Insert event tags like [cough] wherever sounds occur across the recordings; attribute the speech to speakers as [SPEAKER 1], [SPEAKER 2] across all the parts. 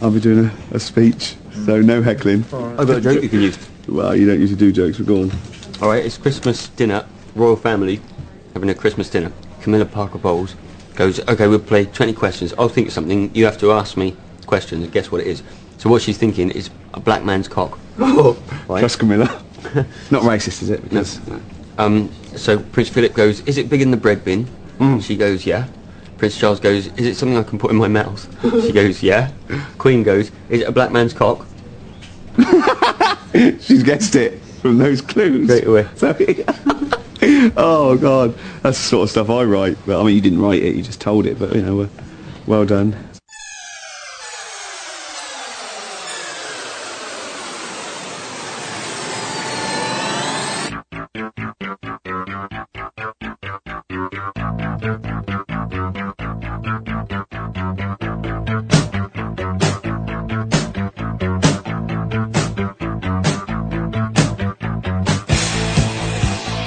[SPEAKER 1] I'll be doing a, a speech, so no heckling.
[SPEAKER 2] I've got Oh, a joke you can use.
[SPEAKER 1] Well, you don't usually do jokes, but go on.
[SPEAKER 2] All right, it's Christmas dinner, royal family having a Christmas dinner. Camilla Parker Bowles goes, okay, we'll play 20 questions. I'll think of something. You have to ask me questions and guess what it is. So what she's thinking is a black man's cock. right?
[SPEAKER 1] Trust
[SPEAKER 2] [laughs]
[SPEAKER 1] Camilla. Not racist, is it?
[SPEAKER 2] No.
[SPEAKER 1] Because
[SPEAKER 2] Um, so Prince Philip goes, is it big in the bread bin? She goes, yeah. Prince Charles goes, is it something I can put in my mouth? she goes, yeah. Queen goes, is it a black man's cock?
[SPEAKER 1] [laughs] she's guessed it from those clues. [laughs]
[SPEAKER 2] Straight away.
[SPEAKER 1] So, oh God, that's the sort of stuff I write. But I mean, you didn't write it; you just told it. But you know, well, well done.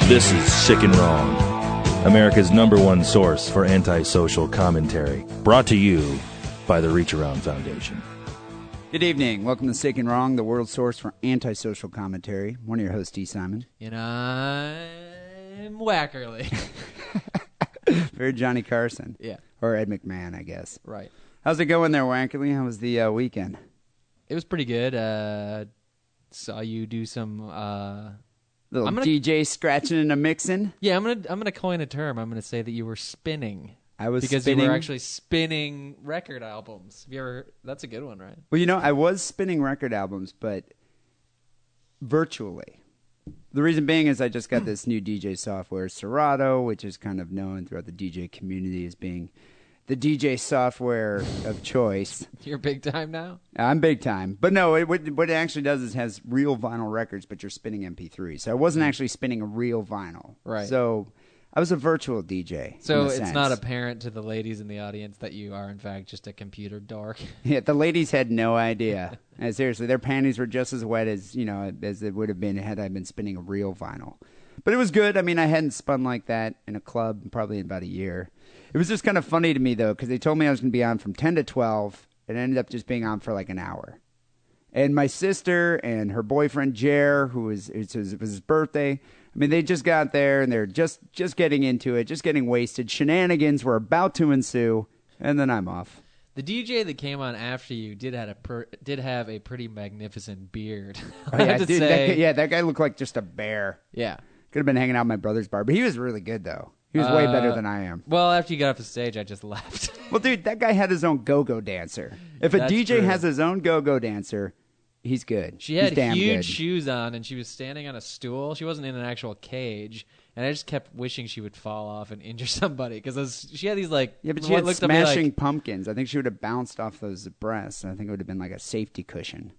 [SPEAKER 3] This is Sick and Wrong, America's number one source for antisocial commentary. Brought to you by the Reach Around Foundation.
[SPEAKER 4] Good evening. Welcome to Sick and Wrong, the world source for antisocial commentary. One of your hosts, D. Simon. [laughs]
[SPEAKER 5] And I'm Wackerly.
[SPEAKER 4] Very Johnny Carson.
[SPEAKER 5] Yeah.
[SPEAKER 4] Or Ed McMahon, I guess.
[SPEAKER 5] [laughs] right.
[SPEAKER 4] How's it going there, Wankerly? How was the uh, weekend?
[SPEAKER 5] It was pretty good. Uh, saw you do some. Uh,
[SPEAKER 4] Little
[SPEAKER 5] I'm gonna-
[SPEAKER 4] DJ scratching and a mixing.
[SPEAKER 5] yeah, I'm gonna I'm gonna coin a term. I'm gonna say that you were spinning.
[SPEAKER 4] I was
[SPEAKER 5] because
[SPEAKER 4] spinning.
[SPEAKER 5] you were actually spinning record albums. Have you ever? That's a good one, right? [laughs]
[SPEAKER 4] Well, you know, I was spinning record albums, but virtually. The reason being is I just got this new DJ software, Serato, which is kind of known throughout the DJ community as being the DJ software of choice.
[SPEAKER 5] You're big time now.
[SPEAKER 4] Uh, I'm big time, but no. It, what, what it actually does is has real vinyl records, but you're spinning MP3s. So I wasn't actually spinning a real vinyl.
[SPEAKER 5] Hmm. Right.
[SPEAKER 4] So I was a virtual DJ. in
[SPEAKER 5] So
[SPEAKER 4] a
[SPEAKER 5] it's
[SPEAKER 4] sense.
[SPEAKER 5] not apparent to the ladies in the audience that you are in fact just a computer dork. [laughs]
[SPEAKER 4] [laughs] Yeah, the ladies had no idea. and seriously, their panties were just as wet as you know as it would have been had I been spinning a real vinyl. But it was good. I mean, I hadn't spun like that in a club in probably in about a year. It was just kind of funny to me though, because they told me I was going to be on from ten to twelve, and I ended up just being on for like an hour. And my sister and her boyfriend Jer, who was it was, it was his birthday. I mean, they just got there and they're just just getting into it, just getting wasted. Shenanigans were about to ensue, and then I'm off.
[SPEAKER 5] The DJ that came on after you did had a per, did have a pretty magnificent beard. [laughs] I
[SPEAKER 4] Oh, yeah, [laughs]
[SPEAKER 5] have to
[SPEAKER 4] dude, that
[SPEAKER 5] say,
[SPEAKER 4] guy- yeah, that guy looked like just a bear.
[SPEAKER 5] yeah.
[SPEAKER 4] Could have been hanging out at my brother's bar, but he was really good though. He was way
[SPEAKER 5] Uh,
[SPEAKER 4] better than I am.
[SPEAKER 5] Well, after you got off the stage, I just [laughs] left.
[SPEAKER 4] Well, dude, that guy had his own go-go dancer. If a
[SPEAKER 5] That's
[SPEAKER 4] DJ
[SPEAKER 5] true.
[SPEAKER 4] has his own go-go dancer, he's good.
[SPEAKER 5] She
[SPEAKER 4] He's
[SPEAKER 5] had
[SPEAKER 4] damn
[SPEAKER 5] huge
[SPEAKER 4] good.
[SPEAKER 5] shoes on, and she was standing on a stool. She wasn't in an actual cage, and I just kept wishing she would fall off and injure [laughs] somebody because she had these like
[SPEAKER 4] yeah, but she
[SPEAKER 5] what
[SPEAKER 4] had
[SPEAKER 5] looked to me like-
[SPEAKER 4] smashing pumpkins. I think she would have bounced off those breasts. and I think it would have been like a safety cushion.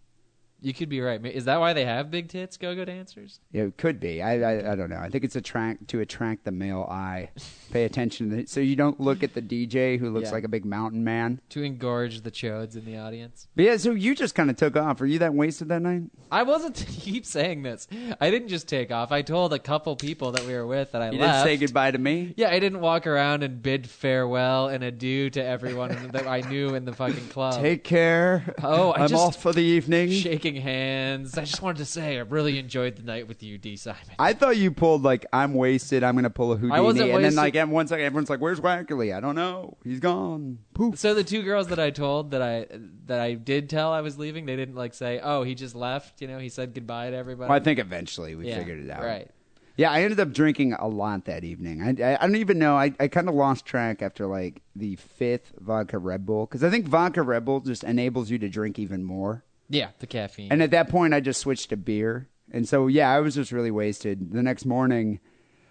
[SPEAKER 5] you could be right. Ma- Is that why they have big tits, go-go dancers?
[SPEAKER 4] Yeah, It could be. I, I I don't know. I think it's attract to attract the male eye. Pay attention to the, so you don't look at the DJ who looks
[SPEAKER 5] Yeah.
[SPEAKER 4] like a big mountain man.
[SPEAKER 5] To engorge the chodes in the audience.
[SPEAKER 4] But yeah, so you just kind of took off. Were you that wasted that night?
[SPEAKER 5] I wasn't. [laughs] you keep saying this. I didn't just take off. I told a couple people that we were with that I
[SPEAKER 4] You didn't
[SPEAKER 5] left.
[SPEAKER 4] say goodbye to me.
[SPEAKER 5] yeah, I didn't walk around and bid farewell and adieu to everyone that I knew in the fucking club.
[SPEAKER 4] Take care.
[SPEAKER 5] Oh, I
[SPEAKER 4] am
[SPEAKER 5] just-
[SPEAKER 4] off for the evening.
[SPEAKER 5] shaking hands. I just wanted to say I really enjoyed the night with you, D. Simon.
[SPEAKER 4] I thought you pulled like I'm wasted. I'm gonna pull a Houdini,
[SPEAKER 5] I wasn't
[SPEAKER 4] and then
[SPEAKER 5] wasted.
[SPEAKER 4] like at one second, everyone's like, "Where's Wackerly? I don't know. He's gone. Poof."
[SPEAKER 5] So the two girls that I told that I that I did tell I was leaving, they didn't like say, "Oh, he just left." You know, he said goodbye to everybody.
[SPEAKER 4] Well, I think eventually we
[SPEAKER 5] Yeah,
[SPEAKER 4] figured it out.
[SPEAKER 5] Right.
[SPEAKER 4] Yeah, I ended up drinking a lot that evening. I, I, I don't even know. I, I kind of lost track after like the fifth vodka Red Bull because I think vodka Red Bull just enables you to drink even more.
[SPEAKER 5] Yeah, the caffeine.
[SPEAKER 4] And at that point, I just switched to beer. And so, yeah, I was just really wasted. The next morning,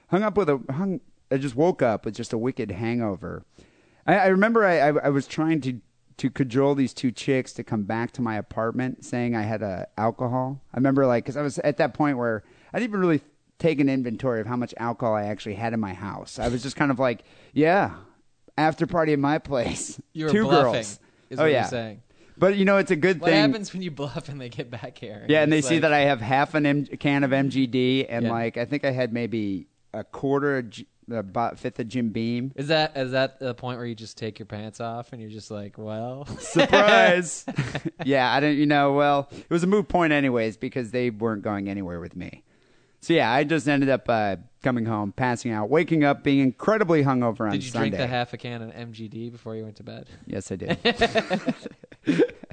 [SPEAKER 4] hung up with a hung. I just woke up with just a wicked hangover. I, I remember I, I, I was trying to to cajole these two chicks to come back to my apartment, saying I had uh, alcohol. I remember like because I was at that point where I didn't even really take an inventory of how much alcohol I actually had in my house. I was just kind of like, yeah, after party at my [laughs] place.
[SPEAKER 5] you were
[SPEAKER 4] two
[SPEAKER 5] bluffing.
[SPEAKER 4] girls.
[SPEAKER 5] Is
[SPEAKER 4] oh
[SPEAKER 5] what
[SPEAKER 4] yeah.
[SPEAKER 5] you're saying.
[SPEAKER 4] But you know, it's a good
[SPEAKER 5] What
[SPEAKER 4] thing.
[SPEAKER 5] happens when you bluff and they get back here?
[SPEAKER 4] Yeah, and they
[SPEAKER 5] It's
[SPEAKER 4] see
[SPEAKER 5] like-
[SPEAKER 4] that I have half an M- can of MGD and
[SPEAKER 5] Yeah.
[SPEAKER 4] like I think I had maybe a quarter of G- the bot fifth of Jim Beam. [laughs]
[SPEAKER 5] Is that is that the point where you just take your pants off and you're just like, well,
[SPEAKER 4] Surprise! [laughs] yeah, I don't. You know, well, it was a moot point anyways because they weren't going anywhere with me. So yeah, I just ended up uh, coming home, passing out, waking up, being incredibly hungover on
[SPEAKER 5] [laughs] did you
[SPEAKER 4] Sunday.
[SPEAKER 5] drink the half a can of MGD before you went
[SPEAKER 4] [laughs]
[SPEAKER 5] to bed?
[SPEAKER 4] yes, I
[SPEAKER 5] [laughs]
[SPEAKER 4] did.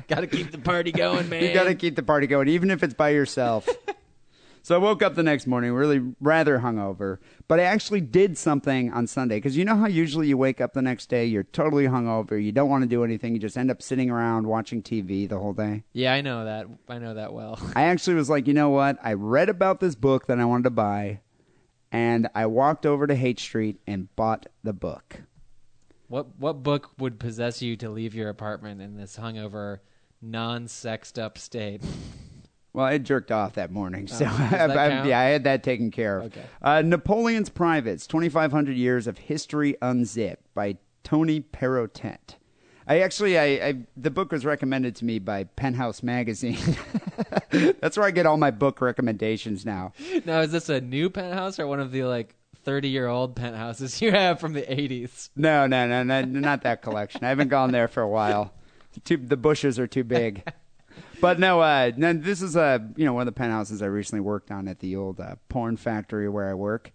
[SPEAKER 5] Got to keep the party [laughs] going, man.
[SPEAKER 4] You got to keep the party going, even if it's by yourself. [laughs] so I woke up the next morning, really rather hungover, but I actually did something on Sunday because you know how usually you wake up the next day, you're totally hungover, you don't want to do anything, you just end up sitting around watching TV the whole day.
[SPEAKER 5] Yeah, I know that. I know that well.
[SPEAKER 4] I actually was like, you know what? I read about this book that I wanted to buy, and I walked over to Hate Street and bought the book.
[SPEAKER 5] What what book would possess you to leave your apartment in this hungover, non-sexed
[SPEAKER 4] [laughs]
[SPEAKER 5] up state?
[SPEAKER 4] Well, I jerked off that morning, so
[SPEAKER 5] Oh,
[SPEAKER 4] [laughs]
[SPEAKER 5] that
[SPEAKER 4] I- I-
[SPEAKER 5] count?
[SPEAKER 4] yeah, I had that taken care of.
[SPEAKER 5] Okay.
[SPEAKER 4] Uh, Napoleon's Privates: Twenty Five Hundred Years of History Unzipped by Tony Perotet. I actually, I, I the book was recommended to me by Penthouse Magazine. [laughs] That's where I get all my book recommendations now.
[SPEAKER 5] now, is this a new penthouse or one of the like thirty-year-old penthouses you have from the eighties?
[SPEAKER 4] No, no, no, no, not that collection. I haven't gone there for a while. Too, the bushes are too big. But no, uh, no, this is uh, you know one of the penthouses I recently worked on at the old uh, porn factory where I work,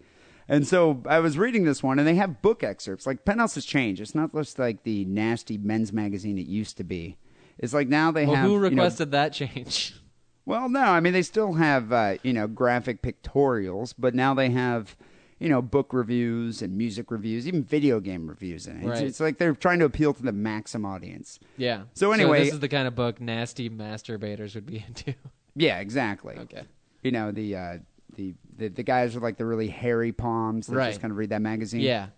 [SPEAKER 4] and so I was reading this one, and they have book excerpts. Like penthouse has changed; it's not just like the nasty men's magazine it used to be. It's like now they
[SPEAKER 5] Well,
[SPEAKER 4] have
[SPEAKER 5] who
[SPEAKER 4] you know,
[SPEAKER 5] requested
[SPEAKER 4] [laughs]
[SPEAKER 5] that change?
[SPEAKER 4] well, no, I mean they still have uh, you know graphic pictorials, but now they have you know book reviews and music reviews, even video game reviews in it. It's,
[SPEAKER 5] Right.
[SPEAKER 4] it's like they're trying to appeal to the maximum audience.
[SPEAKER 5] Yeah.
[SPEAKER 4] So anyway-
[SPEAKER 5] this is the kind of book nasty masturbators would be into. [laughs]
[SPEAKER 4] Yeah, exactly.
[SPEAKER 5] Okay.
[SPEAKER 4] You know the uh, the, the the guys with like the really hairy palms. That
[SPEAKER 5] Right.
[SPEAKER 4] Just kind of read that magazine.
[SPEAKER 5] Yeah.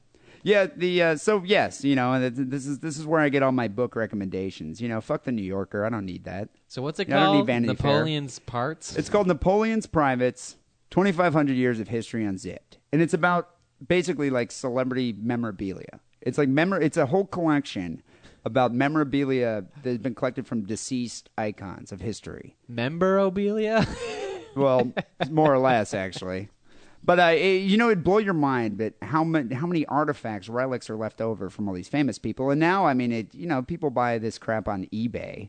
[SPEAKER 4] Yeah. The uh, so yes, you know, and th- this is this is where I get all my book recommendations. You know, fuck the New Yorker. I don't need that.
[SPEAKER 5] So what's it
[SPEAKER 4] Yeah, I don't need
[SPEAKER 5] called?
[SPEAKER 4] Vanity Fair.
[SPEAKER 5] Napoleon's Parts.
[SPEAKER 4] It's called Napoleon's Privates 2500 Years of History Unzipped. And it's about basically like celebrity memorabilia. It's like memor it's a whole collection about memorabilia that's been collected from deceased icons of history.
[SPEAKER 5] Memorabilia. [laughs]
[SPEAKER 4] Well, more or less actually. But uh, it, you know, it'd blow your mind. But how many how many artifacts, relics are left over from all these famous people? And now, I mean, it you know, people buy this crap on eBay.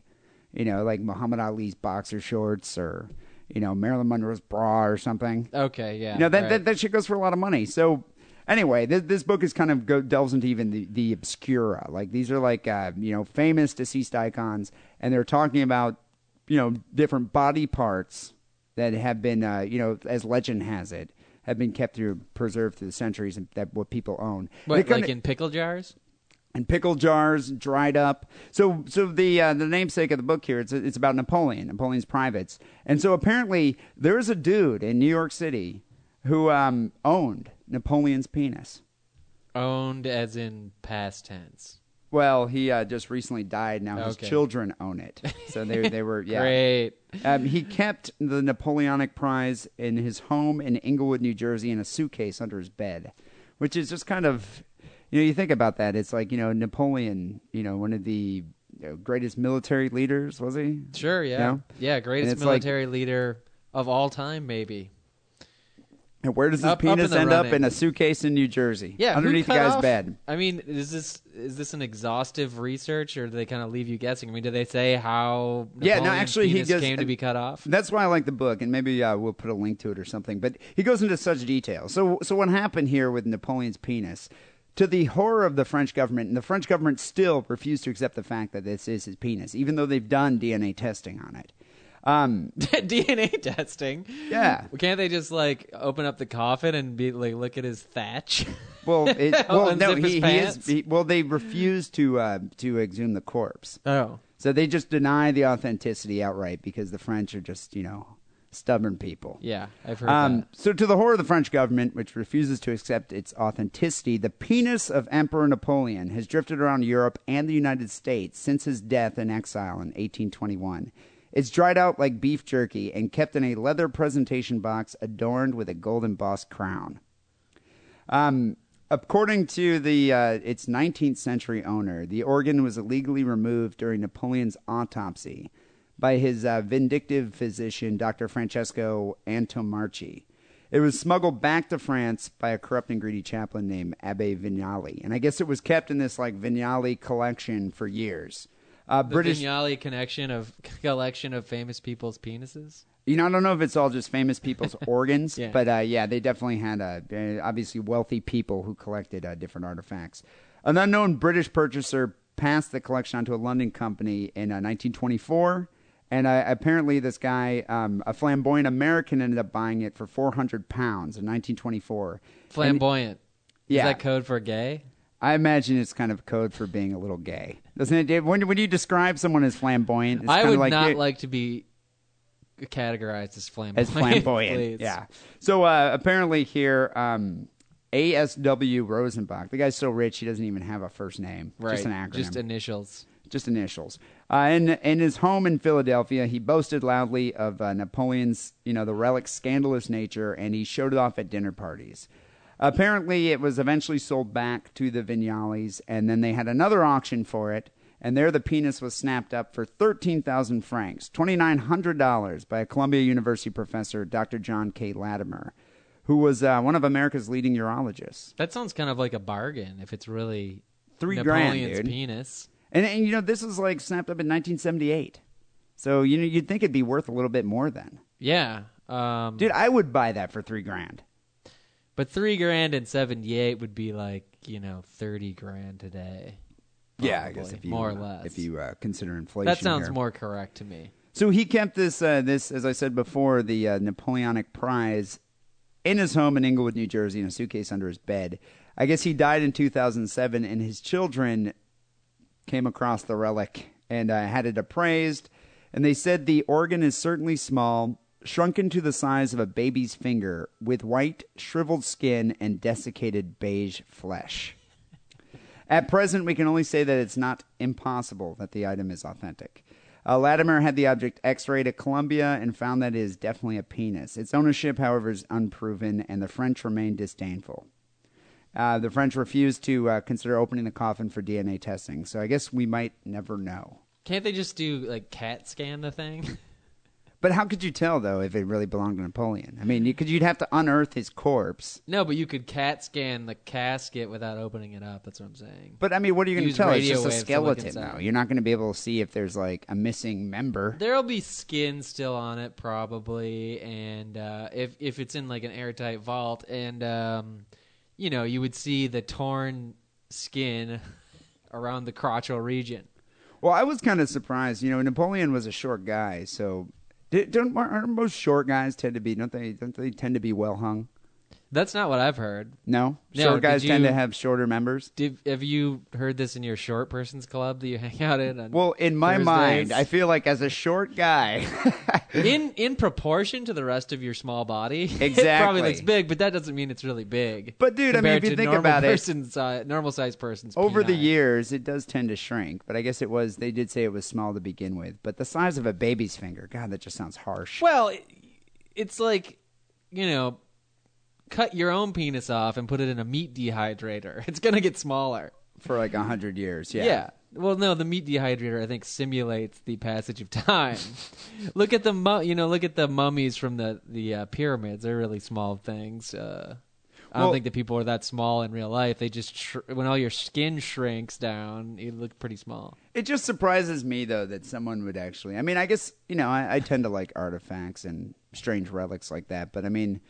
[SPEAKER 4] You know, like Muhammad Ali's boxer shorts, or you know, Marilyn Monroe's bra, or something.
[SPEAKER 5] okay. Yeah.
[SPEAKER 4] You know, that,
[SPEAKER 5] right.
[SPEAKER 4] that, that shit goes for a lot of money. So, anyway, this, this book is kind of go, delves into even the, the obscura. Like, these are like, uh, you know, famous deceased icons, and they're talking about, you know, different body parts that have been, uh, you know, as legend has it, have been kept through, preserved through the centuries and that what people own.
[SPEAKER 5] What,
[SPEAKER 4] They
[SPEAKER 5] like
[SPEAKER 4] kinda-
[SPEAKER 5] in pickle jars.
[SPEAKER 4] and pickle jars dried up. So so the uh, the namesake of the book here it's it's about Napoleon, Napoleon's privates. And so apparently there is a dude in New York City who um, owned Napoleon's penis.
[SPEAKER 5] Owned as in past tense.
[SPEAKER 4] Well, he uh, just recently died. Now his
[SPEAKER 5] Okay.
[SPEAKER 4] children own it. So they they were yeah.
[SPEAKER 5] Great.
[SPEAKER 4] Um, he kept the Napoleonic Prize in his home in Englewood, New Jersey, in a suitcase under his bed, which is just kind of, you know, you think about that. It's like, you know, Napoleon, you know, one of the you know, greatest military leaders, was he?
[SPEAKER 5] Sure, yeah.
[SPEAKER 4] Yeah?
[SPEAKER 5] Yeah, greatest
[SPEAKER 4] it's like-
[SPEAKER 5] military leader of all time, maybe.
[SPEAKER 4] And where does his
[SPEAKER 5] Up- up in
[SPEAKER 4] penis
[SPEAKER 5] the
[SPEAKER 4] end up?
[SPEAKER 5] running.
[SPEAKER 4] In a suitcase in New Jersey.
[SPEAKER 5] Yeah, who
[SPEAKER 4] Underneath the
[SPEAKER 5] cut
[SPEAKER 4] guy's
[SPEAKER 5] off-
[SPEAKER 4] bed.
[SPEAKER 5] I mean, is this is this an exhaustive research, or do they kind of leave you guessing? I mean, do they say how?
[SPEAKER 4] Yeah, no,
[SPEAKER 5] Napoleon's
[SPEAKER 4] actually, he
[SPEAKER 5] penis
[SPEAKER 4] does-
[SPEAKER 5] came to be cut off. [laughs]
[SPEAKER 4] That's why I like the book, and maybe uh, we'll put a link to it or something. But he goes into such detail. So, so what happened here with Napoleon's penis? To the horror of the French government, and the French government still refused to accept the fact that this is his penis, even though they've done DNA testing on it. Um,
[SPEAKER 5] DNA testing.
[SPEAKER 4] Yeah.
[SPEAKER 5] can't they just like open up the coffin and be like, look at his thatch?
[SPEAKER 4] well,
[SPEAKER 5] [laughs]
[SPEAKER 4] it, well, no,
[SPEAKER 5] Unzip
[SPEAKER 4] he,
[SPEAKER 5] his
[SPEAKER 4] he is.
[SPEAKER 5] pants?
[SPEAKER 4] He, well, they refused to uh, to exhume the corpse,
[SPEAKER 5] oh,
[SPEAKER 4] so they just deny the authenticity outright because the French are just you know stubborn people.
[SPEAKER 5] yeah, I've heard
[SPEAKER 4] Um, so, to the horror of the French government, which refuses to accept its authenticity, the penis of Emperor Napoleon has drifted around Europe and the United States since his death in exile in 1821. It's dried out like beef jerky and kept in a leather presentation box adorned with a golden boss crown. Um, according to the uh, its 19th century owner, the organ was illegally removed during Napoleon's autopsy by his uh, vindictive physician, Dr. Francesco Antomarchi. It was smuggled back to France by a corrupt and greedy chaplain named Abbe Vignali, and I guess it was kept in this like Vignali collection for years. Uh,
[SPEAKER 5] The
[SPEAKER 4] British,
[SPEAKER 5] Vignali connection of collection of famous people's penises.
[SPEAKER 4] you know, I don't know if it's all just famous
[SPEAKER 5] [laughs]
[SPEAKER 4] people's organs,
[SPEAKER 5] Yeah.
[SPEAKER 4] but uh, yeah, they definitely had uh, uh, obviously wealthy people who collected uh, different artifacts. An unknown British purchaser passed the collection on to a London company in uh, 1924, and uh, apparently this guy, um, a flamboyant American, ended up buying it for 400 pounds in 1924.
[SPEAKER 5] Flamboyant.
[SPEAKER 4] Yeah.
[SPEAKER 5] Is that code for gay?
[SPEAKER 4] I imagine it's kind of code for being a little gay, doesn't it, Dave? When, when you describe someone as flamboyant, it's
[SPEAKER 5] I
[SPEAKER 4] kinda
[SPEAKER 5] would
[SPEAKER 4] like
[SPEAKER 5] not
[SPEAKER 4] you-
[SPEAKER 5] like to be categorized as flamboyant.
[SPEAKER 4] as
[SPEAKER 5] [laughs]
[SPEAKER 4] flamboyant.
[SPEAKER 5] please.
[SPEAKER 4] Yeah. So uh, apparently here, um, ASW Rosenbach. The guy's so rich he doesn't even have a first name.
[SPEAKER 5] Right.
[SPEAKER 4] Just an acronym.
[SPEAKER 5] Just initials.
[SPEAKER 4] just initials. Uh, in in his home in Philadelphia, he boasted loudly of uh, Napoleon's, you know, the relic's scandalous nature, and he showed it off at dinner parties. Apparently, it was eventually sold back to the Vignalis, and then they had another auction for it. And there, the penis was snapped up for thirteen thousand francs, twenty nine hundred dollars, by a Columbia University professor, Dr. John K. Latimer, who was uh, one of America's leading urologists.
[SPEAKER 5] That sounds kind of like a bargain if it's really
[SPEAKER 4] Three grand,
[SPEAKER 5] Napoleon's
[SPEAKER 4] dude.
[SPEAKER 5] penis.
[SPEAKER 4] And, and you know, this was like snapped up in 1978. So you know, you'd think it'd be worth a little bit more then.
[SPEAKER 5] Yeah. Um,
[SPEAKER 4] Dude, I would buy that for three grand.
[SPEAKER 5] But three grand and seventy eight would be like you know thirty grand today. probably, more or less.
[SPEAKER 4] if you uh, consider inflation.
[SPEAKER 5] that sounds
[SPEAKER 4] here.
[SPEAKER 5] more correct to me.
[SPEAKER 4] So he kept this, uh, this as I said before, the uh, Napoleonic Prize in his home in Englewood, New Jersey, in a suitcase under his bed. I guess he died in 2007, and his children came across the relic and uh, had it appraised. And they said the organ is certainly small, shrunken to the size of a baby's finger, with white, shriveled skin and desiccated beige flesh. At present, we can only say that it's not impossible that the item is authentic. Uh, Latimer had the object x rayed at Columbia and found that it is definitely a penis. Its ownership, however, is unproven, and the French remain disdainful. Uh, the French refused to uh, consider opening the coffin for DNA testing, so I guess we might never know.
[SPEAKER 5] Can't they just do like CAT scan
[SPEAKER 4] [laughs]
[SPEAKER 5] the thing?
[SPEAKER 4] But how could you tell, though, if it really belonged to Napoleon? I mean, because you'd have to unearth his corpse.
[SPEAKER 5] no, but you could CAT scan the casket without opening it up. That's what I'm saying.
[SPEAKER 4] But I mean, what are you going
[SPEAKER 5] Use
[SPEAKER 4] to tell? It's
[SPEAKER 5] radio
[SPEAKER 4] just a
[SPEAKER 5] waves to look
[SPEAKER 4] skeleton,
[SPEAKER 5] inside.
[SPEAKER 4] though. You're not going to be able to see if there's like a missing member.
[SPEAKER 5] There'll be skin still on it probably, and uh, if if it's in like an airtight vault, and um, you know you would see the torn skin [laughs] around the crotchal region.
[SPEAKER 4] Well, I was kind of surprised. You know, Napoleon was a short guy, so di- don't aren't most short guys tend to be don't they? Don't they tend to be well hung?
[SPEAKER 5] That's not what I've heard.
[SPEAKER 4] No,
[SPEAKER 5] No,
[SPEAKER 4] short guys
[SPEAKER 5] did
[SPEAKER 4] tend to
[SPEAKER 5] you-
[SPEAKER 4] have shorter members.
[SPEAKER 5] Did, have you heard this in your short person's club that you [laughs] hang out in? On
[SPEAKER 4] Well, in my
[SPEAKER 5] Thursdays?
[SPEAKER 4] mind, I feel like as a short guy,
[SPEAKER 5] [laughs]
[SPEAKER 4] [laughs]
[SPEAKER 5] in in proportion to the rest of your small body, [laughs] it
[SPEAKER 4] Exactly.
[SPEAKER 5] probably looks big, but that doesn't mean it's really big.
[SPEAKER 4] But, dude, I mean, if
[SPEAKER 5] compared
[SPEAKER 4] you
[SPEAKER 5] to
[SPEAKER 4] think
[SPEAKER 5] normal
[SPEAKER 4] about it-
[SPEAKER 5] person's, uh, normal sized person's
[SPEAKER 4] over the
[SPEAKER 5] peni.
[SPEAKER 4] years it does tend to shrink. But I guess it was they did say it was small to begin with, but the size of a baby's finger. God, that just sounds harsh.
[SPEAKER 5] Well, it, it's like you know, cut your own penis off and put it in a meat dehydrator. [laughs] It's gonna get smaller.
[SPEAKER 4] For like a hundred years, yeah.
[SPEAKER 5] Yeah. Well, no, the meat dehydrator I think simulates the passage of
[SPEAKER 4] [laughs]
[SPEAKER 5] time. look at the mu- you know, look at the mummies from the the uh, pyramids. They're really small things. Uh, I don't
[SPEAKER 4] Well-
[SPEAKER 5] think the people are that small in real life. They just sh- when all your skin shrinks down, you look pretty small.
[SPEAKER 4] It just surprises me though that someone would actually. I mean, I guess you know I, I tend to like artifacts and strange relics like that, but I mean,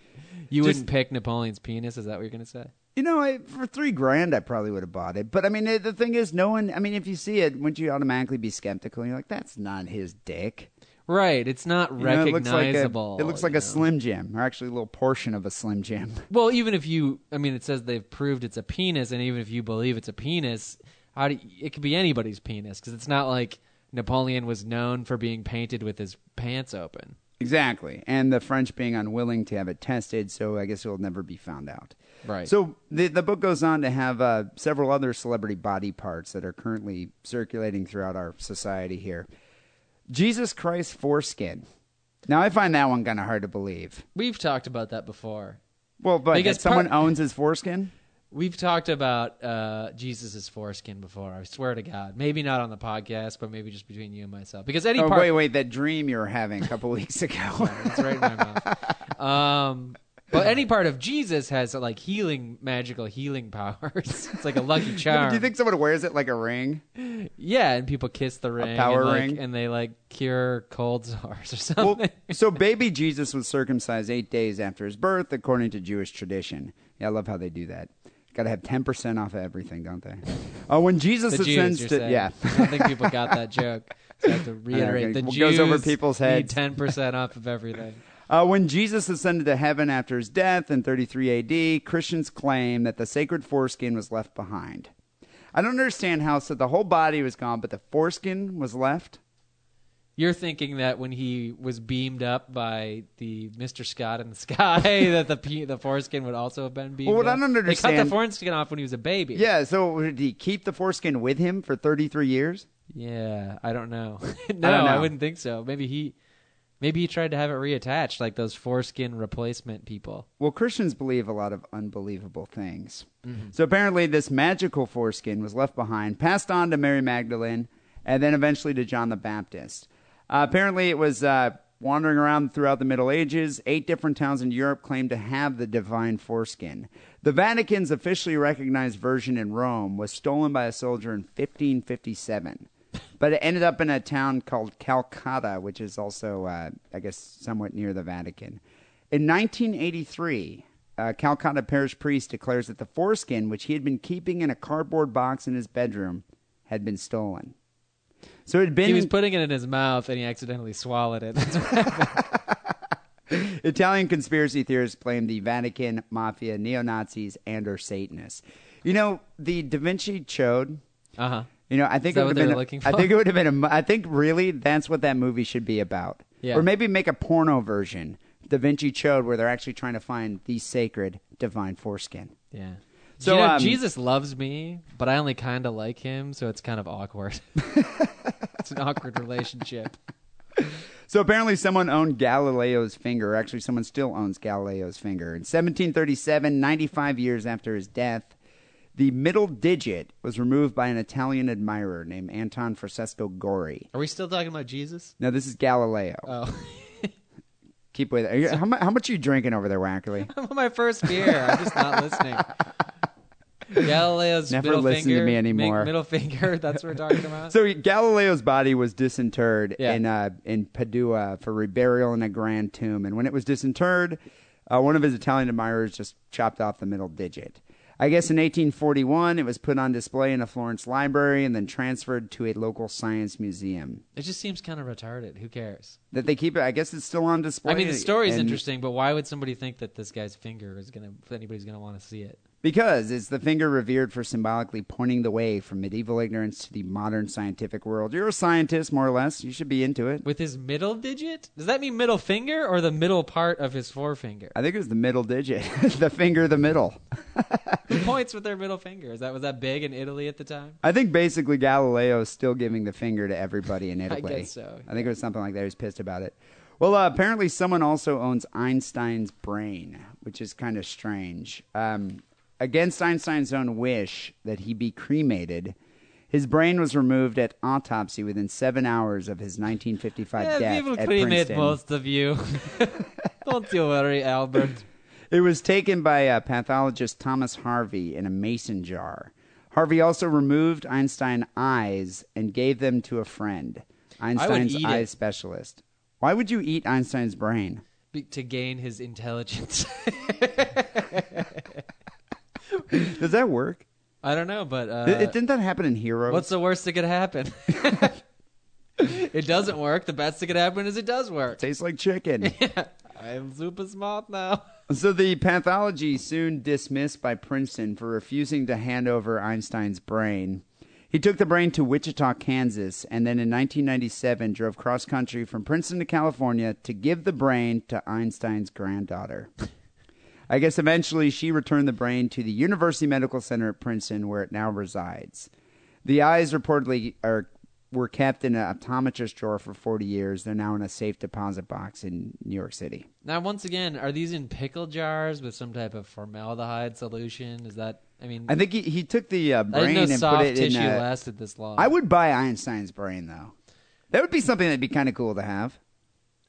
[SPEAKER 5] You
[SPEAKER 4] Just-
[SPEAKER 5] wouldn't pick Napoleon's penis. Is that what you're gonna say?
[SPEAKER 4] You know, I, for three grand, I probably would have bought it. But I mean, the, the thing is, no one. I mean, if you see it, wouldn't you automatically be skeptical? you're like, that's not his dick.
[SPEAKER 5] Right. It's not
[SPEAKER 4] You know,
[SPEAKER 5] recognizable.
[SPEAKER 4] it looks like a, it looks like
[SPEAKER 5] you
[SPEAKER 4] a
[SPEAKER 5] know?
[SPEAKER 4] Slim Jim, or actually a little portion of a Slim Jim.
[SPEAKER 5] Well, even if you, I mean, it says they've proved it's a penis, and even if you believe it's a penis, how do it could be anybody's penis because it's not like Napoleon was known for being painted with his pants open.
[SPEAKER 4] Exactly. And the French being unwilling to have it tested, so I guess it will never be found out.
[SPEAKER 5] Right.
[SPEAKER 4] So the, the book goes on to have uh, several other celebrity body parts that are currently circulating throughout our society here. Jesus Christ foreskin. Now, I find that one kind of hard to believe.
[SPEAKER 5] We've talked about that before.
[SPEAKER 4] Well, but
[SPEAKER 5] Because
[SPEAKER 4] that someone
[SPEAKER 5] part-
[SPEAKER 4] owns his foreskin?
[SPEAKER 5] We've talked about uh, Jesus' foreskin before. I swear to God, maybe not on the podcast, but maybe just between you and myself. Because any
[SPEAKER 4] Oh,
[SPEAKER 5] part,
[SPEAKER 4] wait, [laughs]
[SPEAKER 5] [laughs]
[SPEAKER 4] wait, that dream you were having a couple weeks ago.
[SPEAKER 5] it's right in my mouth. Um, but any part of Jesus has like healing, magical healing powers. [laughs] It's like a lucky charm.
[SPEAKER 4] Do you think someone wears it like a ring?
[SPEAKER 5] Yeah, and people kiss the ring,
[SPEAKER 4] power
[SPEAKER 5] and, like-
[SPEAKER 4] ring?
[SPEAKER 5] and they like cure cold sores [laughs] or something.
[SPEAKER 4] Well, so baby Jesus was circumcised eight days after his birth, according to Jewish tradition. Yeah, I love how they do that. Got to have ten percent off of everything, don't
[SPEAKER 5] [laughs]
[SPEAKER 4] they? Oh, when Jesus
[SPEAKER 5] the
[SPEAKER 4] ascends
[SPEAKER 5] Jews, you're
[SPEAKER 4] to
[SPEAKER 5] saying.
[SPEAKER 4] yeah, [laughs]
[SPEAKER 5] I don't think people got that joke. So I have to reiterate, the
[SPEAKER 4] It
[SPEAKER 5] Jews
[SPEAKER 4] goes over people's heads.
[SPEAKER 5] Ten
[SPEAKER 4] [laughs]
[SPEAKER 5] percent off of everything.
[SPEAKER 4] Uh, when Jesus ascended to heaven after his death in 33 AD, Christians claim that the sacred foreskin was left behind. I don't understand how so the whole body was gone, but the foreskin was left.
[SPEAKER 5] You're thinking that when he was beamed up by the Mr. Scott in the sky, [laughs] that the pe- the foreskin would also have been beamed.
[SPEAKER 4] Well, what
[SPEAKER 5] up.
[SPEAKER 4] I don't
[SPEAKER 5] They cut
[SPEAKER 4] understand-
[SPEAKER 5] the foreskin off when he was a baby.
[SPEAKER 4] Yeah, so did he keep the foreskin with him for 33 years?
[SPEAKER 5] Yeah, I don't know. [laughs] no, I,
[SPEAKER 4] know.
[SPEAKER 5] wouldn't think so. Maybe he, maybe he tried to have it reattached, like those foreskin replacement people.
[SPEAKER 4] Well, Christians believe a lot of unbelievable things. So apparently, this magical foreskin was left behind, passed on to Mary Magdalene, and then eventually to John the Baptist. Uh, apparently, it was uh, wandering around throughout the Middle Ages. Eight different towns in Europe claimed to have the divine foreskin. The Vatican's officially recognized version in Rome was stolen by a soldier in 1557. But it ended up in a town called Calcutta, which is also, uh, I guess, somewhat near the Vatican. In 1983, a Calcutta parish priest declares that the foreskin, which he had been keeping in a cardboard box in his bedroom, had been stolen. So it had been
[SPEAKER 5] He was putting it in his mouth and he accidentally swallowed it. That's [laughs] what
[SPEAKER 4] Italian conspiracy theorists blame the Vatican, mafia, neo Nazis, and or Satanists. You know, the Da Vinci Chode.
[SPEAKER 5] uh huh.
[SPEAKER 4] You know, I think
[SPEAKER 5] that
[SPEAKER 4] it would have
[SPEAKER 5] what they
[SPEAKER 4] been.
[SPEAKER 5] were looking
[SPEAKER 4] I
[SPEAKER 5] for?
[SPEAKER 4] think it would have been. A, mo- I think really that's what that movie should be about.
[SPEAKER 5] Yeah.
[SPEAKER 4] Or maybe make a porno version, Da Vinci Chode, where they're actually trying to find the sacred divine foreskin.
[SPEAKER 5] Yeah.
[SPEAKER 4] So,
[SPEAKER 5] So you know,
[SPEAKER 4] um,
[SPEAKER 5] Jesus loves me, but I only kind of like him, so it's kind of
[SPEAKER 4] [laughs]
[SPEAKER 5] awkward. it's an awkward relationship.
[SPEAKER 4] So apparently, someone owned Galileo's finger. Actually, someone still owns Galileo's finger. In 1737, 95 years after his death, the middle digit was removed by an Italian admirer named Anton Francesco Gori.
[SPEAKER 5] Are we still talking about Jesus?
[SPEAKER 4] Now, this is Galileo.
[SPEAKER 5] Oh, [laughs]
[SPEAKER 4] Keep with it. How, mu- how much are you drinking over there, Wackerly?
[SPEAKER 5] my first beer. I'm just not
[SPEAKER 4] [laughs]
[SPEAKER 5] listening. Galileo's
[SPEAKER 4] Never
[SPEAKER 5] middle
[SPEAKER 4] listen to
[SPEAKER 5] finger,
[SPEAKER 4] me
[SPEAKER 5] mi-
[SPEAKER 4] anymore.
[SPEAKER 5] Middle
[SPEAKER 4] [laughs]
[SPEAKER 5] finger. That's what we're talking about.
[SPEAKER 4] So Galileo's body was disinterred
[SPEAKER 5] Yeah.
[SPEAKER 4] in uh, in Padua for reburial in a grand tomb, and when it was disinterred, uh, one of his Italian admirers just chopped off the middle digit. I guess in 1841, it was put on display in a Florence library and then transferred to a local science museum.
[SPEAKER 5] it just seems kind of retarded. Who cares?
[SPEAKER 4] That they keep it. I guess it's still on display.
[SPEAKER 5] I mean, the story's
[SPEAKER 4] and-
[SPEAKER 5] interesting, but why would somebody think that this guy's finger is gonna? if Anybody's gonna want to see it?
[SPEAKER 4] Because it's the finger revered for symbolically pointing the way from medieval ignorance to the modern scientific world. You're a scientist, more or less. You should be into it.
[SPEAKER 5] With his middle digit? Does that mean middle finger or the middle part of his forefinger?
[SPEAKER 4] I think it was the middle digit, [laughs] the finger, the middle. [laughs]
[SPEAKER 5] Who points with their middle finger? Is that was that big in Italy at the time?
[SPEAKER 4] I think basically Galileo is still giving the finger to everybody
[SPEAKER 5] [laughs]
[SPEAKER 4] in Italy.
[SPEAKER 5] guess so,
[SPEAKER 4] I think it was something like that. He was pissed about it. Well, uh, apparently someone also owns Einstein's brain, which is kind of strange. Um, against Einstein's own wish that he be cremated, his brain was removed at autopsy within seven hours of his 1955
[SPEAKER 5] yeah,
[SPEAKER 4] death
[SPEAKER 5] people
[SPEAKER 4] at
[SPEAKER 5] cremate
[SPEAKER 4] Princeton.
[SPEAKER 5] most
[SPEAKER 4] [laughs]
[SPEAKER 5] of you. Don't you worry, Albert.
[SPEAKER 4] It was taken by uh, pathologist Thomas Harvey in a mason jar. Harvey also removed Einstein's eyes and gave them to a friend, Einstein's
[SPEAKER 5] eat
[SPEAKER 4] eye
[SPEAKER 5] it.
[SPEAKER 4] specialist. Why would you eat Einstein's brain?
[SPEAKER 5] Be- to gain his intelligence. [laughs]
[SPEAKER 4] Does that work?
[SPEAKER 5] I don't know, but uh,
[SPEAKER 4] Th- Didn't that happen in Heroes?
[SPEAKER 5] what's the worst that could happen? [laughs] it doesn't work. The best that could happen is it does work.
[SPEAKER 4] Tastes like
[SPEAKER 5] [laughs]
[SPEAKER 4] chicken.
[SPEAKER 5] I'm super smart now.
[SPEAKER 4] so the pathology soon dismissed by Princeton for refusing to hand over Einstein's brain. He took the brain to Wichita, Kansas, and then in 1997 drove cross country from Princeton to California to give the brain to Einstein's granddaughter. I guess eventually she returned the brain to the University Medical Center at Princeton, where it now resides. The eyes reportedly are were kept in an optometrist drawer for 40 years. They're now in a safe deposit box in New York City.
[SPEAKER 5] Now, once again, are these in pickle jars with some type of formaldehyde solution? Is that? I mean,
[SPEAKER 4] I think he, he took the uh,
[SPEAKER 5] I
[SPEAKER 4] brain
[SPEAKER 5] didn't know
[SPEAKER 4] and
[SPEAKER 5] soft
[SPEAKER 4] put it
[SPEAKER 5] tissue
[SPEAKER 4] in. A,
[SPEAKER 5] lasted this long.
[SPEAKER 4] I would buy Einstein's brain though. That would be something that'd be kind of cool to have.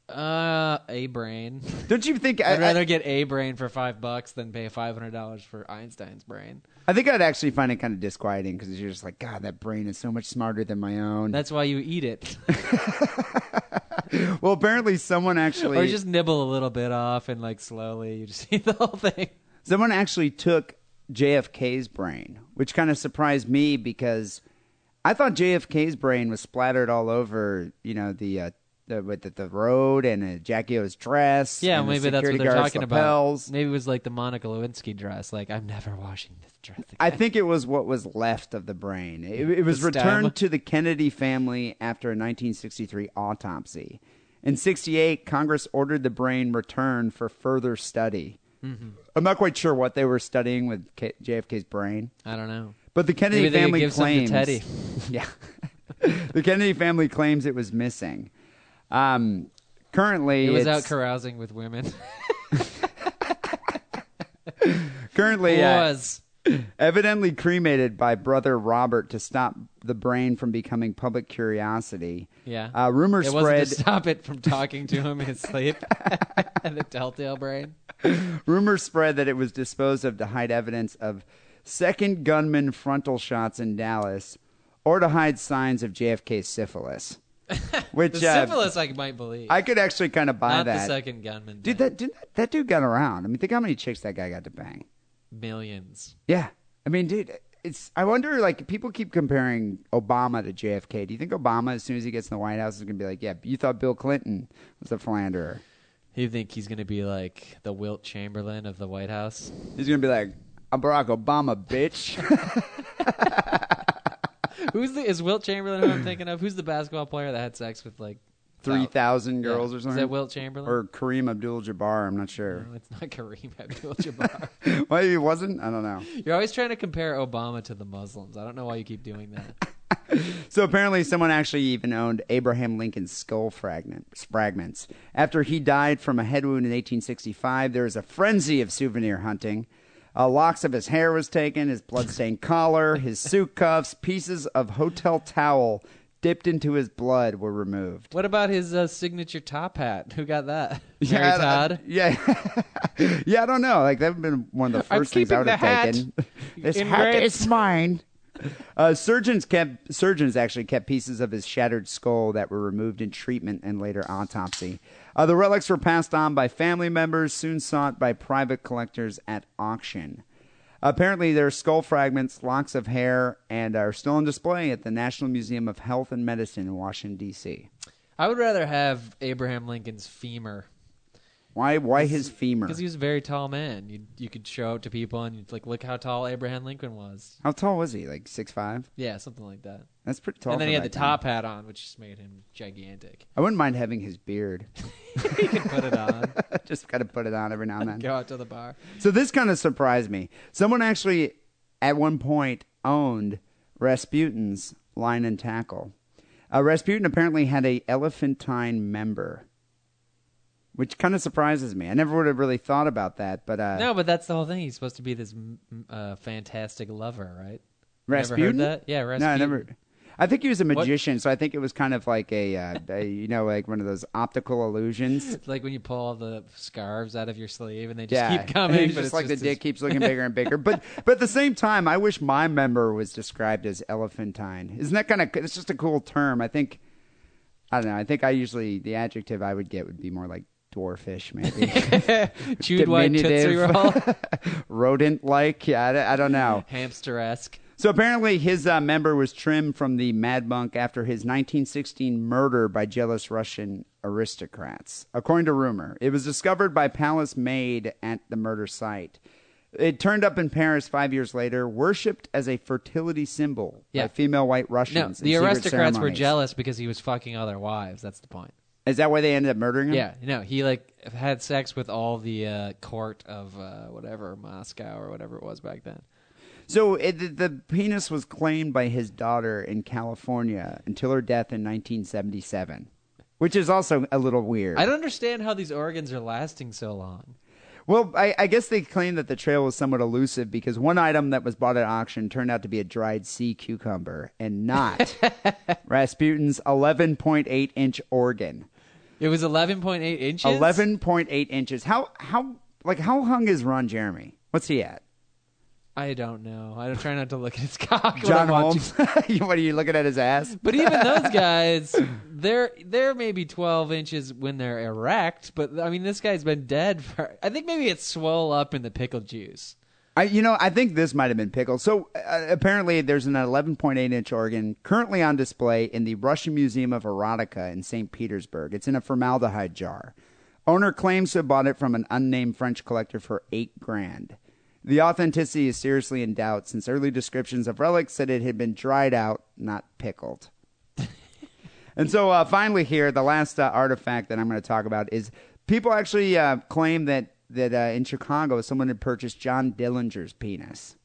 [SPEAKER 5] Uh, a brain.
[SPEAKER 4] Don't you think?
[SPEAKER 5] I'd
[SPEAKER 4] [laughs] I,
[SPEAKER 5] rather
[SPEAKER 4] I,
[SPEAKER 5] get a brain for five bucks than pay five hundred dollars for Einstein's brain.
[SPEAKER 4] I think I'd actually find it kind of disquieting because you're just like, God, that brain is so much smarter than my own.
[SPEAKER 5] That's why you eat it, [laughs]
[SPEAKER 4] well, apparently someone actually,
[SPEAKER 5] or you just nibble a little bit off and like slowly you just [laughs] eat the whole thing.
[SPEAKER 4] someone actually took JFK's brain, which kind of surprised me because I thought JFK's brain was splattered all over, you know, the. Uh, the, with the, the road and uh, Jackie O's dress.
[SPEAKER 5] Yeah,
[SPEAKER 4] and the
[SPEAKER 5] maybe that's what
[SPEAKER 4] security
[SPEAKER 5] they're
[SPEAKER 4] guard's
[SPEAKER 5] talking
[SPEAKER 4] lapels.
[SPEAKER 5] about. Maybe it was like the Monica Lewinsky dress. Like I'm never washing this dress again.
[SPEAKER 4] I think it was what was left of the brain. It, it was
[SPEAKER 5] The stem.
[SPEAKER 4] returned to the Kennedy family after a 1963 autopsy. In 68, Congress ordered the brain returned for further study.
[SPEAKER 5] Mm-hmm.
[SPEAKER 4] I'm not quite sure what they were studying with K- JFK's brain,
[SPEAKER 5] I don't know.
[SPEAKER 4] but the Kennedy
[SPEAKER 5] Maybe they could
[SPEAKER 4] family
[SPEAKER 5] give some to
[SPEAKER 4] claims.
[SPEAKER 5] Teddy.
[SPEAKER 4] [laughs] yeah, the Kennedy family claims it was missing. Um, currently,
[SPEAKER 5] It was out
[SPEAKER 4] it's-
[SPEAKER 5] carousing with women. [laughs]
[SPEAKER 4] currently uh,
[SPEAKER 5] was
[SPEAKER 4] evidently cremated by brother Robert to stop the brain from becoming public curiosity.
[SPEAKER 5] yeah.
[SPEAKER 4] Uh, rumor
[SPEAKER 5] it
[SPEAKER 4] spread.
[SPEAKER 5] wasn't to stop it from talking to him in his sleep. [laughs] the telltale brain.
[SPEAKER 4] [laughs] rumor spread that it was disposed of to hide evidence of second gunman frontal shots in Dallas, or to hide signs of JFK's
[SPEAKER 5] [laughs]
[SPEAKER 4] syphilis. Which
[SPEAKER 5] The
[SPEAKER 4] uh,
[SPEAKER 5] syphilis, I might believe.
[SPEAKER 4] I could actually kind of buy
[SPEAKER 5] Not
[SPEAKER 4] that.
[SPEAKER 5] the second gunman.
[SPEAKER 4] Dude,
[SPEAKER 5] thing.
[SPEAKER 4] that dude, that dude got around. I mean, think how many chicks that guy got to bang.
[SPEAKER 5] millions.
[SPEAKER 4] Yeah, I mean, dude, it's. I wonder, like, people keep comparing Obama to JFK. Do you think Obama, as soon as he gets in the White House, is going to be like, "Yeah, you thought Bill Clinton was a philanderer"?
[SPEAKER 5] You think he's gonna be like the Wilt Chamberlain of the White House?
[SPEAKER 4] He's going to be like, "I'm Barack Obama, bitch."
[SPEAKER 5] [laughs] Who's the is Wilt Chamberlain who I'm thinking of? Who's the basketball player that had sex with like
[SPEAKER 4] Three thousand
[SPEAKER 5] yeah.
[SPEAKER 4] girls or something.
[SPEAKER 5] Is that Wilt Chamberlain?
[SPEAKER 4] or Kareem Abdul-Jabbar? I'm not sure.
[SPEAKER 5] no, it's not Kareem [laughs]
[SPEAKER 4] [laughs]
[SPEAKER 5] Abdul-Jabbar.
[SPEAKER 4] Maybe it wasn't. I don't know.
[SPEAKER 5] You're always trying to compare Obama to the Muslims. I don't know why you keep doing that.
[SPEAKER 4] So apparently, someone actually even owned Abraham Lincoln's skull fragment, fragments. After he died from a head wound in 1865, there was a frenzy of souvenir hunting. Uh, locks of his hair was taken, his bloodstained collar, his suit cuffs, pieces of hotel towel dipped into his blood were removed.
[SPEAKER 5] What about his uh, signature top hat? Who got that? Mary
[SPEAKER 4] [laughs] Yeah, I-
[SPEAKER 5] Todd.
[SPEAKER 4] yeah, yeah. [laughs] I don't know. Like that would have been one of the
[SPEAKER 5] I'm
[SPEAKER 4] first things I
[SPEAKER 5] keeping
[SPEAKER 4] would have
[SPEAKER 5] the hat
[SPEAKER 4] taken. [laughs] this
[SPEAKER 5] in
[SPEAKER 4] hat
[SPEAKER 5] red.
[SPEAKER 4] is mine. Uh, surgeons kept surgeons actually kept pieces of his shattered skull that were removed in treatment and later autopsy. Uh, the relics were passed on by family members, soon sought by private collectors at auction. Apparently, their skull fragments, locks of hair, and are still on display at the National Museum of Health and Medicine in Washington D.C.
[SPEAKER 5] I would rather have Abraham Lincoln's femur
[SPEAKER 4] Why? Why his femur?
[SPEAKER 5] because he was a very tall man. You you could show up to people and you'd like look how tall Abraham Lincoln was.
[SPEAKER 4] How tall was he? Like six five?
[SPEAKER 5] Yeah, something like that.
[SPEAKER 4] That's pretty tall.
[SPEAKER 5] and then
[SPEAKER 4] for
[SPEAKER 5] he had the
[SPEAKER 4] that time.
[SPEAKER 5] top hat on, which just made him gigantic.
[SPEAKER 4] I wouldn't mind having his beard. [laughs]
[SPEAKER 5] he could put it [laughs] on,
[SPEAKER 4] Just got to put it on every now and then.
[SPEAKER 5] go out to the bar.
[SPEAKER 4] So this kind of surprised me. Someone actually, at one point, owned Rasputin's line and tackle. Uh, Rasputin apparently had a elephantine member, which kind of surprises me. I never would have really thought about that, but uh,
[SPEAKER 5] No, but that's the whole thing. He's supposed to be this m- m- uh, fantastic lover, right?
[SPEAKER 4] Rasputin.
[SPEAKER 5] Never heard that? Yeah, Rasputin.
[SPEAKER 4] No, I never. I think he was a
[SPEAKER 5] What-
[SPEAKER 4] magician, so I think it was kind of like a, uh, a you know, like one of those optical illusions.
[SPEAKER 5] It's like when you pull all the scarves out of your sleeve and they just
[SPEAKER 4] yeah.
[SPEAKER 5] [laughs]
[SPEAKER 4] [laughs]
[SPEAKER 5] keep coming.
[SPEAKER 4] It's
[SPEAKER 5] but
[SPEAKER 4] just
[SPEAKER 5] it's
[SPEAKER 4] like
[SPEAKER 5] just
[SPEAKER 4] the dick
[SPEAKER 5] this-
[SPEAKER 4] keeps
[SPEAKER 5] [laughs]
[SPEAKER 4] looking bigger and bigger. But but at the same time, I wish my member was described as elephantine. Isn't that kind of? It's just a cool term. I think. I don't know. I think I usually the adjective I would get would be more like dwarfish,
[SPEAKER 5] [laughs]
[SPEAKER 4] maybe
[SPEAKER 5] chewed white [laughs] tootsie
[SPEAKER 4] diminutive.
[SPEAKER 5] roll,
[SPEAKER 4] [laughs] rodent like. Yeah, I don't- I don't know.
[SPEAKER 5] hamster-esque.
[SPEAKER 4] So apparently, his uh, member was trimmed from the Mad Monk after his 1916 murder by jealous Russian aristocrats, according to rumor. It was discovered by palace maid at the murder site. It turned up in Paris five years later, worshipped as a fertility symbol by
[SPEAKER 5] Yeah.
[SPEAKER 4] female white
[SPEAKER 5] No,
[SPEAKER 4] Russians. in
[SPEAKER 5] the
[SPEAKER 4] secret
[SPEAKER 5] aristocrats were
[SPEAKER 4] ceremonies.
[SPEAKER 5] jealous because he was fucking all their wives. That's the point.
[SPEAKER 4] Is that why they ended up murdering him?
[SPEAKER 5] Yeah, no, he like had sex with all the uh, court of uh, whatever Moscow or whatever it was back then.
[SPEAKER 4] So it, the, the penis was claimed by his daughter in California until her death in 1977, which is also a little weird.
[SPEAKER 5] I don't understand how these organs are lasting so long.
[SPEAKER 4] Well, I, I guess they claim that the trail was somewhat elusive because one item that was bought at auction turned out to be a dried sea cucumber and not Rasputin's 11.8 inch organ.
[SPEAKER 5] It was 11.8 inches.
[SPEAKER 4] Eleven point eight inches. How how like how hung is Ron Jeremy? What's he at?
[SPEAKER 5] I don't know. I don't try not to look at his [laughs] cock. when
[SPEAKER 4] John
[SPEAKER 5] I'm watching-
[SPEAKER 4] Holmes. [laughs] what are you looking at his ass?
[SPEAKER 5] But even
[SPEAKER 4] [laughs]
[SPEAKER 5] those guys, they're they're maybe twelve inches when they're erect. But I mean, this guy's been dead for. I think maybe it's swell up in the pickle juice.
[SPEAKER 4] I, you know, I think this might have been pickle. So uh, apparently, there's an 11.8 inch organ currently on display in the Russian Museum of Erotica in St. Petersburg. It's in a formaldehyde jar. Owner claims to have bought it from an unnamed French collector for eight grand. The authenticity is seriously in doubt since early descriptions of relics said it had been dried out, not pickled. And so uh, finally, here the last uh, artifact that I'm going to talk about is people actually uh, claim that that uh, in Chicago someone had purchased John Dillinger's penis.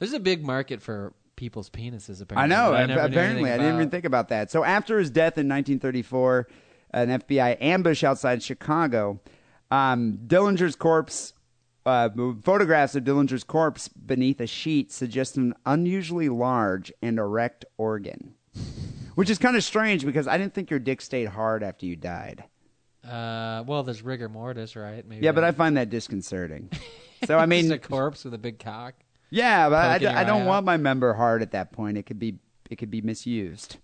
[SPEAKER 5] There's a big market for people's penises.
[SPEAKER 4] I
[SPEAKER 5] Apparently,
[SPEAKER 4] know.
[SPEAKER 5] that
[SPEAKER 4] ap-
[SPEAKER 5] never knew
[SPEAKER 4] apparently,
[SPEAKER 5] anything
[SPEAKER 4] I didn't even
[SPEAKER 5] about.
[SPEAKER 4] think about that. So after his death in 1934, an FBI ambush outside Chicago, um, Dillinger's corpse. Uh, photographs of Dillinger's corpse beneath a sheet suggest an unusually large and erect organ, which is kind of strange because I didn't think your dick stayed hard after you died.
[SPEAKER 5] Uh, well, there's rigor mortis, right? Maybe
[SPEAKER 4] Yeah, but I
[SPEAKER 5] that's
[SPEAKER 4] find that
[SPEAKER 5] [laughs]
[SPEAKER 4] disconcerting. So I
[SPEAKER 5] just
[SPEAKER 4] mean,
[SPEAKER 5] a corpse with a big cock.
[SPEAKER 4] yeah, but I,
[SPEAKER 5] Poking
[SPEAKER 4] d-
[SPEAKER 5] your
[SPEAKER 4] I don't
[SPEAKER 5] eye
[SPEAKER 4] want
[SPEAKER 5] out.
[SPEAKER 4] my member hard at that point. It could be it could be misused.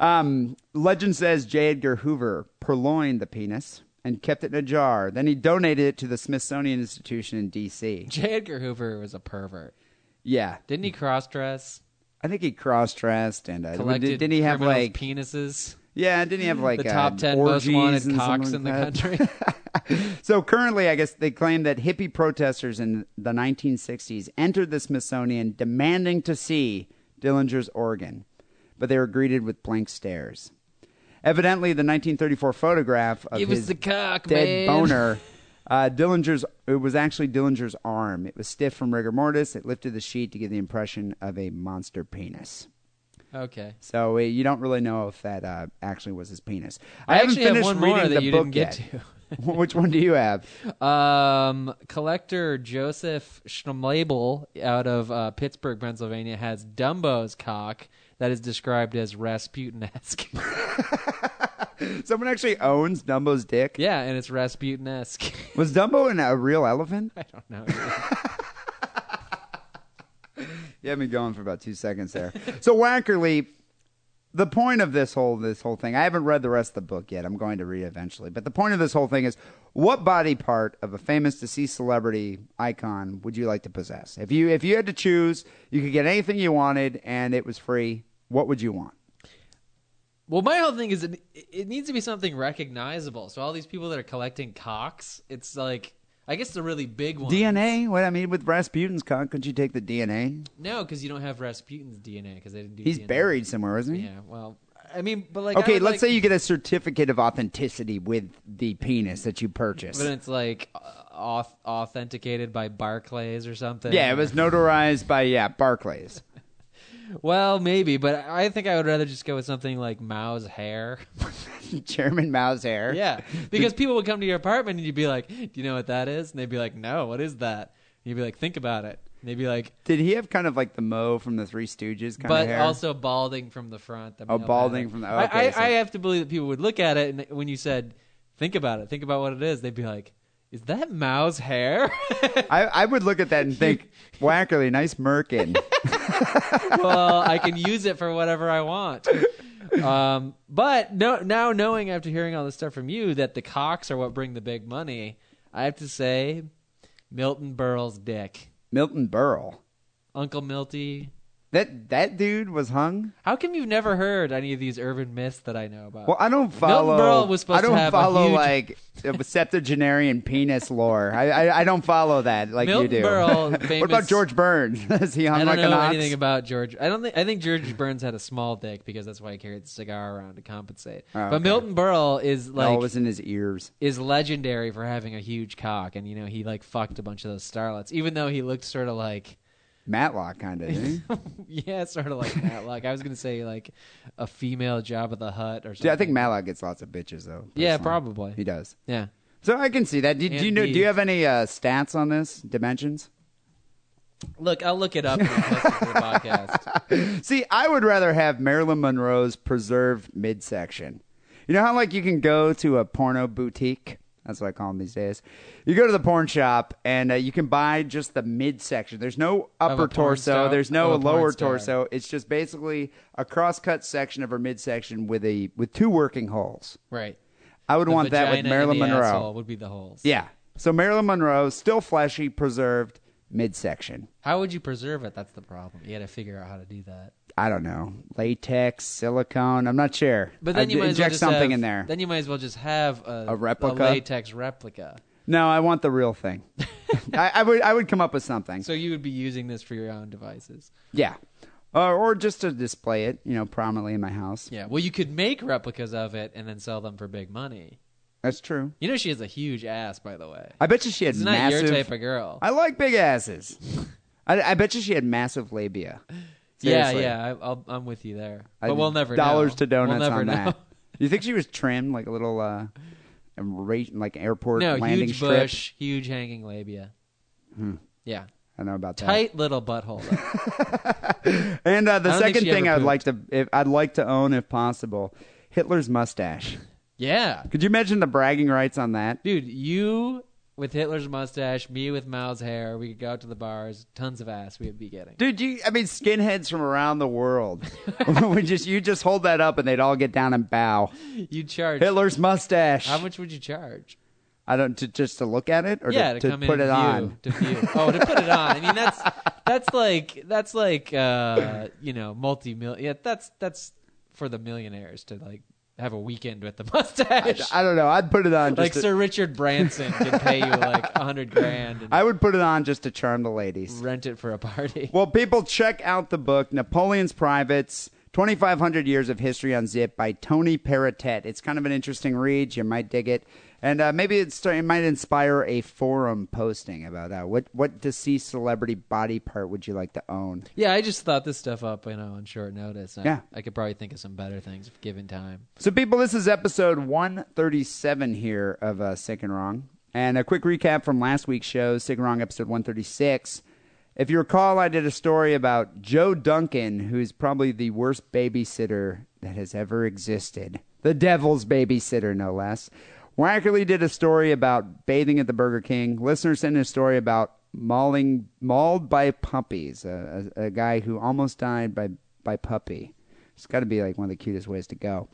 [SPEAKER 4] Um, legend says J. Edgar Hoover purloined the penis and kept it in a jar. Then he donated it to the Smithsonian Institution in D.C.
[SPEAKER 5] J. Edgar Hoover was a pervert.
[SPEAKER 4] Yeah,
[SPEAKER 5] Didn't he cross dress?
[SPEAKER 4] I think he cross-dressed and uh, did-
[SPEAKER 5] Collected
[SPEAKER 4] didn't he have
[SPEAKER 5] criminals'
[SPEAKER 4] like
[SPEAKER 5] penises?
[SPEAKER 4] yeah? Didn't he have like
[SPEAKER 5] the
[SPEAKER 4] uh,
[SPEAKER 5] top ten most
[SPEAKER 4] orgies
[SPEAKER 5] wanted
[SPEAKER 4] and
[SPEAKER 5] cocks
[SPEAKER 4] something
[SPEAKER 5] in the
[SPEAKER 4] like that? [laughs]
[SPEAKER 5] country.
[SPEAKER 4] So currently, I guess they claim that hippie protesters in the 1960s entered the Smithsonian demanding to see Dillinger's organ, but they were greeted with blank stares. Evidently, the 1934 photograph of
[SPEAKER 5] Give us
[SPEAKER 4] his
[SPEAKER 5] the cock,
[SPEAKER 4] dead
[SPEAKER 5] man. [laughs]
[SPEAKER 4] boner, uh, Dillinger's, it was actually Dillinger's arm. It was stiff from rigor mortis. It lifted the sheet to give the impression of a monster penis.
[SPEAKER 5] okay.
[SPEAKER 4] So uh, you don't really know if that uh, actually was his penis.
[SPEAKER 5] I
[SPEAKER 4] haven't
[SPEAKER 5] actually have
[SPEAKER 4] finished
[SPEAKER 5] one more
[SPEAKER 4] reading
[SPEAKER 5] that
[SPEAKER 4] the
[SPEAKER 5] you
[SPEAKER 4] book
[SPEAKER 5] didn't get
[SPEAKER 4] yet. [laughs] Which one do you
[SPEAKER 5] [laughs]
[SPEAKER 4] have?
[SPEAKER 5] Um, collector Joseph Schmlabel out of uh, Pittsburgh, Pennsylvania, has Dumbo's cock that is described as Rasputin-esque. [laughs]
[SPEAKER 4] Someone actually owns Dumbo's dick.
[SPEAKER 5] yeah, and it's Rasputin-esque. [laughs]
[SPEAKER 4] Was Dumbo in a real elephant?
[SPEAKER 5] I don't know.
[SPEAKER 4] You had me going for about two seconds there. so Wackerly, the point of this whole this whole thing, I haven't read the rest of the book yet. I'm going to read it eventually. But the point of this whole thing is, what body part of a famous deceased celebrity icon would you like to possess? If you if you had to choose, you could get anything you wanted and it was free. What would you want?
[SPEAKER 5] well, my whole thing is it, it needs to be something recognizable. So all these people that are collecting cocks, it's like I guess the really big one.
[SPEAKER 4] DNA? What I mean with Rasputin's cock, couldn't you take the DNA?
[SPEAKER 5] No, because you don't have Rasputin's DNA because they didn't do.
[SPEAKER 4] He's
[SPEAKER 5] DNA.
[SPEAKER 4] buried somewhere, isn't he?
[SPEAKER 5] Yeah. Well, I mean, but like I
[SPEAKER 4] Okay,
[SPEAKER 5] would
[SPEAKER 4] let's
[SPEAKER 5] like-
[SPEAKER 4] say you get a certificate of authenticity with the penis that you purchased.
[SPEAKER 5] But it's like uh, auth- authenticated by Barclays or something.
[SPEAKER 4] Yeah, it was notarized by yeah Barclays. [laughs]
[SPEAKER 5] Well, maybe, but I think I would rather just go with something like Mao's hair.
[SPEAKER 4] Chairman Mao's hair.
[SPEAKER 5] [laughs] yeah, because people would come to your apartment and you'd be like, "Do you know what that is?" And they'd be like, "No, what is that?" And you'd be like, "Think about it." And they'd be like,
[SPEAKER 4] Did he have kind of like the Mo from the Three Stooges kind
[SPEAKER 5] "But
[SPEAKER 4] of hair?
[SPEAKER 5] also balding from the front." the
[SPEAKER 4] Oh,
[SPEAKER 5] male
[SPEAKER 4] balding
[SPEAKER 5] pattern."
[SPEAKER 4] from the-
[SPEAKER 5] I-
[SPEAKER 4] okay,
[SPEAKER 5] I,
[SPEAKER 4] so-
[SPEAKER 5] I have to believe that people would look at it and when you said, "Think about it," think about what it is. They'd be like, "Is that Mao's hair?" [laughs]
[SPEAKER 4] I, I would look at that and think, Wackerly, nice
[SPEAKER 5] [laughs]
[SPEAKER 4] merkin.
[SPEAKER 5] well, I can use it for whatever I want. Um, but no, now knowing after hearing all this stuff from you that the cocks are what bring the big money, I have to say, Milton Berle's dick,
[SPEAKER 4] Milton Berle.
[SPEAKER 5] Uncle Milty.
[SPEAKER 4] That that dude was hung.
[SPEAKER 5] How come you've never heard any of these urban myths that I know about?
[SPEAKER 4] Well, I don't follow.
[SPEAKER 5] Berle was supposed
[SPEAKER 4] I don't
[SPEAKER 5] to have a
[SPEAKER 4] follow
[SPEAKER 5] huge-
[SPEAKER 4] like septuagenarian penis lore. I, I I don't follow that like you
[SPEAKER 5] Milton
[SPEAKER 4] do.
[SPEAKER 5] Berle,
[SPEAKER 4] [laughs] what about
[SPEAKER 5] famous-
[SPEAKER 4] George Burns? [laughs] Is he hung
[SPEAKER 5] I don't
[SPEAKER 4] like
[SPEAKER 5] know
[SPEAKER 4] an ox?
[SPEAKER 5] anything about George. I don't think I think George Burns had a small dick because that's why he carried the cigar around to compensate.
[SPEAKER 4] Oh,
[SPEAKER 5] But
[SPEAKER 4] okay.
[SPEAKER 5] Milton Berle is like
[SPEAKER 4] no, it was in his ears.
[SPEAKER 5] is legendary for having a huge cock, and you know he like fucked a bunch of those starlets, even though he looked sort of like,
[SPEAKER 4] Matlock eh? kind
[SPEAKER 5] [laughs]
[SPEAKER 4] of.
[SPEAKER 5] yeah, sort of like Matlock. I was gonna say like a female job of the hut or something.
[SPEAKER 4] Dude, I think Matlock gets lots of bitches though.
[SPEAKER 5] Yeah,
[SPEAKER 4] personally.
[SPEAKER 5] probably.
[SPEAKER 4] he does.
[SPEAKER 5] Yeah,
[SPEAKER 4] So I can see that. Do, do you
[SPEAKER 5] And
[SPEAKER 4] know? Do you
[SPEAKER 5] beef.
[SPEAKER 4] have any uh, stats on this dimensions?
[SPEAKER 5] look, I'll look it up and I'll post it for
[SPEAKER 4] [laughs]
[SPEAKER 5] the podcast.
[SPEAKER 4] See, I would rather have Marilyn Monroe's preserved midsection. You know how like you can go to a porno boutique. That's what I call them these days. You go to the porn shop and uh, you can buy just the midsection. There's no upper
[SPEAKER 5] porn
[SPEAKER 4] torso.
[SPEAKER 5] star?
[SPEAKER 4] There's no
[SPEAKER 5] Of a porn
[SPEAKER 4] lower
[SPEAKER 5] star.
[SPEAKER 4] torso. It's just basically a cross-cut section of her midsection with a with two working holes.
[SPEAKER 5] Right.
[SPEAKER 4] I would
[SPEAKER 5] The
[SPEAKER 4] want that with
[SPEAKER 5] vagina
[SPEAKER 4] Marilyn
[SPEAKER 5] and the
[SPEAKER 4] Monroe.
[SPEAKER 5] asshole would be the holes.
[SPEAKER 4] Yeah. So Marilyn Monroe, still fleshy, preserved midsection.
[SPEAKER 5] How would you preserve it? That's the problem. You got to figure out how to do that.
[SPEAKER 4] I don't know, latex, silicone. I'm not sure.
[SPEAKER 5] But then
[SPEAKER 4] I'd
[SPEAKER 5] you might as well
[SPEAKER 4] inject
[SPEAKER 5] just
[SPEAKER 4] something
[SPEAKER 5] have-
[SPEAKER 4] in there.
[SPEAKER 5] Then you might as well just have a,
[SPEAKER 4] A replica?
[SPEAKER 5] latex replica.
[SPEAKER 4] no, I want the real thing.
[SPEAKER 5] [laughs]
[SPEAKER 4] I, I would, I would come up with something.
[SPEAKER 5] So you would be using this for your own devices.
[SPEAKER 4] yeah, uh, or just to display it, you know, prominently in my house.
[SPEAKER 5] Yeah. Well, you could make replicas of it and then sell them for big money.
[SPEAKER 4] That's true.
[SPEAKER 5] You know, she has a huge ass, by the way.
[SPEAKER 4] I bet you she had
[SPEAKER 5] It's not
[SPEAKER 4] massive.
[SPEAKER 5] your type of girl.
[SPEAKER 4] I like big
[SPEAKER 5] [laughs]
[SPEAKER 4] asses. I, I bet you she had massive labia. Seriously.
[SPEAKER 5] Yeah, yeah. I, I'll, I'm with you there.
[SPEAKER 4] I-
[SPEAKER 5] But we'll never
[SPEAKER 4] dollars
[SPEAKER 5] know.
[SPEAKER 4] to donuts
[SPEAKER 5] we'll never
[SPEAKER 4] on
[SPEAKER 5] know. [laughs]
[SPEAKER 4] that. You think she was trimmed like a little uh, ra- like airport
[SPEAKER 5] no,
[SPEAKER 4] landing
[SPEAKER 5] huge
[SPEAKER 4] strip? Hmm.
[SPEAKER 5] bush, huge hanging labia. Yeah.
[SPEAKER 4] I don't know about that.
[SPEAKER 5] Tight little butthole. though. [laughs]
[SPEAKER 4] And uh, the
[SPEAKER 5] I don't think
[SPEAKER 4] second
[SPEAKER 5] she
[SPEAKER 4] thing
[SPEAKER 5] ever
[SPEAKER 4] I'd like to, if I'd like to own, if possible, Hitler's mustache.
[SPEAKER 5] yeah.
[SPEAKER 4] Could you imagine the bragging rights on that?
[SPEAKER 5] Dude, you with Hitler's mustache, me with Mao's hair, we could go out to the bars, tons of ass we'd be getting.
[SPEAKER 4] Dude, you, I mean, skinheads from around the world. [laughs] we just, you just hold that up, and they'd all get down and bow.
[SPEAKER 5] You'd charge
[SPEAKER 4] Hitler's mustache.
[SPEAKER 5] how much would you charge?
[SPEAKER 4] I don't to, just to look at it or
[SPEAKER 5] yeah,
[SPEAKER 4] to,
[SPEAKER 5] to,
[SPEAKER 4] to
[SPEAKER 5] come
[SPEAKER 4] put
[SPEAKER 5] in
[SPEAKER 4] it
[SPEAKER 5] and
[SPEAKER 4] on.
[SPEAKER 5] view, to view. Oh, to put it on. I
[SPEAKER 4] [laughs]
[SPEAKER 5] mean, that's that's like that's like uh, you know multi million. Yeah, that's that's for the millionaires to like have a weekend with the [laughs] mustache.
[SPEAKER 4] I don't know. I'd put it on. Just
[SPEAKER 5] like
[SPEAKER 4] to,
[SPEAKER 5] Sir Richard Branson can pay you like a hundred grand and
[SPEAKER 4] [laughs] I would put it on just to charm the ladies.
[SPEAKER 5] rent it for a party. [laughs]
[SPEAKER 4] Well, people, check out the book Napoleon's Privates 2500 Years of History on Zip by Tony Paratet. It's kind of an interesting read. You might dig it. And uh, maybe it's, it might inspire a forum posting about uh, what, what deceased celebrity body part would you like to own?
[SPEAKER 5] Yeah, I just thought this stuff up, you know, on short notice. I,
[SPEAKER 4] Yeah.
[SPEAKER 5] I could probably think of some better things if given time.
[SPEAKER 4] So, people, this is episode 137 here of uh, Sick and Wrong. And a quick recap from last week's show, Sick and Wrong, episode 136. If you recall, I did a story about Joe Duncan, who's probably the worst babysitter that has ever existed. The devil's babysitter, no less. Wackerly did a story about bathing at the Burger King. Listeners sent in a story about mauling, mauled by puppies, a, a, a guy who almost died by, by puppy. It's got to be like one of the cutest ways to go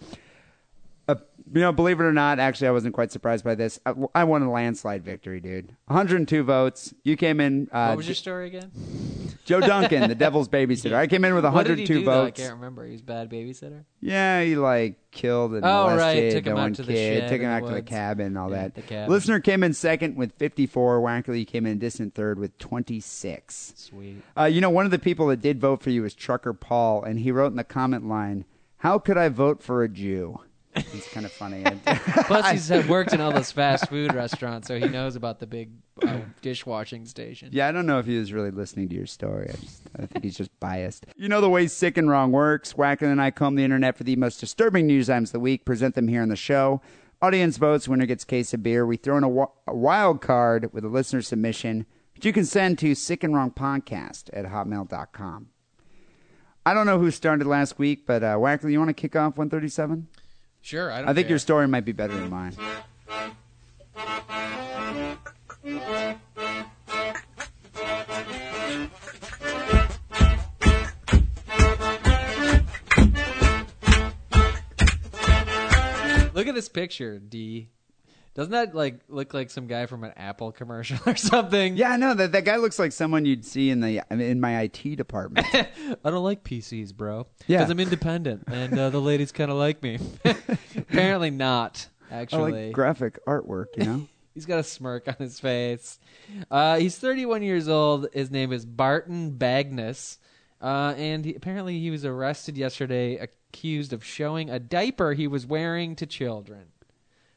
[SPEAKER 4] uh, you know, believe it or not, actually, I wasn't quite surprised by this. I, I won a landslide victory, dude. 102 votes. You came in, uh,
[SPEAKER 5] What was your story again?
[SPEAKER 4] [laughs] Joe Duncan, the Devil's babysitter. I came in with
[SPEAKER 5] [laughs] What did
[SPEAKER 4] 102
[SPEAKER 5] he do, though? I
[SPEAKER 4] votes.
[SPEAKER 5] can't remember. He was a bad babysitter.
[SPEAKER 4] Yeah, he like killed and
[SPEAKER 5] Oh, right.
[SPEAKER 4] molested
[SPEAKER 5] Took
[SPEAKER 4] the
[SPEAKER 5] him out
[SPEAKER 4] one
[SPEAKER 5] to the
[SPEAKER 4] kid,
[SPEAKER 5] shed
[SPEAKER 4] took him
[SPEAKER 5] in the
[SPEAKER 4] out to the
[SPEAKER 5] woods.
[SPEAKER 4] cabin, and all
[SPEAKER 5] Yeah,
[SPEAKER 4] that.
[SPEAKER 5] the cabin.
[SPEAKER 4] Listener came in second with 54. Wackerly came in distant third with 26.
[SPEAKER 5] Sweet.
[SPEAKER 4] Uh, you know, one of the people that did vote for you was Trucker Paul, and he wrote in the comment line, "How could I vote for a Jew?" It's kind of
[SPEAKER 5] [laughs]
[SPEAKER 4] funny. [laughs]
[SPEAKER 5] Plus, [laughs] he's had worked in all those fast food restaurants, so he knows about the big uh, dishwashing station.
[SPEAKER 4] Yeah, I don't know if he was really listening to your story. I, just, I think he's just biased. You know the way Sick and Wrong works. Wacken and I comb the internet for the most disturbing news items of the week, present them here on the show. Audience votes, winner gets case of beer. We throw in a, wa- a wild card with a listener submission, which you can send to sickandwrongpodcast at hotmail.com. I don't know who started last week, but uh, Wackley, you want to kick off 137?
[SPEAKER 5] Sure, I don't.
[SPEAKER 4] I think
[SPEAKER 5] care.
[SPEAKER 4] your story might be better than mine.
[SPEAKER 5] Look at this picture, D. Doesn't that like look like some guy from an Apple commercial [laughs] or something?
[SPEAKER 4] Yeah, I know that that guy looks like someone you'd see in the in my IT department.
[SPEAKER 5] I don't like PCs, bro.
[SPEAKER 4] Yeah.
[SPEAKER 5] Because I'm independent, and uh, the ladies kind of like [laughs] me. Apparently not.
[SPEAKER 4] I
[SPEAKER 5] Actually,
[SPEAKER 4] like graphic artwork, you know.
[SPEAKER 5] He's got a smirk on his face. Uh, he's 31 years old. His name is Barton Bagnus. Uh, and he, apparently, he was arrested yesterday, accused of showing a diaper he was wearing to children,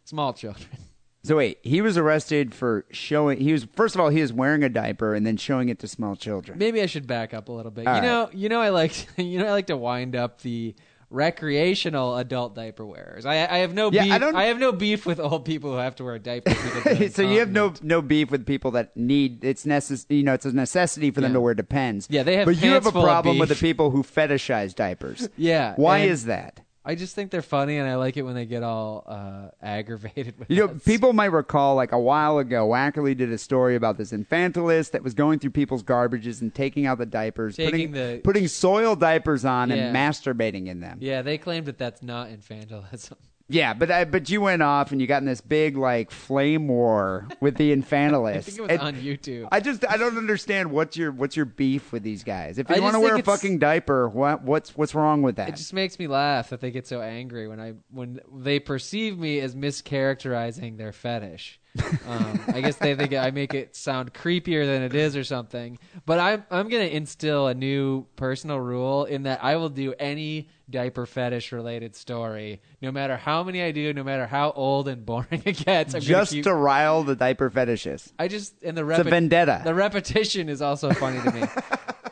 [SPEAKER 5] small children.
[SPEAKER 4] [laughs]
[SPEAKER 5] [laughs]
[SPEAKER 4] So wait, he was arrested for showing. He was first of all he was wearing a diaper and then showing it to small children.
[SPEAKER 5] Maybe I should back up a little bit.
[SPEAKER 4] All
[SPEAKER 5] you
[SPEAKER 4] right.
[SPEAKER 5] know, you know, I like, [laughs] you know, I like to wind up the recreational adult diaper wearers. I, I have no
[SPEAKER 4] Yeah,
[SPEAKER 5] beef.
[SPEAKER 4] I don't-
[SPEAKER 5] have no beef with old people who have to wear diapers.
[SPEAKER 4] [laughs]
[SPEAKER 5] because they're
[SPEAKER 4] so you have no
[SPEAKER 5] incontinent.
[SPEAKER 4] no beef with people that need it's necess- You know, it's a necessity for them
[SPEAKER 5] Yeah.
[SPEAKER 4] to wear depends.
[SPEAKER 5] Yeah, they have
[SPEAKER 4] But you have
[SPEAKER 5] pants
[SPEAKER 4] a
[SPEAKER 5] full of
[SPEAKER 4] problem with the
[SPEAKER 5] beef.
[SPEAKER 4] people who fetishize diapers.
[SPEAKER 5] [laughs] Yeah,
[SPEAKER 4] Why
[SPEAKER 5] and-
[SPEAKER 4] is that?
[SPEAKER 5] I just think they're funny, and I like it when they get all uh, [laughs] aggravated. With
[SPEAKER 4] You know,
[SPEAKER 5] us.
[SPEAKER 4] people might recall like a while ago, Wackerly did a story about this infantilist that was going through people's garbages and taking out the diapers, putting
[SPEAKER 5] Taking the-
[SPEAKER 4] putting soil diapers on
[SPEAKER 5] Yeah.
[SPEAKER 4] and masturbating in them.
[SPEAKER 5] Yeah, they claimed that that's not infantilism.
[SPEAKER 4] Yeah, but I, but you went off and you got in this big like flame war with the infantilist.
[SPEAKER 5] [laughs] [laughs] I think it was
[SPEAKER 4] And
[SPEAKER 5] on YouTube.
[SPEAKER 4] I just I don't understand what's your what's your beef with these guys. If
[SPEAKER 5] I
[SPEAKER 4] you
[SPEAKER 5] just
[SPEAKER 4] want to wear
[SPEAKER 5] think
[SPEAKER 4] a
[SPEAKER 5] it's-
[SPEAKER 4] fucking diaper, what what's what's wrong with that?
[SPEAKER 5] It just makes me laugh that they get so angry when I when they perceive me as mischaracterizing
[SPEAKER 4] [laughs]
[SPEAKER 5] their fetish. Um, I guess they think I make it sound creepier than it is or something. But I'm I'm gonna instill a new personal rule in that I will do any diaper fetish related story, no matter how many I do, no matter how old and boring [laughs] it gets. I'm gonna
[SPEAKER 4] just
[SPEAKER 5] keep-
[SPEAKER 4] to rile the diaper fetishists.
[SPEAKER 5] I just and the
[SPEAKER 4] a
[SPEAKER 5] repet-
[SPEAKER 4] vendetta.
[SPEAKER 5] The repetition is also funny
[SPEAKER 4] [laughs]
[SPEAKER 5] to me.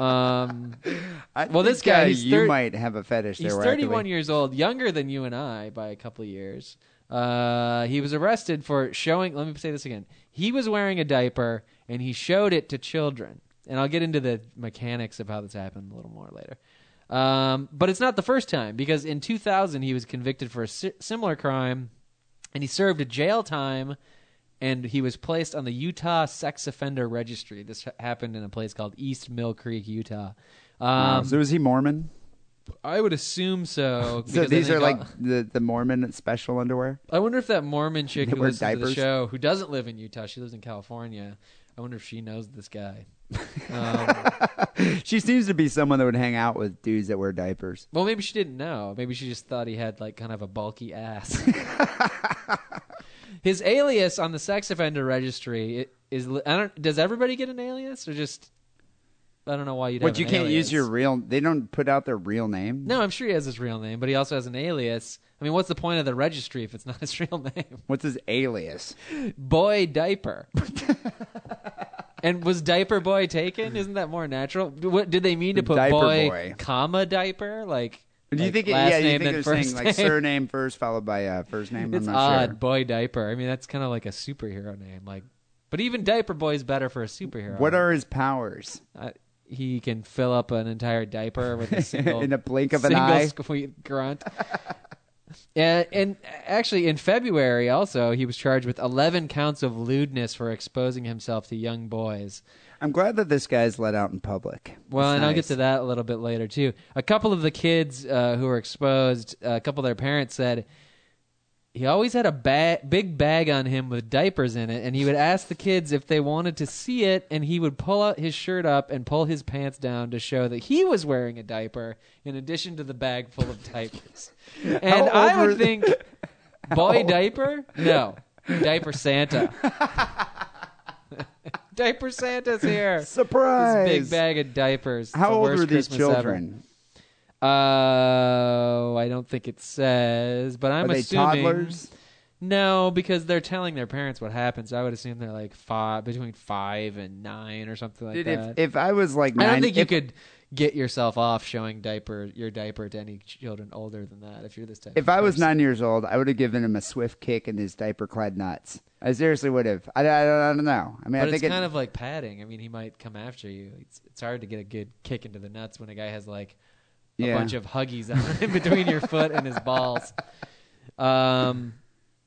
[SPEAKER 5] um,
[SPEAKER 4] I
[SPEAKER 5] Well, this
[SPEAKER 4] think, uh,
[SPEAKER 5] guy, he's
[SPEAKER 4] you
[SPEAKER 5] thir-
[SPEAKER 4] might have a fetish.
[SPEAKER 5] He's
[SPEAKER 4] there, Wackerly.
[SPEAKER 5] 31 years old, younger than you and I by a couple of years. Uh, he was arrested for showing. Let me say this again. He was wearing a diaper and he showed it to children. And I'll get into the mechanics of how this happened a little more later. Um, but it's not the first time because in 2000 he was convicted for a si- similar crime, and he served jail time. And he was placed on the Utah Sex Offender Registry. This ha- happened in a place called East Mill Creek, Utah. Um,
[SPEAKER 4] Wow, so is he Mormon?
[SPEAKER 5] I would assume so.
[SPEAKER 4] [laughs] So
[SPEAKER 5] because I
[SPEAKER 4] these
[SPEAKER 5] think
[SPEAKER 4] are like
[SPEAKER 5] I'll-
[SPEAKER 4] the, the Mormon special underwear.
[SPEAKER 5] I wonder if that Mormon chick
[SPEAKER 4] They
[SPEAKER 5] who
[SPEAKER 4] wear
[SPEAKER 5] listens to
[SPEAKER 4] diapers?
[SPEAKER 5] the show, who doesn't live in Utah, she lives in California. I wonder if she knows this guy. Um,
[SPEAKER 4] She seems to be someone that would hang out with dudes that wear diapers.
[SPEAKER 5] well, maybe she didn't know. Maybe she just thought he had like kind of a
[SPEAKER 4] [laughs]
[SPEAKER 5] bulky ass. His alias on the sex offender registry i- is. li- I don't. Does everybody get an alias or just? I don't know why you'd.
[SPEAKER 4] But
[SPEAKER 5] have
[SPEAKER 4] you
[SPEAKER 5] an
[SPEAKER 4] can't use
[SPEAKER 5] alias.
[SPEAKER 4] your real. They don't put out their real name.
[SPEAKER 5] No, I'm sure he has his real name, but he also has an alias. I mean, what's the point of the registry if it's not his [laughs] real name?
[SPEAKER 4] What's his alias?
[SPEAKER 5] boy diaper. and was diaper boy taken? Isn't that more natural? What did they mean to put
[SPEAKER 4] Diaper
[SPEAKER 5] boy,
[SPEAKER 4] boy.
[SPEAKER 5] comma diaper? Like
[SPEAKER 4] Do you
[SPEAKER 5] like
[SPEAKER 4] think? It,
[SPEAKER 5] last
[SPEAKER 4] yeah, you
[SPEAKER 5] name
[SPEAKER 4] think they're saying
[SPEAKER 5] then first
[SPEAKER 4] like
[SPEAKER 5] [laughs] name?
[SPEAKER 4] surname first followed by uh, first name?
[SPEAKER 5] It's
[SPEAKER 4] I'm not
[SPEAKER 5] odd,
[SPEAKER 4] sure.
[SPEAKER 5] boy diaper. I mean, that's kind of like a superhero name. Like, but even diaper boy is better for a superhero.
[SPEAKER 4] What are his powers?
[SPEAKER 5] I- Uh, he can fill up an entire diaper with
[SPEAKER 4] [laughs]
[SPEAKER 5] a single
[SPEAKER 4] In a blink of an
[SPEAKER 5] single
[SPEAKER 4] eye.
[SPEAKER 5] squeak grunt. [laughs] and, and actually, in February, also he was charged with 11 counts of lewdness for exposing himself to young boys.
[SPEAKER 4] I'm glad that this guy's let out in public.
[SPEAKER 5] Well,
[SPEAKER 4] It's
[SPEAKER 5] and I'll get
[SPEAKER 4] nice.
[SPEAKER 5] to that a little bit later too. A couple of the kids uh, who were exposed, uh, a couple of their parents said he always had a ba- big bag on him with diapers in it, and he would ask the kids if they wanted to see it, and he would pull out his shirt up and pull his pants down to show that he was wearing a diaper in addition to the bag full of diapers. and
[SPEAKER 4] How
[SPEAKER 5] I
[SPEAKER 4] old
[SPEAKER 5] would
[SPEAKER 4] were-
[SPEAKER 5] think, [laughs] boy diaper? No, diaper Santa. [laughs] diaper Santa's here.
[SPEAKER 4] Surprise!
[SPEAKER 5] This big bag of diapers. It's
[SPEAKER 4] How
[SPEAKER 5] the
[SPEAKER 4] old
[SPEAKER 5] worst
[SPEAKER 4] were these
[SPEAKER 5] Christmas ever.
[SPEAKER 4] children?
[SPEAKER 5] Uh, I don't think it says, but I'm
[SPEAKER 4] Are they
[SPEAKER 5] assuming
[SPEAKER 4] toddlers?
[SPEAKER 5] No, because they're telling their parents what happened. So I would assume they're like five, between five and nine, or something like
[SPEAKER 4] Dude,
[SPEAKER 5] that.
[SPEAKER 4] if if I was like,
[SPEAKER 5] I
[SPEAKER 4] nine,
[SPEAKER 5] don't think you
[SPEAKER 4] if-
[SPEAKER 5] could get yourself off showing diaper your diaper to any children older than that if you're this type.
[SPEAKER 4] If
[SPEAKER 5] of
[SPEAKER 4] I was
[SPEAKER 5] person.
[SPEAKER 4] nine years old, I would have given him a swift kick in his diaper-clad nuts. I seriously would have. I, I, I don't know. I mean,
[SPEAKER 5] but
[SPEAKER 4] I
[SPEAKER 5] it's
[SPEAKER 4] think it,
[SPEAKER 5] kind of like padding. I mean, he might come after you. It's it's hard to get a good kick into the nuts when a guy has like a
[SPEAKER 4] Yeah.
[SPEAKER 5] bunch of huggies on in [laughs] between your foot and his balls. Um,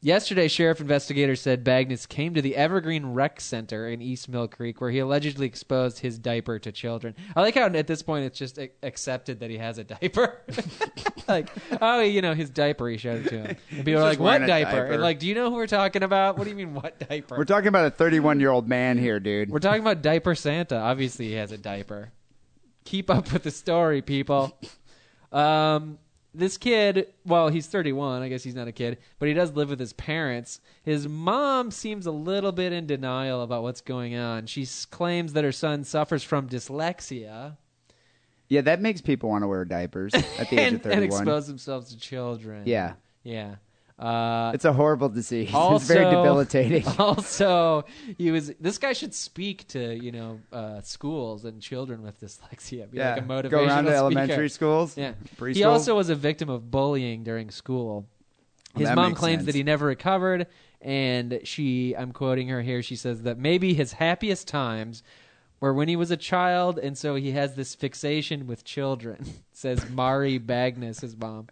[SPEAKER 5] yesterday, sheriff investigators said Bagnus came to the Evergreen Rec Center in East Mill Creek, where he allegedly exposed his diaper to children. I like how at this point it's just a- accepted that he has a diaper. [laughs] like, oh, you know, his diaper. He showed it to him, and people are
[SPEAKER 4] just
[SPEAKER 5] like, "What
[SPEAKER 4] wearing a
[SPEAKER 5] diaper?
[SPEAKER 4] diaper.
[SPEAKER 5] And like, "Do you know who we're talking about? What do you mean, what diaper?"
[SPEAKER 4] we're talking about a 31-year-old man here, dude.
[SPEAKER 5] We're talking about diaper Santa. Obviously, he has a diaper. Keep up with the story, people. Um, this kid, well, he's 31. I guess he's not a kid, but he does live with his parents. His mom seems a little bit in denial about what's going on. She s- claims that her son suffers from dyslexia
[SPEAKER 4] yeah, that makes people want to wear diapers
[SPEAKER 5] [laughs]
[SPEAKER 4] at the age
[SPEAKER 5] and,
[SPEAKER 4] of
[SPEAKER 5] and
[SPEAKER 4] 31.
[SPEAKER 5] expose themselves to children.
[SPEAKER 4] Yeah.
[SPEAKER 5] Yeah. Uh,
[SPEAKER 4] it's a horrible disease. [laughs] it's
[SPEAKER 5] also,
[SPEAKER 4] very
[SPEAKER 5] [laughs]
[SPEAKER 4] debilitating.
[SPEAKER 5] Also, he was. This guy should speak to you know uh, schools and children with dyslexia. Be
[SPEAKER 4] yeah,
[SPEAKER 5] like a motivational
[SPEAKER 4] go around to
[SPEAKER 5] speaker.
[SPEAKER 4] elementary schools.
[SPEAKER 5] Yeah,
[SPEAKER 4] preschool.
[SPEAKER 5] he also was a victim of bullying during school.
[SPEAKER 4] Well,
[SPEAKER 5] His
[SPEAKER 4] that
[SPEAKER 5] mom
[SPEAKER 4] makes
[SPEAKER 5] claims
[SPEAKER 4] sense.
[SPEAKER 5] that he never recovered, and she, I'm quoting her here, she says that maybe his happiest times or when he was a child, and so he has this fixation with children. [laughs] Says Mari Bagnus, his mom.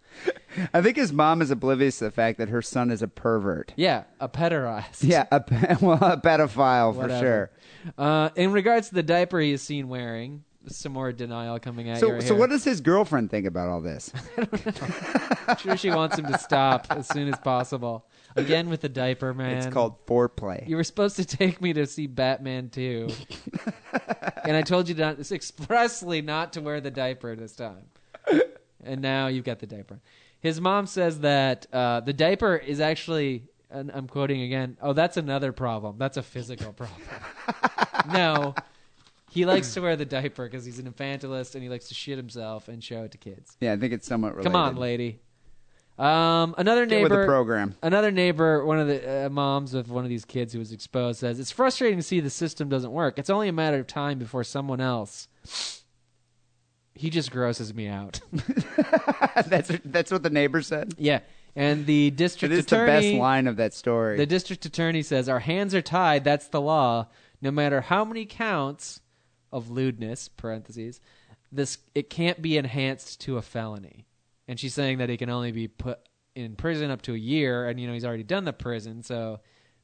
[SPEAKER 4] I think his mom is oblivious to the fact that her son is a pervert.
[SPEAKER 5] Yeah, a pederast.
[SPEAKER 4] Yeah, a, pe- [laughs] well, a pedophile for
[SPEAKER 5] Whatever.
[SPEAKER 4] sure.
[SPEAKER 5] Uh, in regards to the diaper he is seen wearing, some more denial coming at you.
[SPEAKER 4] So,
[SPEAKER 5] right
[SPEAKER 4] so
[SPEAKER 5] here. [laughs]
[SPEAKER 4] what does his girlfriend think about all this?
[SPEAKER 5] I'm sure she wants him to stop as soon as possible. Again with the diaper man.
[SPEAKER 4] It's called foreplay.
[SPEAKER 5] [laughs] You were supposed to take me to see Batman 2. and I told you not, expressly not to wear the diaper this time. And now you've got the diaper. His mom says that uh, the diaper is actually, and I'm quoting again, oh, that's another problem. That's a physical problem. no, he likes to wear the diaper because he's an infantilist and he likes to shit himself and show it to kids.
[SPEAKER 4] yeah, I think it's somewhat related.
[SPEAKER 5] Come on, lady. Um, another
[SPEAKER 4] Get with
[SPEAKER 5] neighbor
[SPEAKER 4] the program.
[SPEAKER 5] Another neighbor, one of the uh, moms of one of these kids who was exposed, says it's frustrating to see the system doesn't work. It's only a matter of time before someone else. He just grosses
[SPEAKER 4] [laughs]
[SPEAKER 5] me out. [laughs]
[SPEAKER 4] that's that's what the neighbor said.
[SPEAKER 5] yeah, and the district
[SPEAKER 4] It is the
[SPEAKER 5] attorney.
[SPEAKER 4] best line of that story.
[SPEAKER 5] The district attorney says our hands are tied. That's the law. No matter how many counts of lewdness (parentheses), this it can't be enhanced to a felony. And she's saying that he can only be put in prison up to a year, and you know he's already done the prison. So,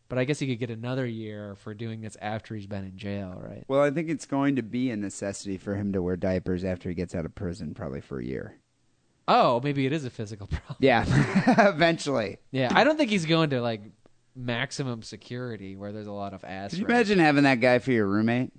[SPEAKER 5] but I guess he could get another year for doing this after he's been in jail, right?
[SPEAKER 4] well, I think it's going to be a necessity for him to wear diapers after he gets out of prison, probably for a year.
[SPEAKER 5] Oh, maybe it is a physical [laughs] problem.
[SPEAKER 4] Yeah, [laughs] eventually.
[SPEAKER 5] Yeah, I don't think he's going to like maximum security where there's a lot of ass.
[SPEAKER 4] Could you
[SPEAKER 5] rape.
[SPEAKER 4] imagine having that guy for your roommate?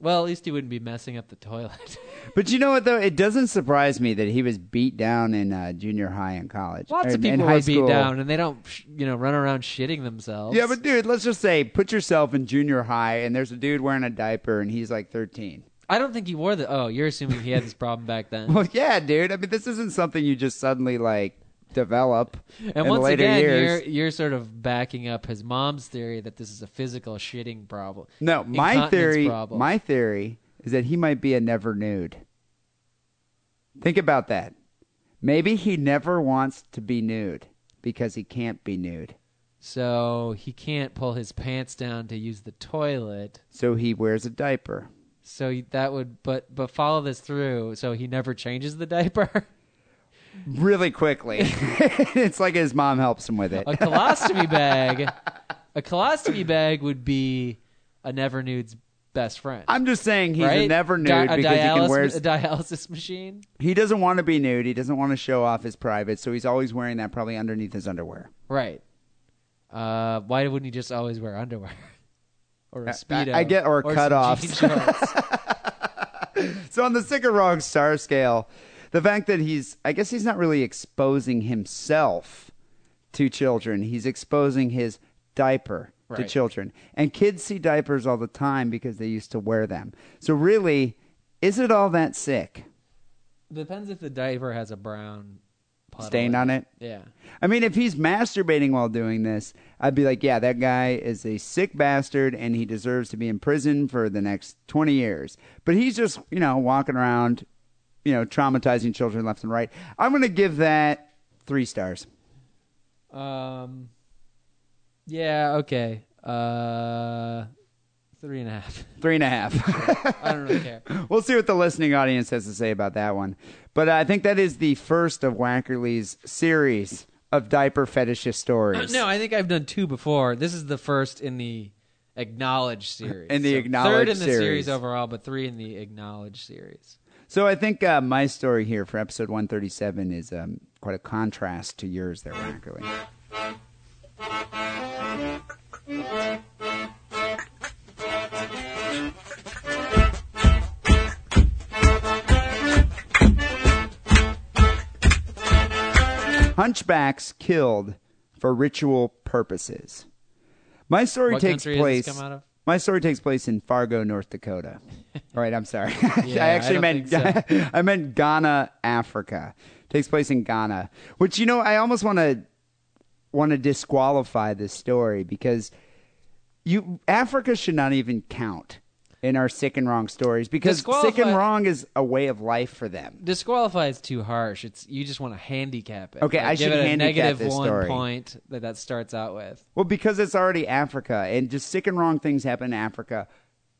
[SPEAKER 5] Well, at least he wouldn't be messing up the toilet.
[SPEAKER 4] But you know what though? It doesn't surprise me that he was beat down in uh, junior high and college.
[SPEAKER 5] Lots
[SPEAKER 4] Or in-
[SPEAKER 5] of
[SPEAKER 4] in
[SPEAKER 5] people
[SPEAKER 4] high
[SPEAKER 5] were beat
[SPEAKER 4] school.
[SPEAKER 5] down, and they don't, sh- you know, run around shitting themselves.
[SPEAKER 4] Yeah, but dude, let's just say put yourself in junior high and there's a dude wearing a diaper and he's like 13.
[SPEAKER 5] I don't think he wore the. Oh, you're assuming he had this problem back
[SPEAKER 4] [laughs]
[SPEAKER 5] then.
[SPEAKER 4] Well, yeah, dude. I mean, this isn't something you just suddenly like develop [laughs]
[SPEAKER 5] And
[SPEAKER 4] in
[SPEAKER 5] once
[SPEAKER 4] later
[SPEAKER 5] again,
[SPEAKER 4] years.
[SPEAKER 5] you're you're sort of backing up his mom's theory that this is a physical shitting problem.
[SPEAKER 4] no, my
[SPEAKER 5] Incontinence
[SPEAKER 4] theory,
[SPEAKER 5] problem.
[SPEAKER 4] my theory is that he might be a never nude. Think about that. Maybe he never wants to be nude because he can't be nude.
[SPEAKER 5] so he can't pull his pants down to use the toilet.
[SPEAKER 4] So he wears a diaper.
[SPEAKER 5] So he- that would, but but follow this through. So he never changes the diaper. [laughs]
[SPEAKER 4] really quickly. it's like his mom helps him with it.
[SPEAKER 5] A colostomy bag, a colostomy bag would be a never nude's best friend.
[SPEAKER 4] I'm just saying he's
[SPEAKER 5] right?
[SPEAKER 4] a never nude
[SPEAKER 5] Di- a
[SPEAKER 4] because he can
[SPEAKER 5] dialysis-
[SPEAKER 4] wear.
[SPEAKER 5] a dialysis machine.
[SPEAKER 4] he doesn't want to be nude. He doesn't want to show off his private, so he's always wearing that probably underneath his underwear.
[SPEAKER 5] Right. Uh, why wouldn't he just always wear underwear [laughs] or a
[SPEAKER 4] I-
[SPEAKER 5] speedo?
[SPEAKER 4] I get- or
[SPEAKER 5] some
[SPEAKER 4] cutoffs.
[SPEAKER 5] jean
[SPEAKER 4] [laughs]
[SPEAKER 5] shorts.
[SPEAKER 4] So on the sick or wrong star scale, the fact that he's I guess he's not really exposing himself to children. He's exposing his diaper to
[SPEAKER 5] Right.
[SPEAKER 4] children. And kids see diapers all the time because they used to wear them. So really, is it all that sick?
[SPEAKER 5] Depends if the diaper has a brown puddle
[SPEAKER 4] Stain
[SPEAKER 5] in
[SPEAKER 4] on it?
[SPEAKER 5] Yeah.
[SPEAKER 4] I mean, if he's masturbating while doing this, I'd be like, yeah, that guy is a sick bastard and he deserves to be in prison for the next 20 years. But he's just, you know, walking around, you know, traumatizing children left and right. I'm going to give that three stars.
[SPEAKER 5] Um. Yeah. Okay. Uh, three and a half. [laughs]
[SPEAKER 4] Three and a half. [laughs]
[SPEAKER 5] I don't really care.
[SPEAKER 4] we'll see what the listening audience has to say about that one. But I think that is the first of Wackerly's series of diaper fetishist stories.
[SPEAKER 5] Uh, No, I think I've done two before. This is the first in the acknowledged series.
[SPEAKER 4] In the
[SPEAKER 5] third
[SPEAKER 4] Acknowledged
[SPEAKER 5] in the
[SPEAKER 4] series.
[SPEAKER 5] series overall, but three in the acknowledged series.
[SPEAKER 4] So I think uh, my story here for episode 137 is um, quite a contrast to yours there, Wackerly. Hunchbacks killed for ritual purposes. My story
[SPEAKER 5] What
[SPEAKER 4] takes
[SPEAKER 5] country
[SPEAKER 4] place.
[SPEAKER 5] Does this come out of?
[SPEAKER 4] My story takes place in Fargo, North
[SPEAKER 5] [laughs]
[SPEAKER 4] Dakota. All right, I'm sorry. [laughs]
[SPEAKER 5] Yeah,
[SPEAKER 4] I
[SPEAKER 5] I
[SPEAKER 4] actually meant
[SPEAKER 5] don't think
[SPEAKER 4] [laughs] I meant Ghana, Africa. takes place in Ghana, which you know I almost want to want to disqualify this story because you Africa should not even count in our sick and wrong stories because sick and
[SPEAKER 5] Disqualify-
[SPEAKER 4] wrong is a way of life for them.
[SPEAKER 5] disqualify is too harsh. It's you just want to handicap it.
[SPEAKER 4] Okay, I
[SPEAKER 5] give
[SPEAKER 4] should
[SPEAKER 5] it a
[SPEAKER 4] handicap
[SPEAKER 5] negative
[SPEAKER 4] this
[SPEAKER 5] one
[SPEAKER 4] story.
[SPEAKER 5] point that that starts out with.
[SPEAKER 4] Well, because it's already Africa and just sick and wrong things happen in Africa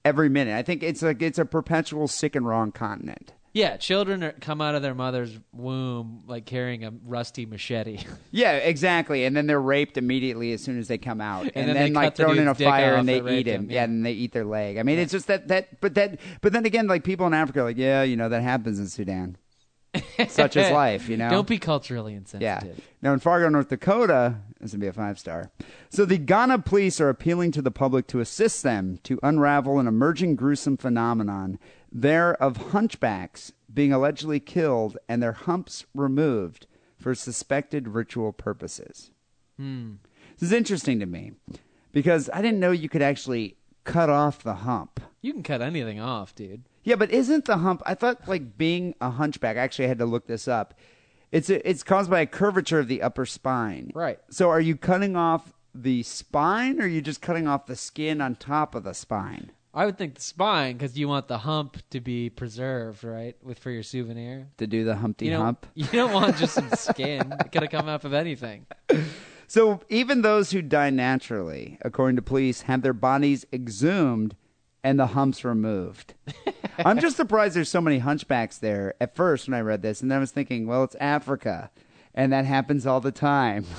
[SPEAKER 4] every minute. I think it's like it's a perpetual sick and wrong continent.
[SPEAKER 5] Yeah, children are, come out of their mother's womb like carrying a rusty machete,
[SPEAKER 4] Yeah, exactly. And then they're raped immediately as soon as they come out, and,
[SPEAKER 5] then
[SPEAKER 4] then,
[SPEAKER 5] they
[SPEAKER 4] like
[SPEAKER 5] cut the
[SPEAKER 4] thrown in
[SPEAKER 5] dude's
[SPEAKER 4] a
[SPEAKER 5] dick
[SPEAKER 4] fire
[SPEAKER 5] off
[SPEAKER 4] and they
[SPEAKER 5] that
[SPEAKER 4] eat
[SPEAKER 5] raped
[SPEAKER 4] him.
[SPEAKER 5] him,
[SPEAKER 4] Yeah.
[SPEAKER 5] yeah.
[SPEAKER 4] and they eat their leg. I mean, it's just that that. But that. But then again, like people in Africa, are like yeah, you know, that happens in Sudan. [laughs] Such is life, you know.
[SPEAKER 5] Don't be culturally
[SPEAKER 4] Yeah.
[SPEAKER 5] insensitive.
[SPEAKER 4] Now in Fargo, North Dakota, this would be a five star. So the Ghana police are appealing to the public to assist them to unravel an emerging gruesome phenomenon there of hunchbacks being allegedly killed and their humps removed for suspected ritual purposes. This is interesting to me because I didn't know you could actually cut off the hump.
[SPEAKER 5] You can cut anything off, dude.
[SPEAKER 4] Yeah, but isn't the hump? I thought like being a hunchback. I actually had to look this up. It's it's caused by a curvature of the upper spine.
[SPEAKER 5] Right.
[SPEAKER 4] So are you cutting off the spine, or are you just cutting off the skin on top of the spine?
[SPEAKER 5] I would think the spine because you want the hump to be preserved, right? With for your souvenir.
[SPEAKER 4] To do the Humpty
[SPEAKER 5] You don't,
[SPEAKER 4] Hump.
[SPEAKER 5] [laughs] you don't want just some skin. It could have come off of anything.
[SPEAKER 4] So even those who die naturally, according to police, have their bodies exhumed and the humps removed.
[SPEAKER 5] [laughs]
[SPEAKER 4] I'm just surprised there's so many hunchbacks there at first when I read this, and then I was thinking, well, it's Africa, and that happens all the time. [laughs]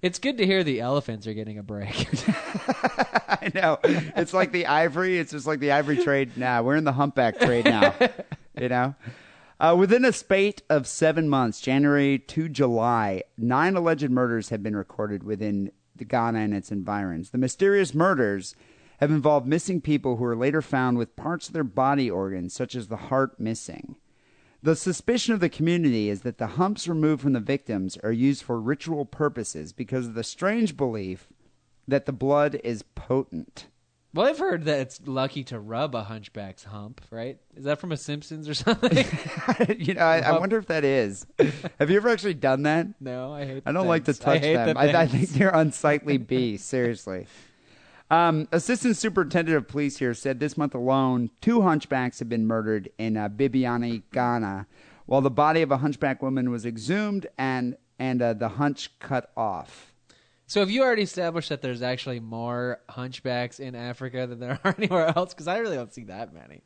[SPEAKER 5] It's good to hear the elephants are getting a break. [laughs]
[SPEAKER 4] [laughs] I know. It's like the ivory. It's just like the ivory trade. Nah, we're in the humpback trade now. you know? Uh, within a spate of seven months, January to July, nine alleged murders have been recorded within the Ghana and its environs. The mysterious murders have involved missing people who were later found with parts of their body organs, such as the heart, missing. The suspicion of the community is that the humps removed from the victims are used for ritual purposes because of the strange belief that the blood is
[SPEAKER 5] [laughs]
[SPEAKER 4] potent.
[SPEAKER 5] well, I've heard that it's lucky to rub a hunchback's hump, right? Is that from a Simpsons or [laughs] something?
[SPEAKER 4] you know, I, I wonder if that
[SPEAKER 5] [laughs]
[SPEAKER 4] is. Have you ever actually done that?
[SPEAKER 5] no, I hate.
[SPEAKER 4] I
[SPEAKER 5] the
[SPEAKER 4] don't like to
[SPEAKER 5] things.
[SPEAKER 4] touch
[SPEAKER 5] I hate
[SPEAKER 4] them.
[SPEAKER 5] The
[SPEAKER 4] I, I
[SPEAKER 5] things.
[SPEAKER 4] think they're
[SPEAKER 5] [laughs]
[SPEAKER 4] unsightly beasts, seriously. Um, Assistant Superintendent of Police here said this month alone, two hunchbacks have been murdered in uh, Bibiani, Ghana, while the body of a hunchback woman was exhumed and, and uh, the hunch cut off.
[SPEAKER 5] So have you already established that there's actually more hunchbacks in Africa than there are [laughs] anywhere else? Because I really don't see that many.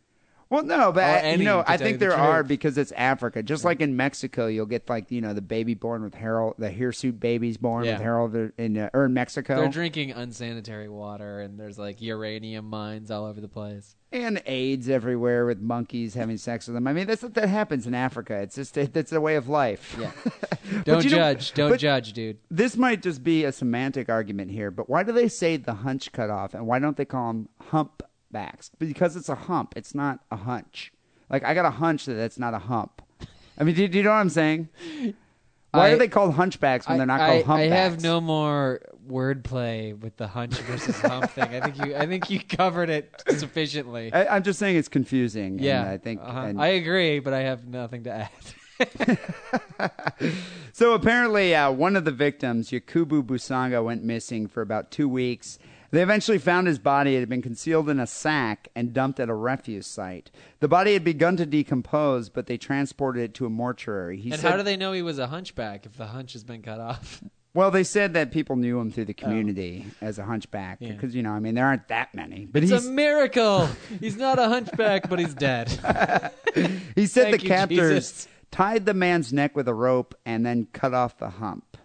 [SPEAKER 4] Well, no, but
[SPEAKER 5] Or
[SPEAKER 4] I,
[SPEAKER 5] any,
[SPEAKER 4] you know,
[SPEAKER 5] to
[SPEAKER 4] I
[SPEAKER 5] tell
[SPEAKER 4] think
[SPEAKER 5] you the
[SPEAKER 4] there are
[SPEAKER 5] truth.
[SPEAKER 4] because it's Africa. Just like in Mexico, you'll get like you know the baby born with Harold, the hirsute babies born
[SPEAKER 5] Yeah.
[SPEAKER 4] with Harold in uh, or in Mexico,
[SPEAKER 5] They're drinking unsanitary water, and there's like uranium mines all over the place.
[SPEAKER 4] and AIDS everywhere with monkeys having sex with them. I mean, that's that happens in Africa. It's just it, that's a way of life. Yeah.
[SPEAKER 5] Don't judge.
[SPEAKER 4] [laughs]
[SPEAKER 5] Don't
[SPEAKER 4] but
[SPEAKER 5] judge, dude.
[SPEAKER 4] This might just be a semantic argument here, but why do they say the hunch cut off and why don't they call them humpbacks? Because it's a hump. It's not a hunch. Like I got a hunch that that's not a hump. I mean, do, do you know what I'm saying? Why
[SPEAKER 5] I-
[SPEAKER 4] are they called hunchbacks when they're not
[SPEAKER 5] I,
[SPEAKER 4] called
[SPEAKER 5] I- I
[SPEAKER 4] humpbacks?
[SPEAKER 5] have no more wordplay with the hunch versus
[SPEAKER 4] [laughs]
[SPEAKER 5] hump thing. I think you. I think you covered it sufficiently.
[SPEAKER 4] I, I'm just saying it's confusing. and
[SPEAKER 5] yeah,
[SPEAKER 4] I think.
[SPEAKER 5] uh-huh.
[SPEAKER 4] and-
[SPEAKER 5] I agree, but I have nothing to add.
[SPEAKER 4] So apparently, uh, one of the victims, Yakubu Busanga, went missing for about two weeks. They eventually found his body. It had been concealed in a sack and dumped at a refuse site. The body had begun to decompose, but they transported it to a mortuary. He
[SPEAKER 5] and
[SPEAKER 4] said,
[SPEAKER 5] how do they know he was a hunchback if the hunch has been cut off?
[SPEAKER 4] Well, they said that people knew him through the community as a hunchback
[SPEAKER 5] Oh. Yeah.
[SPEAKER 4] because you know, I mean, there aren't that many. [laughs] But
[SPEAKER 5] It's
[SPEAKER 4] he's,
[SPEAKER 5] a miracle. he's not a hunchback, but he's dead.
[SPEAKER 4] he said
[SPEAKER 5] Thank
[SPEAKER 4] the
[SPEAKER 5] you,
[SPEAKER 4] captors
[SPEAKER 5] Jesus.
[SPEAKER 4] tied the man's neck with a rope and then cut off the hump.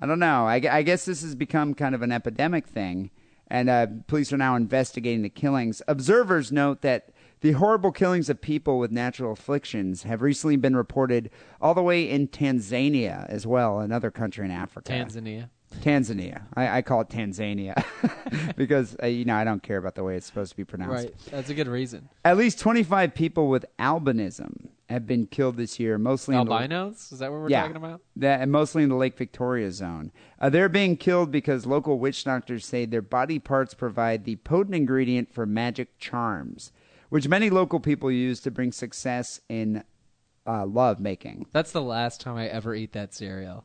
[SPEAKER 4] I don't know. I, gu- I guess this has become kind of an epidemic thing, and uh, police are now investigating the killings. Observers note that the horrible killings of people with natural afflictions have recently been reported all the way in Tanzania as well, another country in Africa.
[SPEAKER 5] Tanzania.
[SPEAKER 4] [laughs] Tanzania. I, I call it Tanzania [laughs] because uh, you know I don't care about the way it's supposed to be pronounced.
[SPEAKER 5] Right. That's a good reason.
[SPEAKER 4] At least 25 people with albinism have been killed this year, mostly in the,
[SPEAKER 5] Albinos? Is that what we're
[SPEAKER 4] yeah,
[SPEAKER 5] talking about?
[SPEAKER 4] That, and mostly in the Lake Victoria zone. Uh, they're being killed because local witch doctors say their body parts provide the potent ingredient for magic charms, which many local people use to bring success in uh, love making. [laughs]
[SPEAKER 5] That's the last time I ever eat that cereal.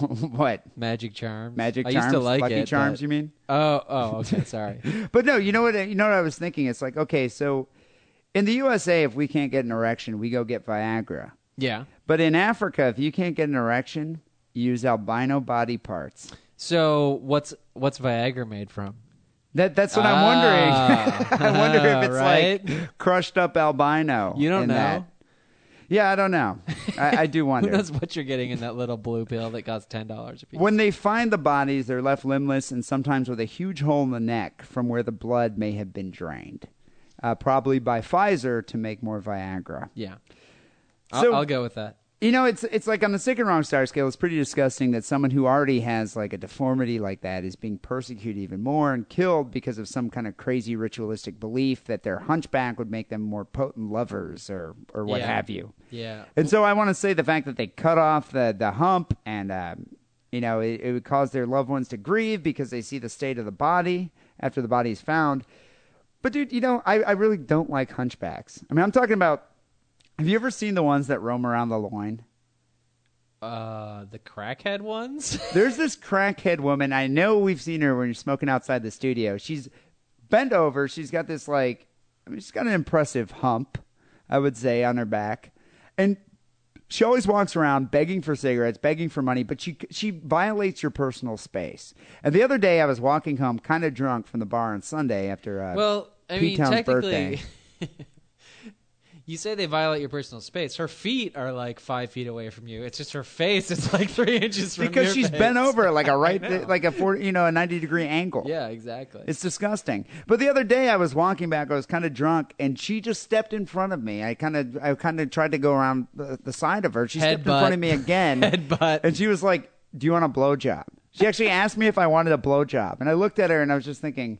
[SPEAKER 4] what?
[SPEAKER 5] Magic Charms.
[SPEAKER 4] Magic
[SPEAKER 5] I
[SPEAKER 4] charms?
[SPEAKER 5] used to like
[SPEAKER 4] Lucky
[SPEAKER 5] it.
[SPEAKER 4] charms,
[SPEAKER 5] but-
[SPEAKER 4] you mean?
[SPEAKER 5] Oh, oh,
[SPEAKER 4] [laughs]
[SPEAKER 5] okay. Sorry.
[SPEAKER 4] But no, you know what? You know what I was thinking. It's like okay, so in the USA, if we can't get an erection, we go get Viagra.
[SPEAKER 5] yeah.
[SPEAKER 4] But in Africa, if you can't get an erection, you use albino body parts.
[SPEAKER 5] So what's what's Viagra made from?
[SPEAKER 4] That that's what I'm wondering. [laughs]
[SPEAKER 5] Ah.
[SPEAKER 4] I wonder if it's like
[SPEAKER 5] Right?
[SPEAKER 4] crushed up albino.
[SPEAKER 5] You don't
[SPEAKER 4] in
[SPEAKER 5] know.
[SPEAKER 4] that. Yeah, I don't know. I, I
[SPEAKER 5] [laughs]
[SPEAKER 4] do
[SPEAKER 5] Who
[SPEAKER 4] wonder.
[SPEAKER 5] knows what you're getting in that little blue pill that costs ten dollars a piece?
[SPEAKER 4] When they find the bodies, they're left limbless and sometimes with a huge hole in the neck from where the blood may have been drained, uh, probably by Pfizer to make more Viagra.
[SPEAKER 5] yeah, I'll,
[SPEAKER 4] So-
[SPEAKER 5] I'll go with that.
[SPEAKER 4] You know, it's it's like on the sick and wrong star scale, it's pretty disgusting that someone who already has like a deformity like that is being persecuted even more and killed because of some kind of crazy ritualistic belief that their hunchback would make them more potent lovers or or what
[SPEAKER 5] Yeah.
[SPEAKER 4] have you.
[SPEAKER 5] Yeah.
[SPEAKER 4] And so I want to say the fact that they cut off the, the hump and, um, you know, it, it would cause their loved ones to grieve because they see the state of the body after the body is found. But, dude, you know, I, I really don't like hunchbacks. I mean, I'm talking about have you ever seen the ones that roam around the loin?
[SPEAKER 5] Uh, the crackhead ones.
[SPEAKER 4] There's this crackhead woman. I know we've seen her when you're smoking outside the studio. She's bent over. She's got this like, I mean, she's got an impressive hump, I would say, on her back, and she always walks around begging for cigarettes, begging for money. But she she violates your personal space. And the other day, I was walking home, kind of drunk from the bar on Sunday after uh,
[SPEAKER 5] well, I mean,
[SPEAKER 4] P-Town's
[SPEAKER 5] technically,
[SPEAKER 4] birthday.
[SPEAKER 5] [laughs] you say they violate your personal space. Her feet are like five feet away from you. It's just her face. It's like three [laughs] inches from
[SPEAKER 4] because
[SPEAKER 5] your
[SPEAKER 4] she's
[SPEAKER 5] face.
[SPEAKER 4] bent over like
[SPEAKER 5] [laughs]
[SPEAKER 4] a right,
[SPEAKER 5] know.
[SPEAKER 4] like a four, you know, a ninety degree angle.
[SPEAKER 5] Yeah, exactly.
[SPEAKER 4] It's disgusting. But the other day I was walking back, I was kind of drunk, and she just stepped in front of me. I kind of, I kind of tried to go around the, the side of her. She stepped in
[SPEAKER 5] Headbutt.
[SPEAKER 4] front of me again,
[SPEAKER 5] [laughs] Headbutt.
[SPEAKER 4] and she was like, "Do you want a blowjob?" She actually asked me if I wanted a blowjob, and I looked at her and I was just thinking.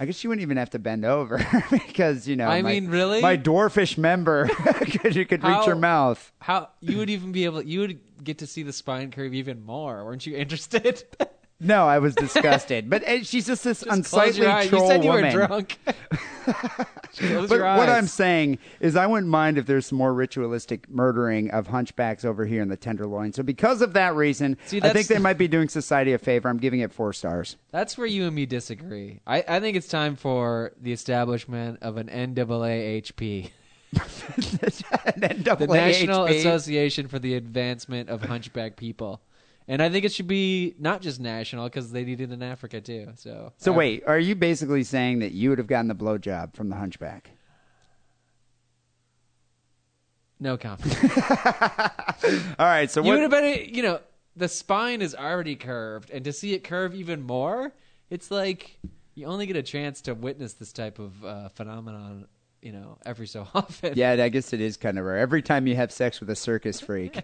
[SPEAKER 4] I guess she wouldn't even have to bend over [laughs] because you know.
[SPEAKER 5] I
[SPEAKER 4] my-
[SPEAKER 5] mean, really?
[SPEAKER 4] my dwarfish member [laughs] because you could reach
[SPEAKER 5] How-
[SPEAKER 4] her mouth.
[SPEAKER 5] How you would even be able? You would get to see the spine curve even more. Weren't you interested? [laughs]
[SPEAKER 4] No, I was disgusted, but uh, she's just this
[SPEAKER 5] Just close
[SPEAKER 4] unsightly
[SPEAKER 5] your eyes. You
[SPEAKER 4] troll
[SPEAKER 5] said you
[SPEAKER 4] woman. [laughs]
[SPEAKER 5] were drunk. close
[SPEAKER 4] But
[SPEAKER 5] your eyes.
[SPEAKER 4] what I'm saying is, I wouldn't mind if there's some more ritualistic murdering of hunchbacks over here in the Tenderloin. So, because of that reason,
[SPEAKER 5] See,
[SPEAKER 4] I
[SPEAKER 5] that's-
[SPEAKER 4] think they might be doing society a favor. I'm giving it four stars. [laughs]
[SPEAKER 5] That's where you and me disagree. I, I think it's time for the establishment of an NAAHP, the National Association for the Advancement of Hunchback People. And I think it should be not just national because they did it in Africa too. So,
[SPEAKER 4] so,
[SPEAKER 5] I-
[SPEAKER 4] wait, are you basically saying that you would have gotten the blowjob from the hunchback? [laughs]
[SPEAKER 5] no comment.
[SPEAKER 4] All right, so
[SPEAKER 5] you
[SPEAKER 4] what?
[SPEAKER 5] would have been, you know, the spine is already curved, and to see it curve even more, it's like you only get a chance to witness this type of uh, phenomenon, you know, every so [laughs] often.
[SPEAKER 4] Yeah, I guess it is kind of rare. Every time you have sex with a circus freak.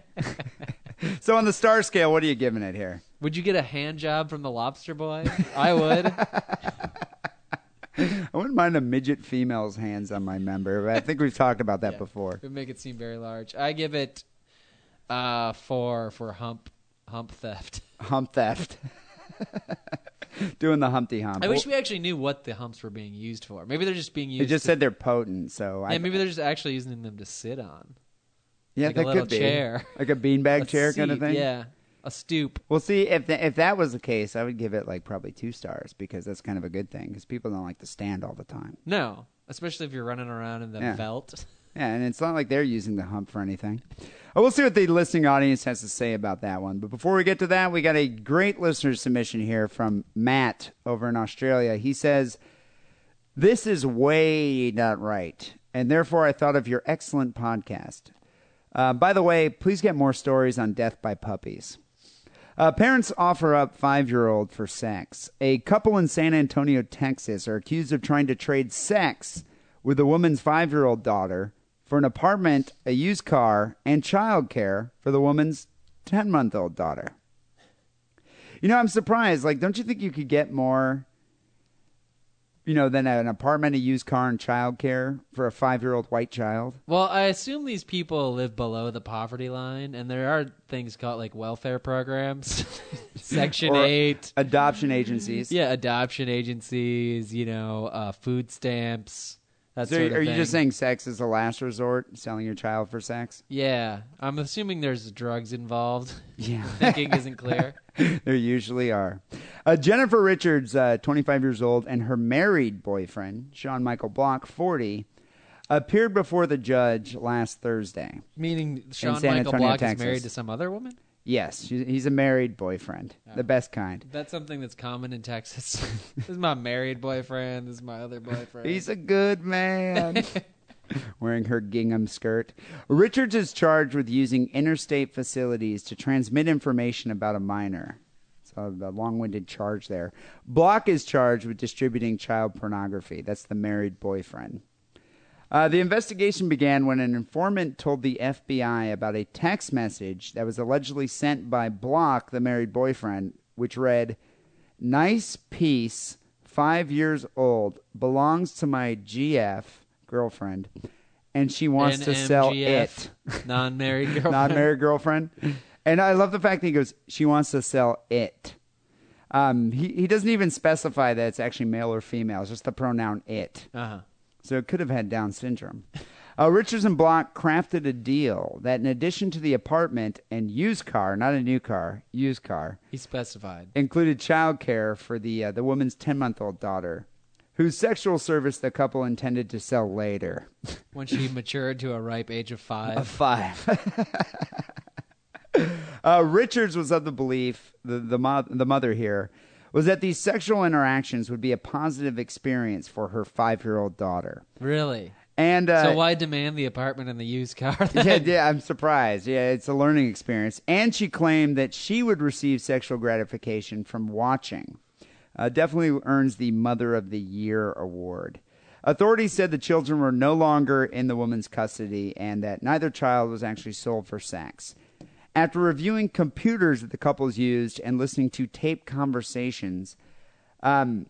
[SPEAKER 4] [laughs] so, on the star scale, what are you giving it here?
[SPEAKER 5] Would you get a hand job from the lobster boy?
[SPEAKER 4] [laughs]
[SPEAKER 5] I would.
[SPEAKER 4] I wouldn't mind a midget female's hands on my member, but I think we've talked about that before.
[SPEAKER 5] It would make it seem very large. I give it uh four for hump hump theft. [laughs]
[SPEAKER 4] hump theft. [laughs] Doing the Humpty Hump.
[SPEAKER 5] I wish
[SPEAKER 4] Well,
[SPEAKER 5] we actually knew what the humps were being used for. Maybe they're just being used.
[SPEAKER 4] it just
[SPEAKER 5] to-
[SPEAKER 4] said they're potent, so I,
[SPEAKER 5] yeah, maybe they're just actually using them to sit on.
[SPEAKER 4] yeah,
[SPEAKER 5] like a
[SPEAKER 4] that
[SPEAKER 5] little
[SPEAKER 4] could be
[SPEAKER 5] chair.
[SPEAKER 4] [laughs] like a beanbag
[SPEAKER 5] A
[SPEAKER 4] chair kind of
[SPEAKER 5] seat,
[SPEAKER 4] thing.
[SPEAKER 5] Yeah, a stoop.
[SPEAKER 4] Well, see if tha- if that was the case, I would give it like probably two stars because that's kind of a good thing because people don't like to stand all the time.
[SPEAKER 5] No, especially if you're running around in the
[SPEAKER 4] Yeah.
[SPEAKER 5] veld.
[SPEAKER 4] Yeah, and it's not like they're using the hump for anything. Oh, we'll see what the listening audience has to say about that one. But before we get to that, we got a great listener submission here from Matt over in Australia. He says, This is way not right, and therefore I thought of your excellent podcast. Uh, by the way, please get more stories on death by puppies. Uh, parents offer up five year old for sex. A couple in San Antonio, Texas, are accused of trying to trade sex with a woman's five year old daughter for an apartment, a used car, and childcare for the woman's 10 month old daughter. You know, I'm surprised. Like, don't you think you could get more, you know, than an apartment, a used car, and childcare for a five year old white child?
[SPEAKER 5] [laughs] Well, I assume these people live below the poverty line, and there are things called like welfare programs, [laughs] Section
[SPEAKER 4] Or
[SPEAKER 5] Eight.
[SPEAKER 4] Adoption agencies.
[SPEAKER 5] Yeah, adoption agencies, you know, uh, food stamps. That
[SPEAKER 4] So
[SPEAKER 5] sort of
[SPEAKER 4] are you just saying
[SPEAKER 5] thing.
[SPEAKER 4] sex is a last resort, selling your child for sex? [laughs]
[SPEAKER 5] Yeah, I'm assuming there's drugs involved.
[SPEAKER 4] Yeah.
[SPEAKER 5] [laughs] thinking
[SPEAKER 4] [laughs]
[SPEAKER 5] isn't clear.
[SPEAKER 4] there usually are. Uh, Jennifer Richards, uh, 25 years old, and her married boyfriend, Sean Michael Block, 40, appeared befefore the judge last Thursday.
[SPEAKER 5] Meaning Sean
[SPEAKER 4] San
[SPEAKER 5] Michael
[SPEAKER 4] Antonio,
[SPEAKER 5] Block
[SPEAKER 4] Texas.
[SPEAKER 5] is married to some other woman.
[SPEAKER 4] Yes, she- he's a married boyfriend, the best kind.
[SPEAKER 5] That's something that's common in [laughs] Texas. this is my married boyfriend. This is my other boyfriend.
[SPEAKER 4] He's a good man. Wearing her gingham skirt. Richards is charged with using interstate facilities to transmit information about a minor. So a long winded charge there. Block is charged with distributing child pornography. That's the married boyfriend. Uh, the investigation began when an informant told the FBI about a text message that was allegedly sent by Block, the married boyfriend, which read, Nice piece, five years old, belongs to my GF, girlfriend, and she wants to sell
[SPEAKER 5] NMGF,
[SPEAKER 4] it. [laughs]
[SPEAKER 5] [laughs] Non-married girlfriend.
[SPEAKER 4] Not married girlfriend. And I love the fact that he goes, she wants to sell it. Um, he, he doesn't even specify that it's actually male or female. It's just the pronoun it.
[SPEAKER 5] Uh-huh.
[SPEAKER 4] So it could have had Down syndrome. Uh, Richards and Block crafted a deal that in addition to the apartment and used car, not a new car, used car,
[SPEAKER 5] He specified.
[SPEAKER 4] included childcare for the, uh, the woman's 10-month-old daughter, whose sexual service the couple intended to sell later.
[SPEAKER 5] When she matured to a ripe age of
[SPEAKER 4] A
[SPEAKER 5] five.
[SPEAKER 4] five. [laughs] uh, Richards was of the belief, the, the, mo- the mother here, was that these sexual interactions would be a positive experience for her five-year-old daughter.
[SPEAKER 5] Really?
[SPEAKER 4] And uh,
[SPEAKER 5] So why demand the apartment and the used car?
[SPEAKER 4] [laughs]
[SPEAKER 5] then?
[SPEAKER 4] yeah, yeah, I'm surprised. Yeah, it's a learning experience. And she claimed that she would receive sexual gratification from watching. Uh, definitely earns the Mother of the Year award. Authorities said the children were no longer in the woman's custody and that neither child was actually sold for sex. After reviewing computers that the couples used and listening to tape conversations, um,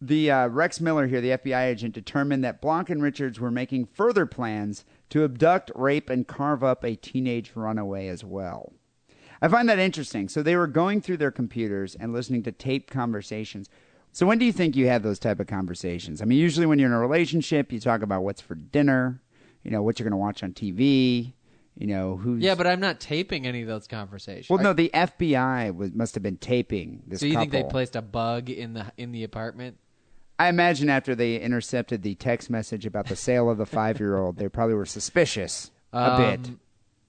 [SPEAKER 4] the uh, Rex Miller here, the FBI agent, determined that Blanc and Richards were making further plans to abduct, rape, and carve up a teenage runaway as well. I find that interesting. So they were going through their computers and listening to tape conversations. So when do you think you have those type of conversations? I mean, usually when you're in a relationship, you talk about what's for dinner, you know, what you're going to watch on TV, you know, who's
[SPEAKER 5] [laughs] Yeah, but I'm not taping any of those conversations.
[SPEAKER 4] well, no, the FBI was must have been taping this.
[SPEAKER 5] so you think they
[SPEAKER 4] couple.
[SPEAKER 5] placed a bug in the in the apartment?
[SPEAKER 4] I imagine after they intercepted the text message about the sale of the five-year-old, they probably were suspicious a bit.
[SPEAKER 5] Um,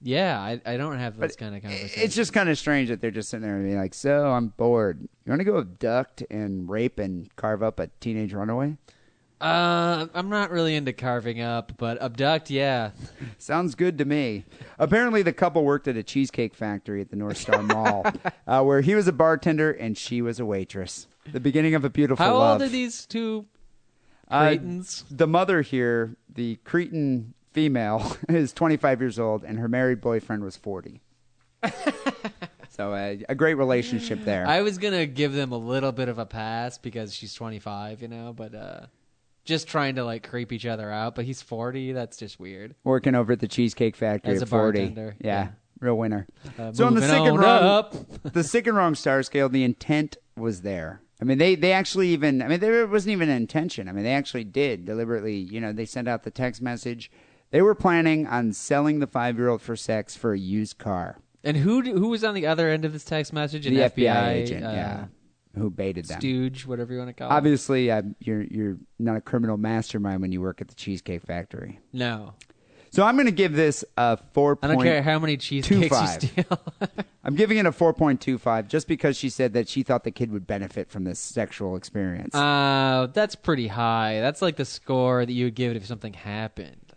[SPEAKER 5] Yeah, I, I don't have those kind of conversations.
[SPEAKER 4] It's just kind of strange that they're just sitting there and being like, "So I'm bored. You want to go abduct and rape and carve up a teenage runaway?
[SPEAKER 5] Uh, I'm not really into carving up, but abduct, yeah.
[SPEAKER 4] Sounds good to me." Apparently, the couple worked at a cheesecake factory at the North
[SPEAKER 5] [laughs]
[SPEAKER 4] Star Mall, uh, where he was a bartender and she was a waitress. The beginning of a beautiful
[SPEAKER 5] How
[SPEAKER 4] love.
[SPEAKER 5] old are these two
[SPEAKER 4] Uh,
[SPEAKER 5] Cretans?
[SPEAKER 4] the mother here, the Cretan female, [laughs] is 25 years old, and her married boyfriend was
[SPEAKER 5] [laughs]
[SPEAKER 4] 40. so uh, a great relationship there.
[SPEAKER 5] I was gonna give them a little bit of a pass because she's 25, you know, but uh, just trying to like creep each other out. But he's 40. That's just weird.
[SPEAKER 4] Working over at the Cheesecake Factory
[SPEAKER 5] As
[SPEAKER 4] at
[SPEAKER 5] a
[SPEAKER 4] 40.
[SPEAKER 5] bartender,
[SPEAKER 4] Yeah,
[SPEAKER 5] yeah.
[SPEAKER 4] real winner.
[SPEAKER 5] Uh,
[SPEAKER 4] so on the
[SPEAKER 5] moving
[SPEAKER 4] sick and
[SPEAKER 5] on
[SPEAKER 4] wrong,
[SPEAKER 5] up.
[SPEAKER 4] [laughs] the sick and wrong star scale, the intent was there. I mean, they, they actually even, I mean, there wasn't even an intention. I mean, they actually did deliberately, you know, they sent out the text message. They were planning on selling the five year old for sex for a used car.
[SPEAKER 5] And who d- who was on the other end of this text message? An
[SPEAKER 4] the FBI,
[SPEAKER 5] FBI,
[SPEAKER 4] agent,
[SPEAKER 5] uh,
[SPEAKER 4] yeah, who baited them.
[SPEAKER 5] stooge, whatever you want to call. it.
[SPEAKER 4] Obviously, uh, you're you're not a criminal mastermind when you work at the Cheesecake Factory.
[SPEAKER 5] No,
[SPEAKER 4] So I'm going to give this a four.
[SPEAKER 5] I don't care how many cheesecakes you
[SPEAKER 4] 25.
[SPEAKER 5] steal. [laughs]
[SPEAKER 4] I'm giving it a four point two five just because she said that she thought the kid would benefit from this sexual experience.
[SPEAKER 5] uh, that's pretty high. That's like the score that you would give it if something happened.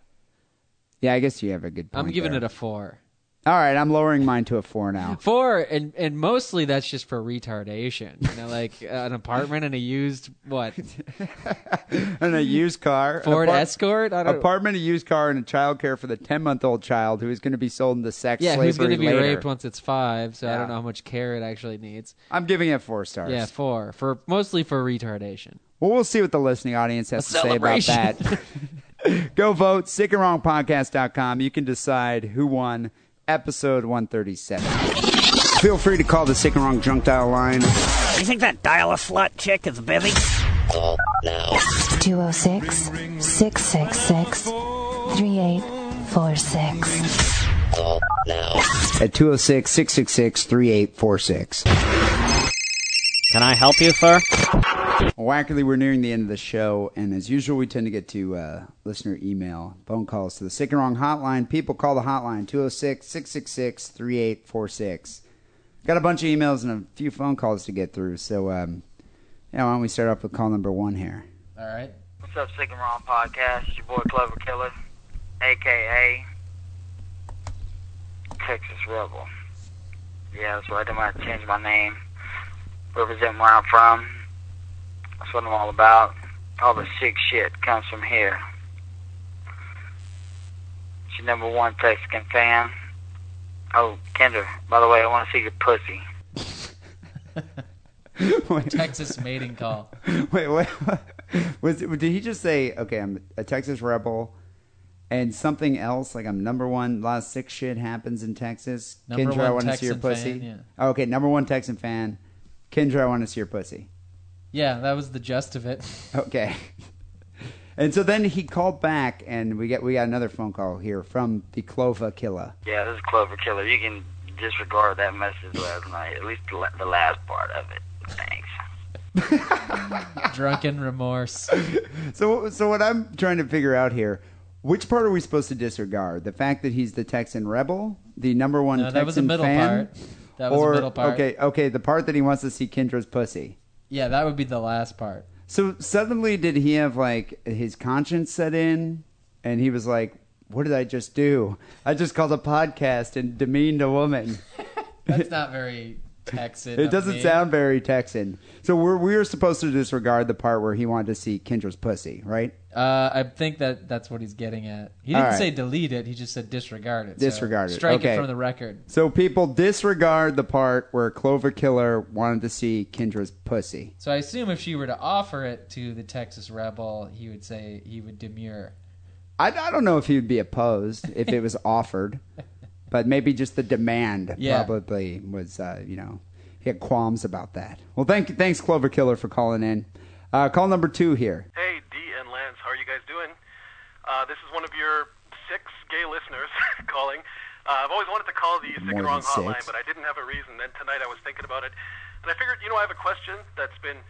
[SPEAKER 4] yeah, I guess you have a good. Point
[SPEAKER 5] I'm giving it a four.
[SPEAKER 4] a. All right, I'm lowering mine to a four
[SPEAKER 5] [laughs]
[SPEAKER 4] now.
[SPEAKER 5] Four, and and mostly that's just for retardation. You know, like uh, an apartment and a used
[SPEAKER 4] [laughs]
[SPEAKER 5] what
[SPEAKER 4] and a used car, an
[SPEAKER 5] Ford
[SPEAKER 4] apart-
[SPEAKER 5] Escort. I don't,
[SPEAKER 4] apartment, a used car, and a child care for the ten month old child who is going to be sold into sex
[SPEAKER 5] yeah,
[SPEAKER 4] slavery
[SPEAKER 5] who's going to be
[SPEAKER 4] later.
[SPEAKER 5] raped once it's five? So I
[SPEAKER 4] Yeah.
[SPEAKER 5] don't know how much care it actually needs.
[SPEAKER 4] I'm giving it four stars.
[SPEAKER 5] Yeah, four for mostly for retardation.
[SPEAKER 4] Well, we'll see what the listening audience has to say about
[SPEAKER 5] celebration.
[SPEAKER 4] that. Go vote, sickandwrongpodcast.com. You can decide who won episode 137. Feel free to call the Sick and Wrong Junk Dial line.
[SPEAKER 6] You think that dial a slut chick is busy?
[SPEAKER 7] 206 666 3846.
[SPEAKER 4] at 206 666 3846.
[SPEAKER 6] Can I help you, sir?
[SPEAKER 4] Wackily, we're nearing the end of the show, and as usual, we tend to get to uh, listener email, phone calls to oh the Sick and Wrong hotline. People call the hotline 206 666 3846. Got a bunch of emails and a few phone calls to get through. So, um, yeah, why don't we start off with call number one here?
[SPEAKER 5] All right.
[SPEAKER 8] What's up, Sick and Wrong Podcast? It's your boy Clever Killer, aka Texas Rebel. Yeah, that's right. I might change my name, represent where I'm from. That's what I'm all about. All the sick shit comes from here. It's your number one Texican fan. Oh, Kendra, by the way, I want to see your pussy.
[SPEAKER 4] wait,
[SPEAKER 5] [laughs] Texas mating call.
[SPEAKER 4] [laughs] wait, wait. Was did he just say, okay, I'm a Texas rebel and something else? Like I'm number one. A lot of sick shit happens in Texas.
[SPEAKER 5] Number
[SPEAKER 4] Kendra,
[SPEAKER 5] one
[SPEAKER 4] I want to see your
[SPEAKER 5] Texan
[SPEAKER 4] pussy.
[SPEAKER 5] fan, yeah.
[SPEAKER 4] oh, okay, number one Texan fan. Kendra, I want to see your pussy.
[SPEAKER 5] Yeah, that was the gist of it. [laughs]
[SPEAKER 4] Okay. And so then he called back, and we get we got another phone call here from the Clova Killa.
[SPEAKER 8] Yeah, this is Clover Killer. You can disregard that message last night, at least the, la- the last part of it. Thanks.
[SPEAKER 5] Drunken remorse.
[SPEAKER 4] So so what I'm trying to figure out here, which part are we supposed to disregard? The fact that he's the Texan rebel, the number one
[SPEAKER 5] No,
[SPEAKER 4] Texan
[SPEAKER 5] that was the middle
[SPEAKER 4] fan,
[SPEAKER 5] part. That was
[SPEAKER 4] or
[SPEAKER 5] the middle part.
[SPEAKER 4] okay, okay, the part that he wants to see Kendra's pussy.
[SPEAKER 5] Yeah, that would be the last part.
[SPEAKER 4] So suddenly, did he have like his conscience set in, and he was like, "What did I just do? I just called a podcast and demeaned a
[SPEAKER 5] [laughs]
[SPEAKER 4] woman."
[SPEAKER 5] That's not very Texan.
[SPEAKER 4] It
[SPEAKER 5] of
[SPEAKER 4] doesn't
[SPEAKER 5] me.
[SPEAKER 4] sound very Texan. So we're we're supposed to disregard the part where he wanted to see Kendra's pussy, right?
[SPEAKER 5] Uh, I think that that's what he's getting at. He didn't
[SPEAKER 4] All right.
[SPEAKER 5] say delete it. He just said disregard it. So
[SPEAKER 4] Disregard it.
[SPEAKER 5] Strike
[SPEAKER 4] Okay.
[SPEAKER 5] it from the record.
[SPEAKER 4] So people disregard the part where Clover Killer wanted to see Kendra's pussy.
[SPEAKER 5] So I assume if she were to offer it to the Texas rebel, he would say he would demur.
[SPEAKER 4] I, I don't know if he'd be opposed if it was offered, but maybe just the demand
[SPEAKER 5] Yeah.
[SPEAKER 4] probably was uh, you know he had qualms about that. Well, thank you, thanks Clover Killer for calling in. Uh, call number two here.
[SPEAKER 9] Hey, D and Lance, how are you guys doing? Uh, this is one of your six gay listeners [laughs] calling. Uh, I've always wanted to call the Sick
[SPEAKER 4] More
[SPEAKER 9] and
[SPEAKER 4] than
[SPEAKER 9] Wrong hotline,
[SPEAKER 4] six.
[SPEAKER 9] but I didn't have a reason. Then tonight I was thinking about it, and I figured, you know, I have a question that's been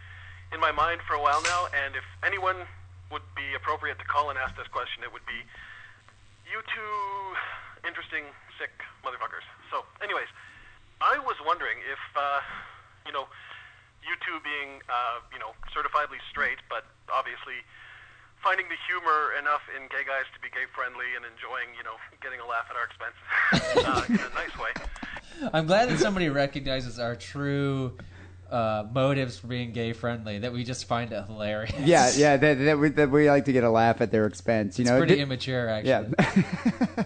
[SPEAKER 9] in my mind for a while now, and if anyone would be appropriate to call and ask this question, it would be you two interesting, sick motherfuckers. So, anyways, I was wondering if, uh, you know, you two being, uh, you know, certifiably straight, but obviously finding the humor enough in gay guys to be gay friendly and enjoying, you know, getting a laugh at our expense [laughs] uh, in a nice way.
[SPEAKER 5] I'm glad that
[SPEAKER 4] [laughs]
[SPEAKER 5] somebody recognizes our true uh, motives for being gay friendly. That we just find it hilarious.
[SPEAKER 4] Yeah, yeah, that, that, we, that we like to get a laugh at their expense. You
[SPEAKER 5] It's
[SPEAKER 4] know,
[SPEAKER 5] pretty
[SPEAKER 4] Di-
[SPEAKER 5] immature, actually.
[SPEAKER 4] yeah.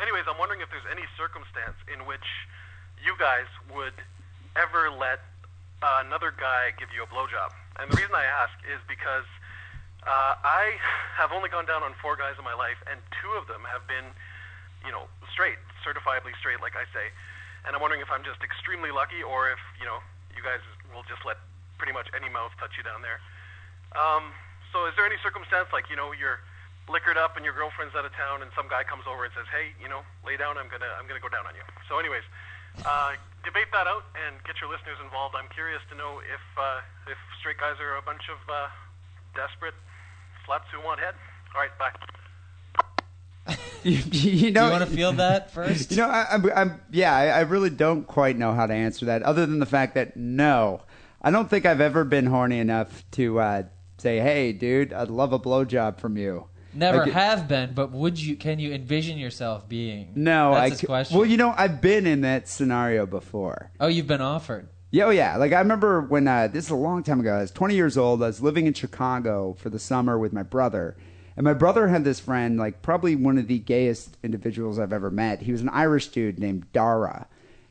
[SPEAKER 9] Anyways, I'm wondering if there's any circumstance in which you guys would ever let uh, another guy give you a blowjob. And the reason I ask is because uh, I have only gone down on four guys in my life, and two of them have been, you know, straight, certifiably straight, like I say. And I'm wondering if I'm just extremely lucky, or if you know, you guys will just let pretty much any mouth touch you down there. Um, so is there any circumstance like, you know, you're liquored up and your girlfriend's out of town and some guy comes over and says, Hey, you know, lay down, I'm gonna I'm gonna go down on you. So anyways, uh, debate that out and get your listeners involved. I'm curious to know if uh, if straight guys are a bunch of uh, desperate flats who want head. All right, bye.
[SPEAKER 4] [laughs] you, you
[SPEAKER 5] Do
[SPEAKER 4] know,
[SPEAKER 5] you want to feel that
[SPEAKER 4] [laughs]
[SPEAKER 5] first?
[SPEAKER 4] You know, I, I'm, I'm, yeah, I, I really don't quite know how to answer that, other than the fact that no, I don't think I've ever been horny enough to uh, say, "Hey, dude, I'd love a blowjob from you."
[SPEAKER 5] Never
[SPEAKER 4] Like,
[SPEAKER 5] have been, but would you? Can you envision yourself being?
[SPEAKER 4] No,
[SPEAKER 5] that's
[SPEAKER 4] I.
[SPEAKER 5] his
[SPEAKER 4] c-
[SPEAKER 5] question.
[SPEAKER 4] Well, you know, I've been in that scenario before.
[SPEAKER 5] oh, you've been offered. [laughs]
[SPEAKER 4] Yeah, oh yeah. Like I remember when uh, this is a long time ago. I was 20 years old. I was living in Chicago for the summer with my brother, and my brother had this friend, like probably one of the gayest individuals I've ever met. He was an Irish dude named Dara,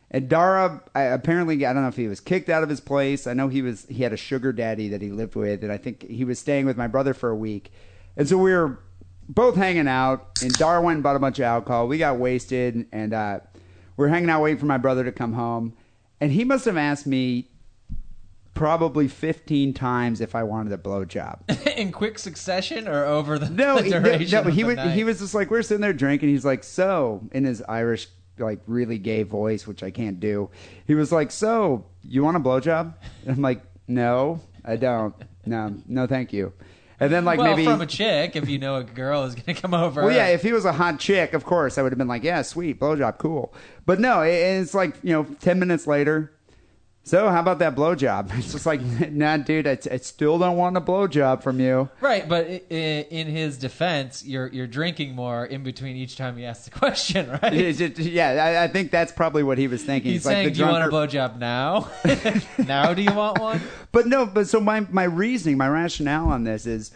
[SPEAKER 4] and Dara I, apparently I don't know if he was kicked out of his place. I know he was he had a sugar daddy that he lived with, and I think he was staying with my brother for a week, and so we were both hanging out, and Dara went and bought a bunch of alcohol. We got wasted, and uh, we we're hanging out waiting for my brother to come home. And he must have asked me probably 15 times if I wanted a
[SPEAKER 5] [laughs]
[SPEAKER 4] blowjob.
[SPEAKER 5] in quick succession or over the,
[SPEAKER 4] No,
[SPEAKER 5] the
[SPEAKER 4] he- no,
[SPEAKER 5] [laughs] duration
[SPEAKER 4] no,
[SPEAKER 5] of
[SPEAKER 4] he
[SPEAKER 5] the
[SPEAKER 4] was
[SPEAKER 5] night?
[SPEAKER 4] he was just like we're sitting there drinking. He's like, so in his Irish like really gay voice, which I can't do. He was like, so you want a blowjob? And I'm like, no, I don't. No, no, thank you. And then like
[SPEAKER 5] well,
[SPEAKER 4] maybe
[SPEAKER 5] from a chick, if you know a girl is going to come over.
[SPEAKER 4] Well, yeah, if he was a hot chick, of course, I would have been like, yeah, sweet, blowjob, cool. But no, it, it's like, you know, 10 minutes later, so how about that blowjob? [laughs] It's just like, nah, dude, I, I still don't want a blowjob from you.
[SPEAKER 5] Right, but i- i- in his defense, you're you're drinking more in between each time he asks the question, [laughs] right?
[SPEAKER 4] It's just- yeah, I, I think that's probably what he was thinking.
[SPEAKER 5] He's,
[SPEAKER 4] like
[SPEAKER 5] saying,
[SPEAKER 4] the
[SPEAKER 5] "Do you want a
[SPEAKER 4] drunker- [laughs]
[SPEAKER 5] blowjob now? [laughs] now do you want one?"
[SPEAKER 4] But no, but so my my reasoning, my rationale on this is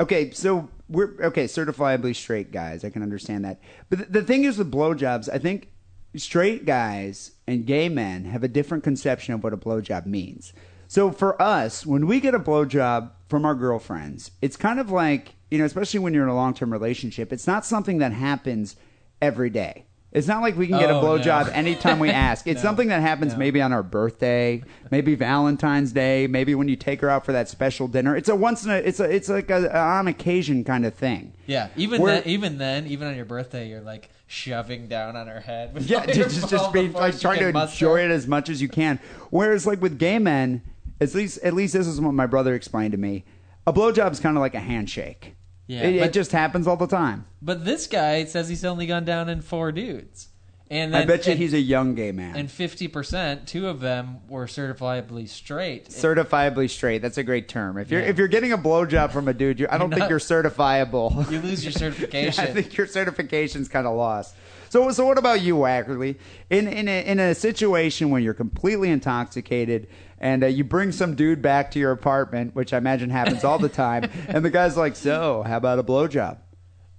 [SPEAKER 4] okay. So we're okay, certifiably straight guys. I can understand that. But the, the thing is with blowjobs, I think straight guys and gay men have a different conception of what a blowjob means. So for us, when we get a blowjob from our girlfriends, it's kind of like you know, especially when you're in a long term relationship, it's not something that happens every day. It's not like we can get a
[SPEAKER 5] Oh, no.
[SPEAKER 4] blowjob anytime
[SPEAKER 5] [laughs]
[SPEAKER 4] we ask. It's something that happens maybe on our birthday, maybe Valentine's Day, maybe when you take her out for that special dinner. It's a once in a it's a it's like a, a on occasion kind of
[SPEAKER 5] [laughs]
[SPEAKER 4] thing.
[SPEAKER 5] Yeah, even
[SPEAKER 4] We're-
[SPEAKER 5] then, even then, even on your birthday, you're like shoving down on her head. with
[SPEAKER 4] Yeah,
[SPEAKER 5] all your
[SPEAKER 4] just just,
[SPEAKER 5] ball
[SPEAKER 4] just be
[SPEAKER 5] before
[SPEAKER 4] like
[SPEAKER 5] she
[SPEAKER 4] trying
[SPEAKER 5] can
[SPEAKER 4] to
[SPEAKER 5] muster.
[SPEAKER 4] enjoy it as much as you can. Whereas like with gay men, at least at least this is what my brother explained to me. A blowjob's kind of like a handshake.
[SPEAKER 5] Yeah,
[SPEAKER 4] it, it
[SPEAKER 5] but-
[SPEAKER 4] just happens all the time.
[SPEAKER 5] But this guy says he's only gone down in four dudes, and
[SPEAKER 4] I
[SPEAKER 5] then,
[SPEAKER 4] bet you
[SPEAKER 5] and,
[SPEAKER 4] he's a young gay man.
[SPEAKER 5] and fifty percent, two of them were certifiably straight.
[SPEAKER 4] certifiably straight. That's a great term. If you're if you're getting a blowjob from a dude, you I don't think
[SPEAKER 5] not-
[SPEAKER 4] you're certifiable.
[SPEAKER 5] [laughs] you lose
[SPEAKER 4] [laughs]
[SPEAKER 5] your certification.
[SPEAKER 4] I think your certification's kind of lost. So, so what about you, Wackerly? In in a, in a situation when you're completely intoxicated and uh, you bring some dude back to your apartment, which I imagine happens all the
[SPEAKER 5] [laughs]
[SPEAKER 4] time, and the guy's like, "So, how about a blowjob?"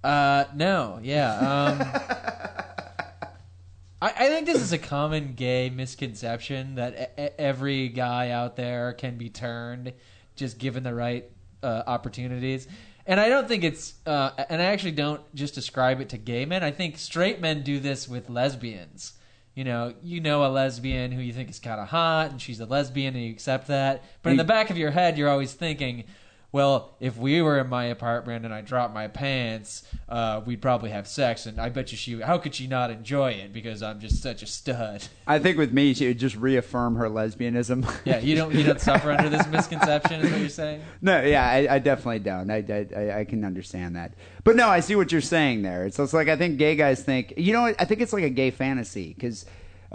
[SPEAKER 5] Uh, no, yeah. Um, I, I think this is a common gay misconception that e- e- every guy out there can be turned just given the right uh, opportunities. And I don't think it's, uh, and I actually don't just describe it to gay men. I think straight men do this with lesbians. You know, you know a lesbian who you think is kind of hot, and she's a lesbian, and you accept that. But in the back of your head, you're always thinking, well, if we were in my apartment and I dropped my pants, uh, we'd probably have sex, and I bet you she. How could she not enjoy it? Because I'm just such a stud.
[SPEAKER 4] I think with me, she would just reaffirm her lesbianism.
[SPEAKER 5] [laughs]
[SPEAKER 4] [laughs]
[SPEAKER 5] Yeah, you don't you don't suffer under this misconception, is what you're saying.
[SPEAKER 4] No, yeah, I, I definitely don't. I, I- I, I can understand that. But no, I see what you're saying there. It's, it's like I think gay guys think, you know, what? I think it's like a gay fantasy because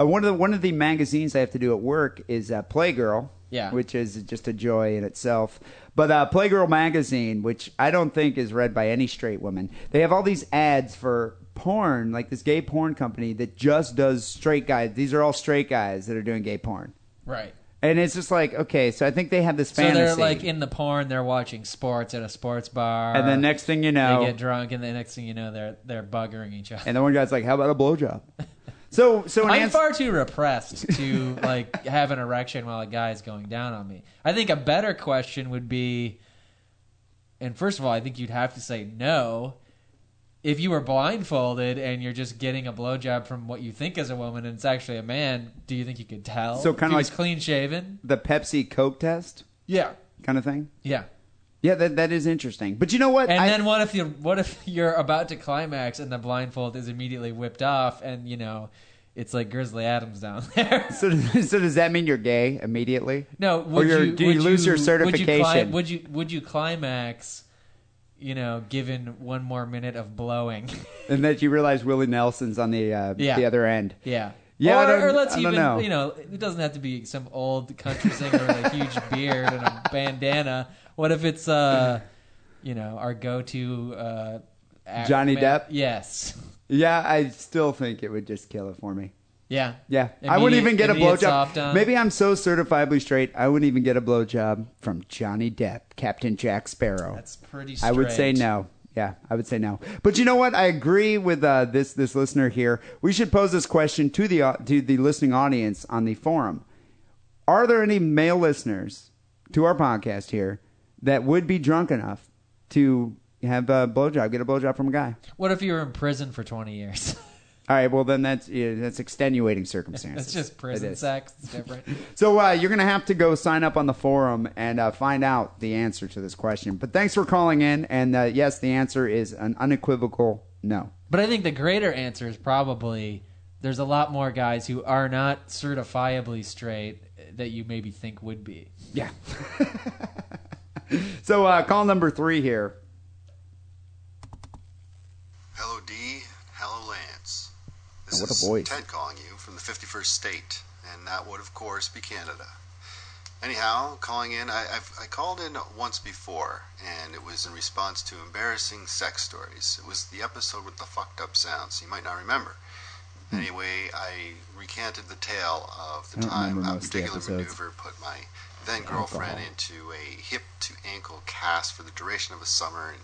[SPEAKER 4] uh, one of the one of the magazines I have to do at work is uh, Playgirl,
[SPEAKER 5] Yeah.
[SPEAKER 4] which is just a joy in itself. But uh, Playgirl magazine, which I don't think is read by any straight woman, they have all these ads for porn, like this gay porn company that just does straight guys. These are all straight guys that are doing gay porn.
[SPEAKER 5] Right.
[SPEAKER 4] And it's just like okay, so I think they have this
[SPEAKER 5] So
[SPEAKER 4] fantasy.
[SPEAKER 5] they're like in the porn, they're watching sports at a sports bar,
[SPEAKER 4] and then next thing you know,
[SPEAKER 5] they get drunk, and the next thing you know, they're they're buggering each other.
[SPEAKER 4] And the one guy's like, "How about a
[SPEAKER 5] [laughs]
[SPEAKER 4] blowjob?" So, so an
[SPEAKER 5] I'm
[SPEAKER 4] ans-
[SPEAKER 5] far too
[SPEAKER 4] [laughs]
[SPEAKER 5] repressed to like have an erection while a guy's going down on me. I think a better question would be, and first of all, I think you'd have to say no. If you were blindfolded and you're just getting a blowjob from what you think is a woman and it's actually a man, do you think you could tell?
[SPEAKER 4] So
[SPEAKER 5] If
[SPEAKER 4] kinda
[SPEAKER 5] he was
[SPEAKER 4] like-
[SPEAKER 5] clean shaven.
[SPEAKER 4] the Pepsi Coke test
[SPEAKER 5] Yeah,
[SPEAKER 4] kind of thing.
[SPEAKER 5] yeah.
[SPEAKER 4] Yeah, that that is interesting. But you know what?
[SPEAKER 5] And
[SPEAKER 4] I-
[SPEAKER 5] then what if you what if [laughs] you're about to climax and the blindfold is immediately whipped off and you know it's like Grizzly Adams down [laughs] there.
[SPEAKER 4] so, so [laughs] does that mean you're gay immediately?
[SPEAKER 5] No, would
[SPEAKER 4] you're-
[SPEAKER 5] you,
[SPEAKER 4] do you
[SPEAKER 5] would
[SPEAKER 4] lose your certification?
[SPEAKER 5] Would you, cli- would you would you climax? You know, given one more minute of blowing, [laughs]
[SPEAKER 4] And that you realize Willie Nelson's on the uh,
[SPEAKER 5] Yeah.
[SPEAKER 4] the other end.
[SPEAKER 5] yeah,
[SPEAKER 4] Yeah, I
[SPEAKER 5] Or,
[SPEAKER 4] don't-
[SPEAKER 5] or let's
[SPEAKER 4] I don't
[SPEAKER 5] even
[SPEAKER 4] know.
[SPEAKER 5] you know, it doesn't have to be some old country singer with a
[SPEAKER 4] [laughs]
[SPEAKER 5] huge beard and a bandana. What if it's uh, you know, our go-to uh, act-
[SPEAKER 4] Johnny
[SPEAKER 5] man-
[SPEAKER 4] Depp?
[SPEAKER 5] Yes, [laughs]
[SPEAKER 4] Yeah, I still think it would just kill it for me.
[SPEAKER 5] yeah,
[SPEAKER 4] Yeah, I wouldn't even get a
[SPEAKER 5] Immediate- immediate soft uh,
[SPEAKER 4] blowjob.
[SPEAKER 5] on.
[SPEAKER 4] Maybe I'm so certifiably straight, I wouldn't even get a blowjob from Johnny Depp, Captain Jack Sparrow.
[SPEAKER 5] that's pretty.
[SPEAKER 4] I would say
[SPEAKER 5] straight.
[SPEAKER 4] no. Yeah, I would say no. But you know what? I agree with uh, this this listener here. We should pose this question to the au- to the listening audience on the forum. Are there any male listeners to our podcast here that would be drunk enough to have a blowjob, get a blowjob from a guy?
[SPEAKER 5] What if you were in prison for twenty years? [laughs]
[SPEAKER 4] All right, well then that's yeah, that's extenuating circumstances.
[SPEAKER 5] that's just
[SPEAKER 4] It
[SPEAKER 5] prison
[SPEAKER 4] is.
[SPEAKER 5] sex. It's
[SPEAKER 4] [laughs]
[SPEAKER 5] different.
[SPEAKER 4] So uh, you're going to have to go sign up on the forum and uh, find out the answer to this question. But thanks for calling in. And uh, yes, the answer is an unequivocal no.
[SPEAKER 5] But I think the greater answer is probably there's a lot more guys who are not certifiably straight that you maybe think would be.
[SPEAKER 4] Yeah. [laughs] so uh, call number three here.
[SPEAKER 9] Hello, D. Hello, Lance. This
[SPEAKER 4] Oh, what a
[SPEAKER 9] is
[SPEAKER 4] voice.
[SPEAKER 9] Ted calling you from the 51st state, and that would, of course, be Canada. Anyhow, calling in, I, I've, I called in once before, and it was in response to embarrassing sex stories. It was the episode with the fucked up sounds. You might not remember. Anyway, I uh, recanted the tale of
[SPEAKER 4] I
[SPEAKER 9] the
[SPEAKER 4] don't
[SPEAKER 9] time
[SPEAKER 4] remember
[SPEAKER 9] that
[SPEAKER 4] most of the
[SPEAKER 9] particular
[SPEAKER 4] episodes.
[SPEAKER 9] maneuver put my then girlfriend into a hip to ankle cast for the duration of a summer, and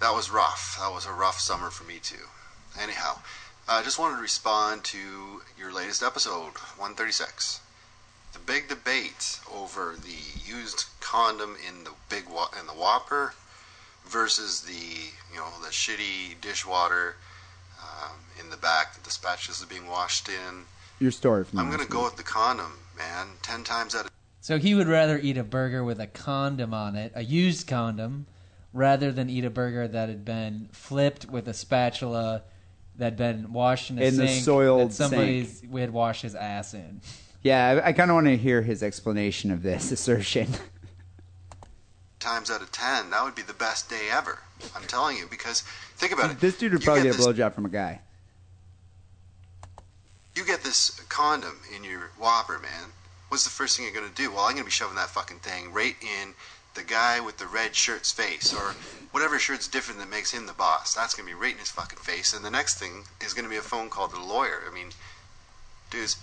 [SPEAKER 9] that was rough. That was a rough summer for me too. Anyhow, I just wanted to respond to your latest episode, 136. The big debate over the used condom in the big wa- in the Whopper versus the you know the shitty dishwater um, in the back that the spatulas are being washed in.
[SPEAKER 4] Your story from
[SPEAKER 9] I'm
[SPEAKER 4] last
[SPEAKER 9] gonna go with the condom, man. Ten times out of
[SPEAKER 5] So he would rather eat a burger with a condom on it, a used condom, rather than eat a burger that had been flipped with a spatula that had been washed in a
[SPEAKER 4] In the
[SPEAKER 5] sink
[SPEAKER 4] soiled
[SPEAKER 5] that somebody's we had washed his ass in.
[SPEAKER 4] Yeah, I, I kind of want to hear his explanation of this [laughs] assertion.
[SPEAKER 9] times out of ten, that would be the best day ever. I'm telling you because think about it.
[SPEAKER 4] this dude would
[SPEAKER 9] You
[SPEAKER 4] probably
[SPEAKER 9] get
[SPEAKER 4] get a
[SPEAKER 9] this-
[SPEAKER 4] blowjob from a guy.
[SPEAKER 9] You get this condom in your whopper, man. What's the first thing you're gonna do? Well, I'm gonna be shoving that fucking thing right in the guy with the red shirt's face, or whatever shirt's different that makes him the boss. That's gonna be right in his fucking face, and the next thing is gonna be a phone call to the lawyer. I mean, dudes,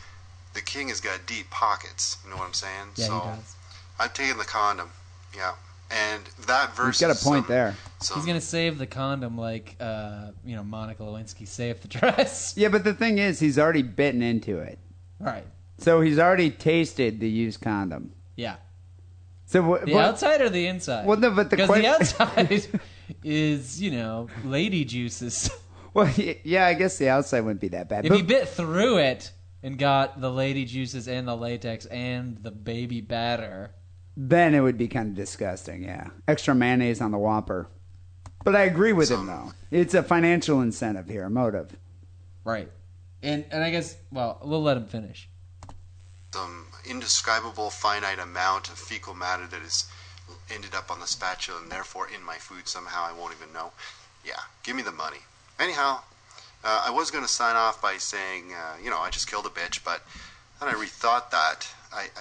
[SPEAKER 9] the king has got deep pockets. You know what I'm saying?
[SPEAKER 5] Yeah, he
[SPEAKER 9] so
[SPEAKER 5] does.
[SPEAKER 9] I'm taking the condom. Yeah, and that versus
[SPEAKER 4] He's got a point
[SPEAKER 9] some-
[SPEAKER 4] there.
[SPEAKER 9] some-
[SPEAKER 5] He's gonna save the condom like uh, you know Monica Lewinsky saved the dress. [laughs]
[SPEAKER 4] Yeah, but the thing is, he's already bitten into it,
[SPEAKER 5] All right.
[SPEAKER 4] so he's already tasted the used condom.
[SPEAKER 5] Yeah.
[SPEAKER 4] So what?
[SPEAKER 5] The
[SPEAKER 4] what-
[SPEAKER 5] outside or the inside?
[SPEAKER 4] Well, no, but the
[SPEAKER 5] because
[SPEAKER 4] que- [laughs]
[SPEAKER 5] the outside is you know lady juices.
[SPEAKER 4] well, [laughs] y- yeah, I guess the outside wouldn't be that bad.
[SPEAKER 5] If
[SPEAKER 4] But
[SPEAKER 5] he bit through it and got the lady juices and the latex and the baby batter,
[SPEAKER 4] then it would be kind of disgusting. Yeah, extra mayonnaise on the Whopper. But I agree with him though. It's a financial incentive here, a motive.
[SPEAKER 5] right? And and I guess well we'll let him finish.
[SPEAKER 9] some indescribable finite amount of fecal matter that is ended up on the spatula and therefore in my food somehow I won't even know. Yeah, give me the money. Anyhow, uh, I was going to sign off by saying, uh, you know, I just killed a bitch, but then I rethought that. I, I,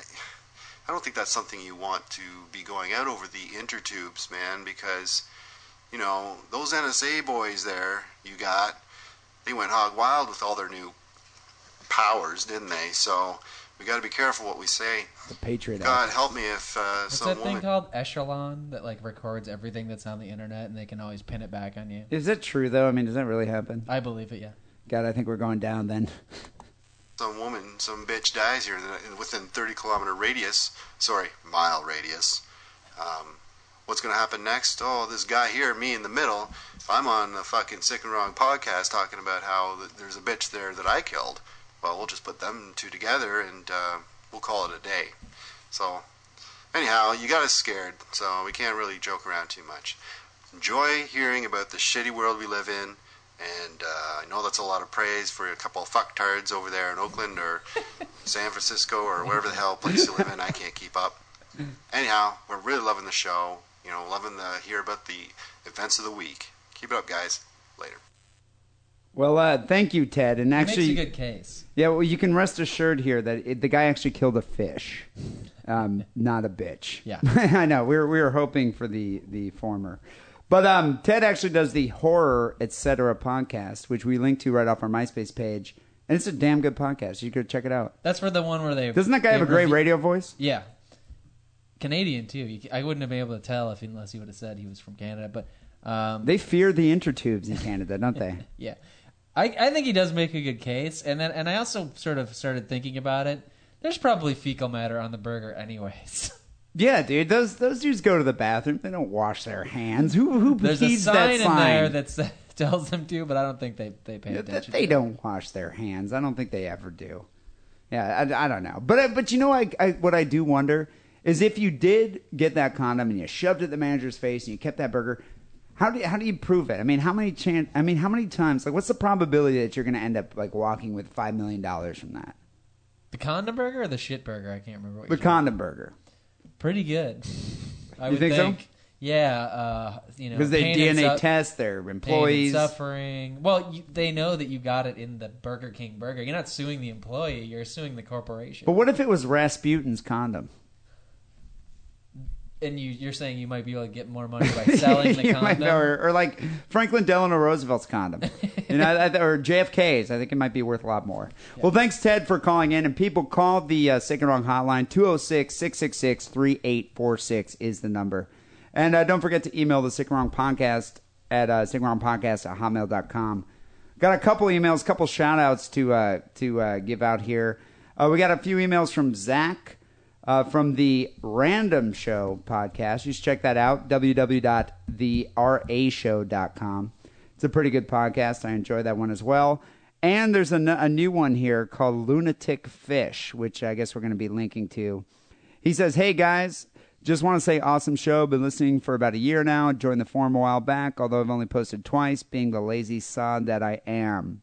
[SPEAKER 9] I don't think that's something you want to be going out over the intertubes, man, because, you know, those NSA boys there you got, they went hog wild with all their new powers, didn't they? So we got to be careful what we say.
[SPEAKER 4] The Patriot
[SPEAKER 9] God
[SPEAKER 4] Act.
[SPEAKER 9] help me if uh,
[SPEAKER 5] What's
[SPEAKER 9] some
[SPEAKER 5] that thing
[SPEAKER 9] woman.
[SPEAKER 5] called Echelon that like records everything that's on the internet and they can always pin it back on you?
[SPEAKER 4] Is that true though? I mean, does that really happen?
[SPEAKER 5] I believe it. Yeah.
[SPEAKER 4] God, I think we're going down then.
[SPEAKER 9] some woman, some bitch dies here in- within 30 kilometer radius, sorry, mile radius. Um, what's going to happen next? Oh, this guy here, me in the middle, I'm on the fucking Sick and Wrong podcast talking about how th- there's a bitch there that I killed. Well, we'll just put them two together and uh, we'll call it a day. So, anyhow, you got us scared, so we can't really joke around too much. Enjoy hearing about the shitty world we live in. And uh, I know that's a lot of praise for a couple of fucktards over there in Oakland or San Francisco or wherever the hell place you live in. I can't keep up. Anyhow, we're really loving the show. You know, loving the hear about the events of the week. Keep it up, guys. Later.
[SPEAKER 4] Well, uh, thank you, Ted. And
[SPEAKER 5] It
[SPEAKER 4] actually,
[SPEAKER 5] makes a good case.
[SPEAKER 4] Yeah, well, you can rest assured here that it, the guy actually killed a fish, um, not a bitch.
[SPEAKER 5] Yeah.
[SPEAKER 4] [laughs] I know. We were we were hoping for the the former, but um, Ted actually does the horror etc. podcast, which we link to right off our MySpace page, and it's a damn good podcast. You could check it out.
[SPEAKER 5] That's for the one where they
[SPEAKER 4] Doesn't that guy
[SPEAKER 5] they
[SPEAKER 4] have a great
[SPEAKER 5] review-
[SPEAKER 4] radio voice?
[SPEAKER 5] Yeah. Canadian too. You, ca- I wouldn't have been able to tell if unless he would have said he was from Canada. But um,
[SPEAKER 4] They fear the intertubes in Canada, don't
[SPEAKER 5] [laughs]
[SPEAKER 4] they?
[SPEAKER 5] Yeah, I, I think he does make a good case, and then and I also sort of started thinking about it. There's probably fecal matter on the burger, anyways. [laughs]
[SPEAKER 4] yeah, dude. Those those dudes go to the bathroom. They don't wash their hands. Who who
[SPEAKER 5] There's a
[SPEAKER 4] heeds
[SPEAKER 5] sign,
[SPEAKER 4] that
[SPEAKER 5] in
[SPEAKER 4] sign?
[SPEAKER 5] there that sa- [laughs] tells them to, but I don't think they they pay
[SPEAKER 4] Th-
[SPEAKER 5] attention.
[SPEAKER 4] they
[SPEAKER 5] to it.
[SPEAKER 4] don't wash their hands. I don't think they ever do. Yeah, I, I don't know. But I- but you know, I, I what I do wonder is if you did get that condom and you shoved it in the manager's face and you kept that burger, how do you, how do you prove it? I mean, how many chan- I mean, how many times? Like, what's the probability that you're going to end up like walking with five million dollars from that?
[SPEAKER 5] The condom burger or the shit burger? I can't remember.
[SPEAKER 4] [laughs]
[SPEAKER 5] Which
[SPEAKER 4] The condom burger.
[SPEAKER 5] Pretty good. I
[SPEAKER 4] You
[SPEAKER 5] would
[SPEAKER 4] think so?
[SPEAKER 5] Yeah, uh, you know,
[SPEAKER 4] Because they
[SPEAKER 5] pain and
[SPEAKER 4] DNA
[SPEAKER 5] suff-
[SPEAKER 4] test their
[SPEAKER 5] pain and
[SPEAKER 4] employees.
[SPEAKER 5] suffering. Well, you, they know that you got it in the Burger King burger. You're not suing the employee; you're suing the corporation.
[SPEAKER 4] But what if it was Rasputin's condom?
[SPEAKER 5] And you, you're saying you might be able to get more
[SPEAKER 4] [laughs]
[SPEAKER 5] money by selling the
[SPEAKER 4] You might
[SPEAKER 5] condom.
[SPEAKER 4] know, or, or like Franklin Delano Roosevelt's condom, you know, [laughs] I- I- or JFK's. I think it might be worth a lot more. Well, thanks, Ted, for calling in. And people call the uh, Sick and Wrong hotline 206 666 3846 is the number. And uh, don't forget to email the Sick and Wrong podcast at uh, sick and wrong podcast at hotmail.com. Got a couple emails, couple shout outs to, uh, to uh, give out here. Uh, we got a few emails from Zach uh, from the Random Show podcast. You should check that out, www.therashow.com. It's a pretty good podcast. I enjoy that one as well. And there's a, n- a new one here called Lunatic Fish, which I guess we're going to be linking to. He says, Hey guys, just want to say awesome show. Been listening for about a year now. Joined the forum a while back, although I've only posted twice, being the lazy sod that I am.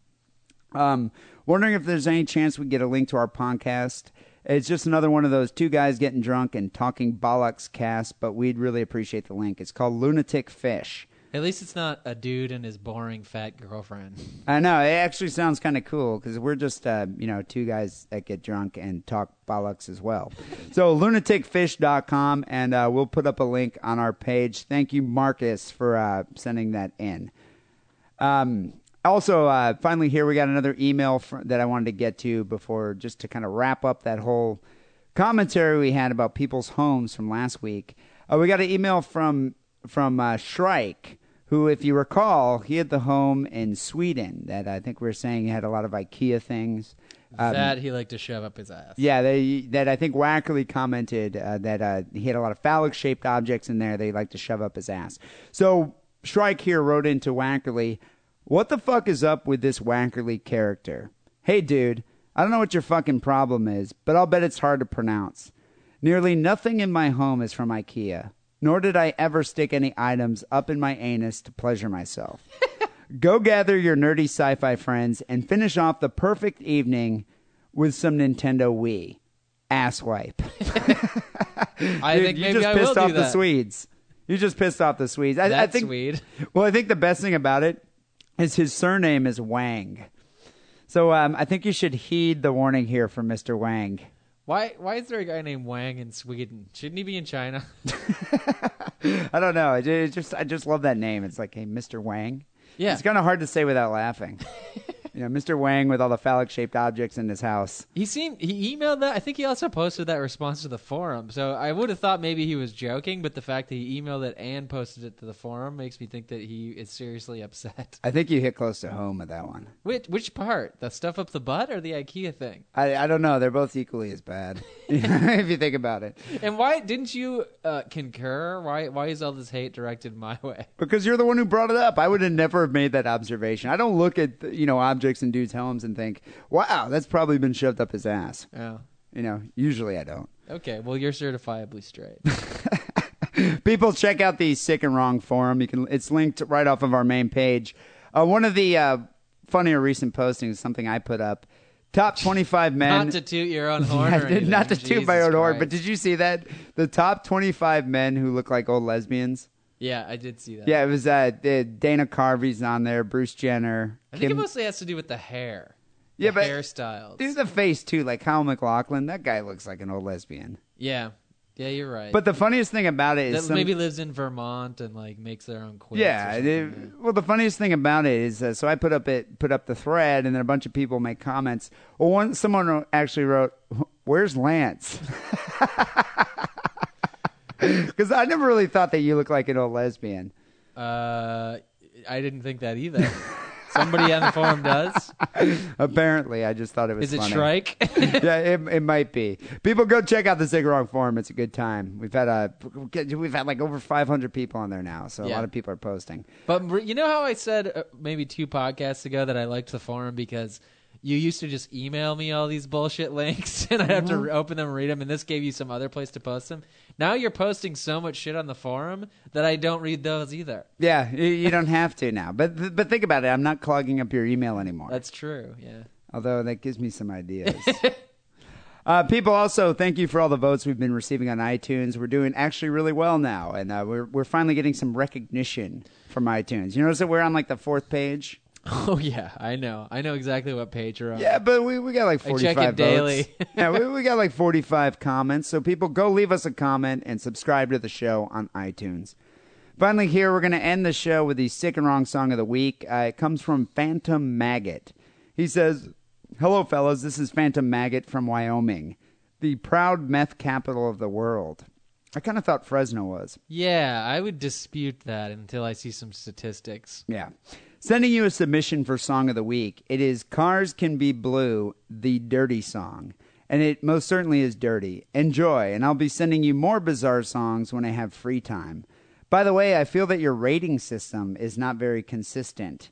[SPEAKER 4] Um, wondering if there's any chance we get a link to our podcast. It's just another one of those two guys getting drunk and talking bollocks cast, but we'd really appreciate the link. It's called Lunatic Fish.
[SPEAKER 5] At least it's not a dude and his boring fat girlfriend.
[SPEAKER 4] I know it actually sounds kind of cool because we're just uh, you know two guys that get drunk and talk bollocks as well. so lunaticfish.com and uh, we'll put up a link on our page. Thank you, Marcus, for uh, sending that in. Um, also, uh, finally, here we got another email fr- that I wanted to get to before just to kind of wrap up that whole commentary we had about people's homes from last week. Uh, we got an email from from uh, Shrike, who, if you recall, he had the home in Sweden that I think we were saying had a lot of IKEA things. [laughs] Um,
[SPEAKER 5] that he liked to shove up his ass.
[SPEAKER 4] yeah, they, that I think Wackerly commented uh, that uh, he had a lot of phallic shaped objects in there that he liked to shove up his ass. So Shrike here wrote into Wackerly, What the fuck is up with this Wackerly character? Hey, dude, I don't know what your fucking problem is, but I'll bet it's hard to pronounce. Nearly nothing in my home is from IKEA, nor did I ever stick any items up in my anus to pleasure myself. Go gather your nerdy sci fi friends and finish off the perfect evening with some Nintendo Wii. Asswipe.
[SPEAKER 5] I
[SPEAKER 4] Dude,
[SPEAKER 5] think
[SPEAKER 4] you
[SPEAKER 5] maybe
[SPEAKER 4] just
[SPEAKER 5] I
[SPEAKER 4] pissed
[SPEAKER 5] will do
[SPEAKER 4] off the
[SPEAKER 5] that.
[SPEAKER 4] Swedes. You just pissed off the Swedes. I, I
[SPEAKER 5] That's
[SPEAKER 4] think,
[SPEAKER 5] Swede.
[SPEAKER 4] Well, I think the best thing about it is his surname is Wang. So um, I think you should heed the warning here from Mr. Wang.
[SPEAKER 5] Why? Why is there a guy named Wang in Sweden? Shouldn't he be in China?
[SPEAKER 4] I don't know. I ju- just I just love that name. It's like, hey, Mr. Wang.
[SPEAKER 5] Yeah.
[SPEAKER 4] It's kind of hard to say without laughing. [laughs] you know, Mr. Wang with all the phallic shaped objects in his house.
[SPEAKER 5] He seemed he emailed that. I think he also posted that response to the forum. So I would have thought maybe he was joking, but the fact that he emailed it and posted it to the forum makes me think that he is seriously [laughs] upset.
[SPEAKER 4] I think you hit close to home with that one.
[SPEAKER 5] Which which part? The stuff up the butt or the IKEA thing?
[SPEAKER 4] I, I don't know. They're both equally as
[SPEAKER 5] [laughs]
[SPEAKER 4] bad [laughs] if you think about it.
[SPEAKER 5] And why didn't you uh, concur? Why why is all this hate directed my [laughs] way?
[SPEAKER 4] Because you're the one who brought it up. I would have never have made that observation. I don't look at you know objects in dudes' homes and think, "Wow, that's probably been shoved up his ass."
[SPEAKER 5] Oh.
[SPEAKER 4] You know, usually I don't.
[SPEAKER 5] Okay, well you're certifiably straight.
[SPEAKER 4] People check out the sick and wrong forum. You can it's linked right off of our main page. Uh, one of the uh, funnier recent postings, something I put up, top 25 men.
[SPEAKER 5] not to toot your own
[SPEAKER 4] [laughs]
[SPEAKER 5] horn.
[SPEAKER 4] I
[SPEAKER 5] or
[SPEAKER 4] did not to
[SPEAKER 5] anything.
[SPEAKER 4] toot my
[SPEAKER 5] Jesus
[SPEAKER 4] own horn, but
[SPEAKER 5] Christ.
[SPEAKER 4] did you see that? The top 25 men who look like old lesbians.
[SPEAKER 5] yeah, I did see that.
[SPEAKER 4] Yeah, it was uh, the- Dana Carvey's on there, Bruce Jenner.
[SPEAKER 5] I think
[SPEAKER 4] Kim-
[SPEAKER 5] it mostly has to do with the hair.
[SPEAKER 4] Yeah,
[SPEAKER 5] the
[SPEAKER 4] but-
[SPEAKER 5] hairstyles.
[SPEAKER 4] do the face too, like Kyle McLaughlin. That guy looks like an old lesbian.
[SPEAKER 5] Yeah, yeah, you're right.
[SPEAKER 4] But the funniest thing about it
[SPEAKER 5] that
[SPEAKER 4] is some-
[SPEAKER 5] maybe lives in Vermont and like makes their own quiz.
[SPEAKER 4] yeah. it- well, the funniest thing about it is, uh, so I put up it, put up the thread, and then a bunch of people make comments. Well, one someone actually wrote, "Where's Lance?" [laughs] Because I never really thought that you look like an old lesbian.
[SPEAKER 5] uh, I didn't think that either. [laughs] Somebody on the
[SPEAKER 4] [laughs]
[SPEAKER 5] forum does.
[SPEAKER 4] Apparently, I just thought it was.
[SPEAKER 5] Is it
[SPEAKER 4] funny.
[SPEAKER 5] Shrike?
[SPEAKER 4] [laughs]
[SPEAKER 5] [laughs]
[SPEAKER 4] yeah, it, it might be. People go check out the Zigarong forum. It's a good time. We've had a we've had like over 500 people on there now, so a
[SPEAKER 5] Yeah.
[SPEAKER 4] lot of people are posting.
[SPEAKER 5] But re- you know how I said uh, maybe two podcasts ago that I liked the forum because you used to just email me all these bullshit [laughs] links and I'd have
[SPEAKER 4] Mm-hmm.
[SPEAKER 5] to re- open them and read them, and this gave you some other place to post them. Now you're posting so much shit on the forum that I don't read those either.
[SPEAKER 4] Yeah, you, you don't have to now. But th- but think about it. I'm not clogging up your email anymore.
[SPEAKER 5] That's true. Yeah. [laughs]
[SPEAKER 4] Although that gives me some ideas. Uh, people, also thank you for all the votes we've been receiving on iTunes. We're doing actually really well now, and uh, we're we're finally getting some recognition from iTunes. You notice that we're on like the fourth page.
[SPEAKER 5] Oh yeah, I know. I know exactly what page you're on.
[SPEAKER 4] Yeah, but we, we got like
[SPEAKER 5] I
[SPEAKER 4] 45
[SPEAKER 5] check it
[SPEAKER 4] votes.
[SPEAKER 5] daily. [laughs]
[SPEAKER 4] yeah, we, we got like 45 comments. So people go leave us a comment and subscribe to the show on iTunes. Finally, here we're going to end the show with the sick and wrong song of the week. Uh, it comes from Phantom Maggot. He says, "Hello, fellas. This is Phantom Maggot from Wyoming, the proud meth capital of the world." I kind of thought Fresno was.
[SPEAKER 5] Yeah, I would dispute that until I see some statistics.
[SPEAKER 4] Yeah. Sending you a submission for Song of the Week. It is Cars Can Be Blue, the dirty song. And it most certainly is dirty. Enjoy, and I'll be sending you more bizarre songs when I have free time. By the way, I feel that your rating system is not very consistent.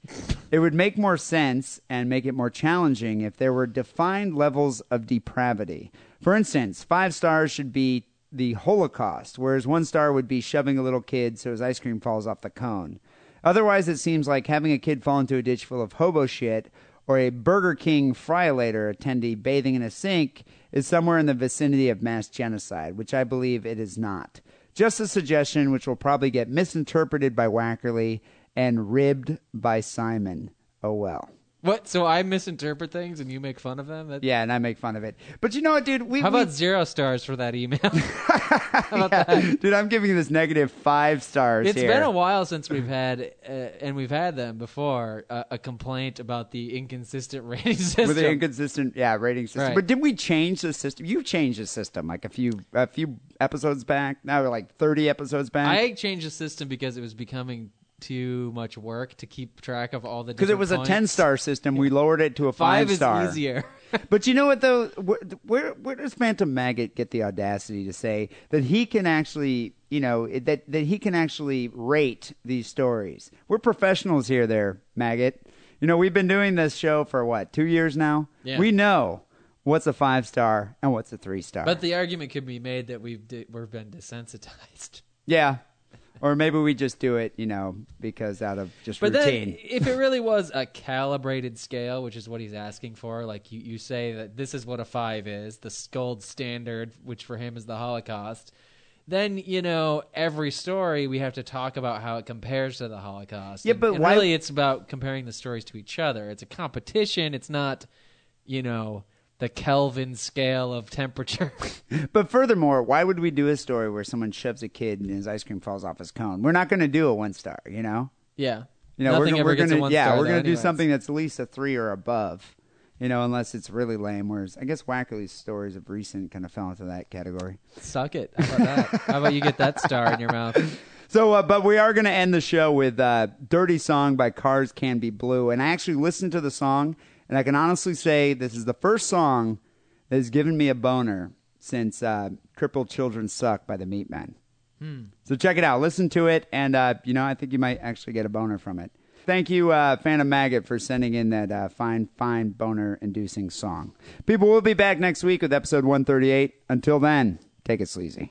[SPEAKER 4] it would make more sense and make it more challenging if there were defined levels of depravity. For instance, five stars should be the Holocaust, whereas one star would be shoving a little kid so his ice cream falls off the cone. Otherwise, it seems like having a kid fall into a ditch full of hobo shit or a Burger King fryolator attendee bathing in a sink is somewhere in the vicinity of mass genocide, which I believe it is not. Just a suggestion which will probably get misinterpreted by Wackerly and ribbed by Simon. Oh well.
[SPEAKER 5] What? So I misinterpret things and you make fun of them? That-
[SPEAKER 4] Yeah, and I make fun of it. But you know what, dude? We,
[SPEAKER 5] How
[SPEAKER 4] we-
[SPEAKER 5] about zero stars for that email?
[SPEAKER 4] [laughs] dude? I'm giving this negative five stars.
[SPEAKER 5] It's
[SPEAKER 4] here.
[SPEAKER 5] been a while since we've had, uh, and we've had them before, uh, a complaint about the inconsistent [laughs] rating system.
[SPEAKER 4] with an inconsistent yeah rating system.
[SPEAKER 5] Right.
[SPEAKER 4] But did we change the system? You changed the system like a few a few episodes back. Now we're like thirty episodes back.
[SPEAKER 5] I changed the system because it was becoming too much work to keep track of all the.
[SPEAKER 4] Because it was a ten star system, we lowered it to a five,
[SPEAKER 5] Five, is
[SPEAKER 4] star.
[SPEAKER 5] easier. [laughs]
[SPEAKER 4] but you know what though? Where, where where does Phantom Maggot get the audacity to say that he can actually you know that that he can actually rate these stories? We're professionals here, there, Maggot. You know we've been doing this show for what two years now.
[SPEAKER 5] Yeah.
[SPEAKER 4] We know what's a five star and what's a three star.
[SPEAKER 5] But the argument could be made that we've di- we've been desensitized.
[SPEAKER 4] Yeah. Or maybe we just do it, you know, because out of just
[SPEAKER 5] But
[SPEAKER 4] routine.
[SPEAKER 5] then, if it really was a calibrated scale, which is what he's asking for, like you, you say that this is what a five is, the gold standard, which for him is the Holocaust, then, you know, every story we have to talk about how it compares to the Holocaust.
[SPEAKER 4] Yeah,
[SPEAKER 5] And-
[SPEAKER 4] but
[SPEAKER 5] and
[SPEAKER 4] why-
[SPEAKER 5] Really, it's about comparing the stories to each other. It's a competition, it's not, you know, the Kelvin scale of temperature. [laughs]
[SPEAKER 4] but furthermore, why would we do a story where someone shoves a kid and his ice cream falls off his cone? We're not going to do a one star, you know?
[SPEAKER 5] yeah.
[SPEAKER 4] You know,
[SPEAKER 5] Nothing
[SPEAKER 4] we're,
[SPEAKER 5] ever
[SPEAKER 4] we're
[SPEAKER 5] gets
[SPEAKER 4] gonna,
[SPEAKER 5] a one
[SPEAKER 4] yeah,
[SPEAKER 5] star,
[SPEAKER 4] we're
[SPEAKER 5] though,
[SPEAKER 4] gonna do
[SPEAKER 5] anyways.
[SPEAKER 4] something that's at least a three or above, you know, unless it's really lame. Whereas I guess Wackerly's stories of recent kind of fell into that category.
[SPEAKER 5] Suck it. How about that? How about you get that star in your mouth?
[SPEAKER 4] So, uh, but we are going to end the show with uh, "Dirty Song" by Cars Can Be Blue, and I actually listened to the song, and I can honestly say this is the first song that has given me a boner since uh, "Crippled Children Suck" by the Meat Men. So check it out, listen to it, and uh, you know I think you might actually get a boner from it. Thank you, uh, Phantom Maggot, for sending in that uh, fine, fine boner-inducing song. People, we'll be back next week with episode 138. Until then, take it sleazy.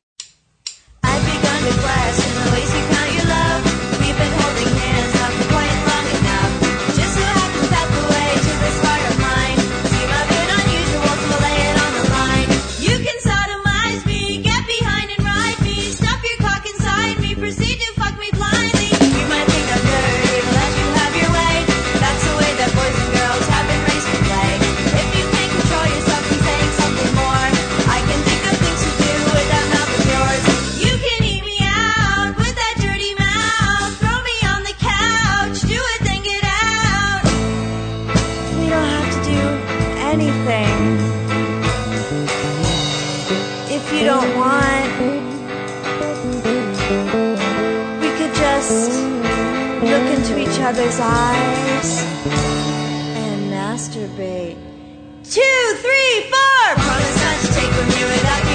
[SPEAKER 10] I've begun to question the ways we count your love. We've been holding hands up for quite long enough. Just so happens that the way to this heart of mine seem a bit unusual, so lay it on the line. You can sodomize me, get behind and ride me, stuff your cock inside me, proceed to fuck me blindly. You might think I'm dirty, but let you have your way. That's the way that boys and girls have been raised to play. If you can't control yourself, be saying something more. I can think of things to do with that mouth of yours. You can eat me out with that dirty mouth. Throw me on the couch, do it, then get out. We don't have to do anything. If you don't want, we could just look into each other's eyes and masturbate two, three, four. Promise not to take from you without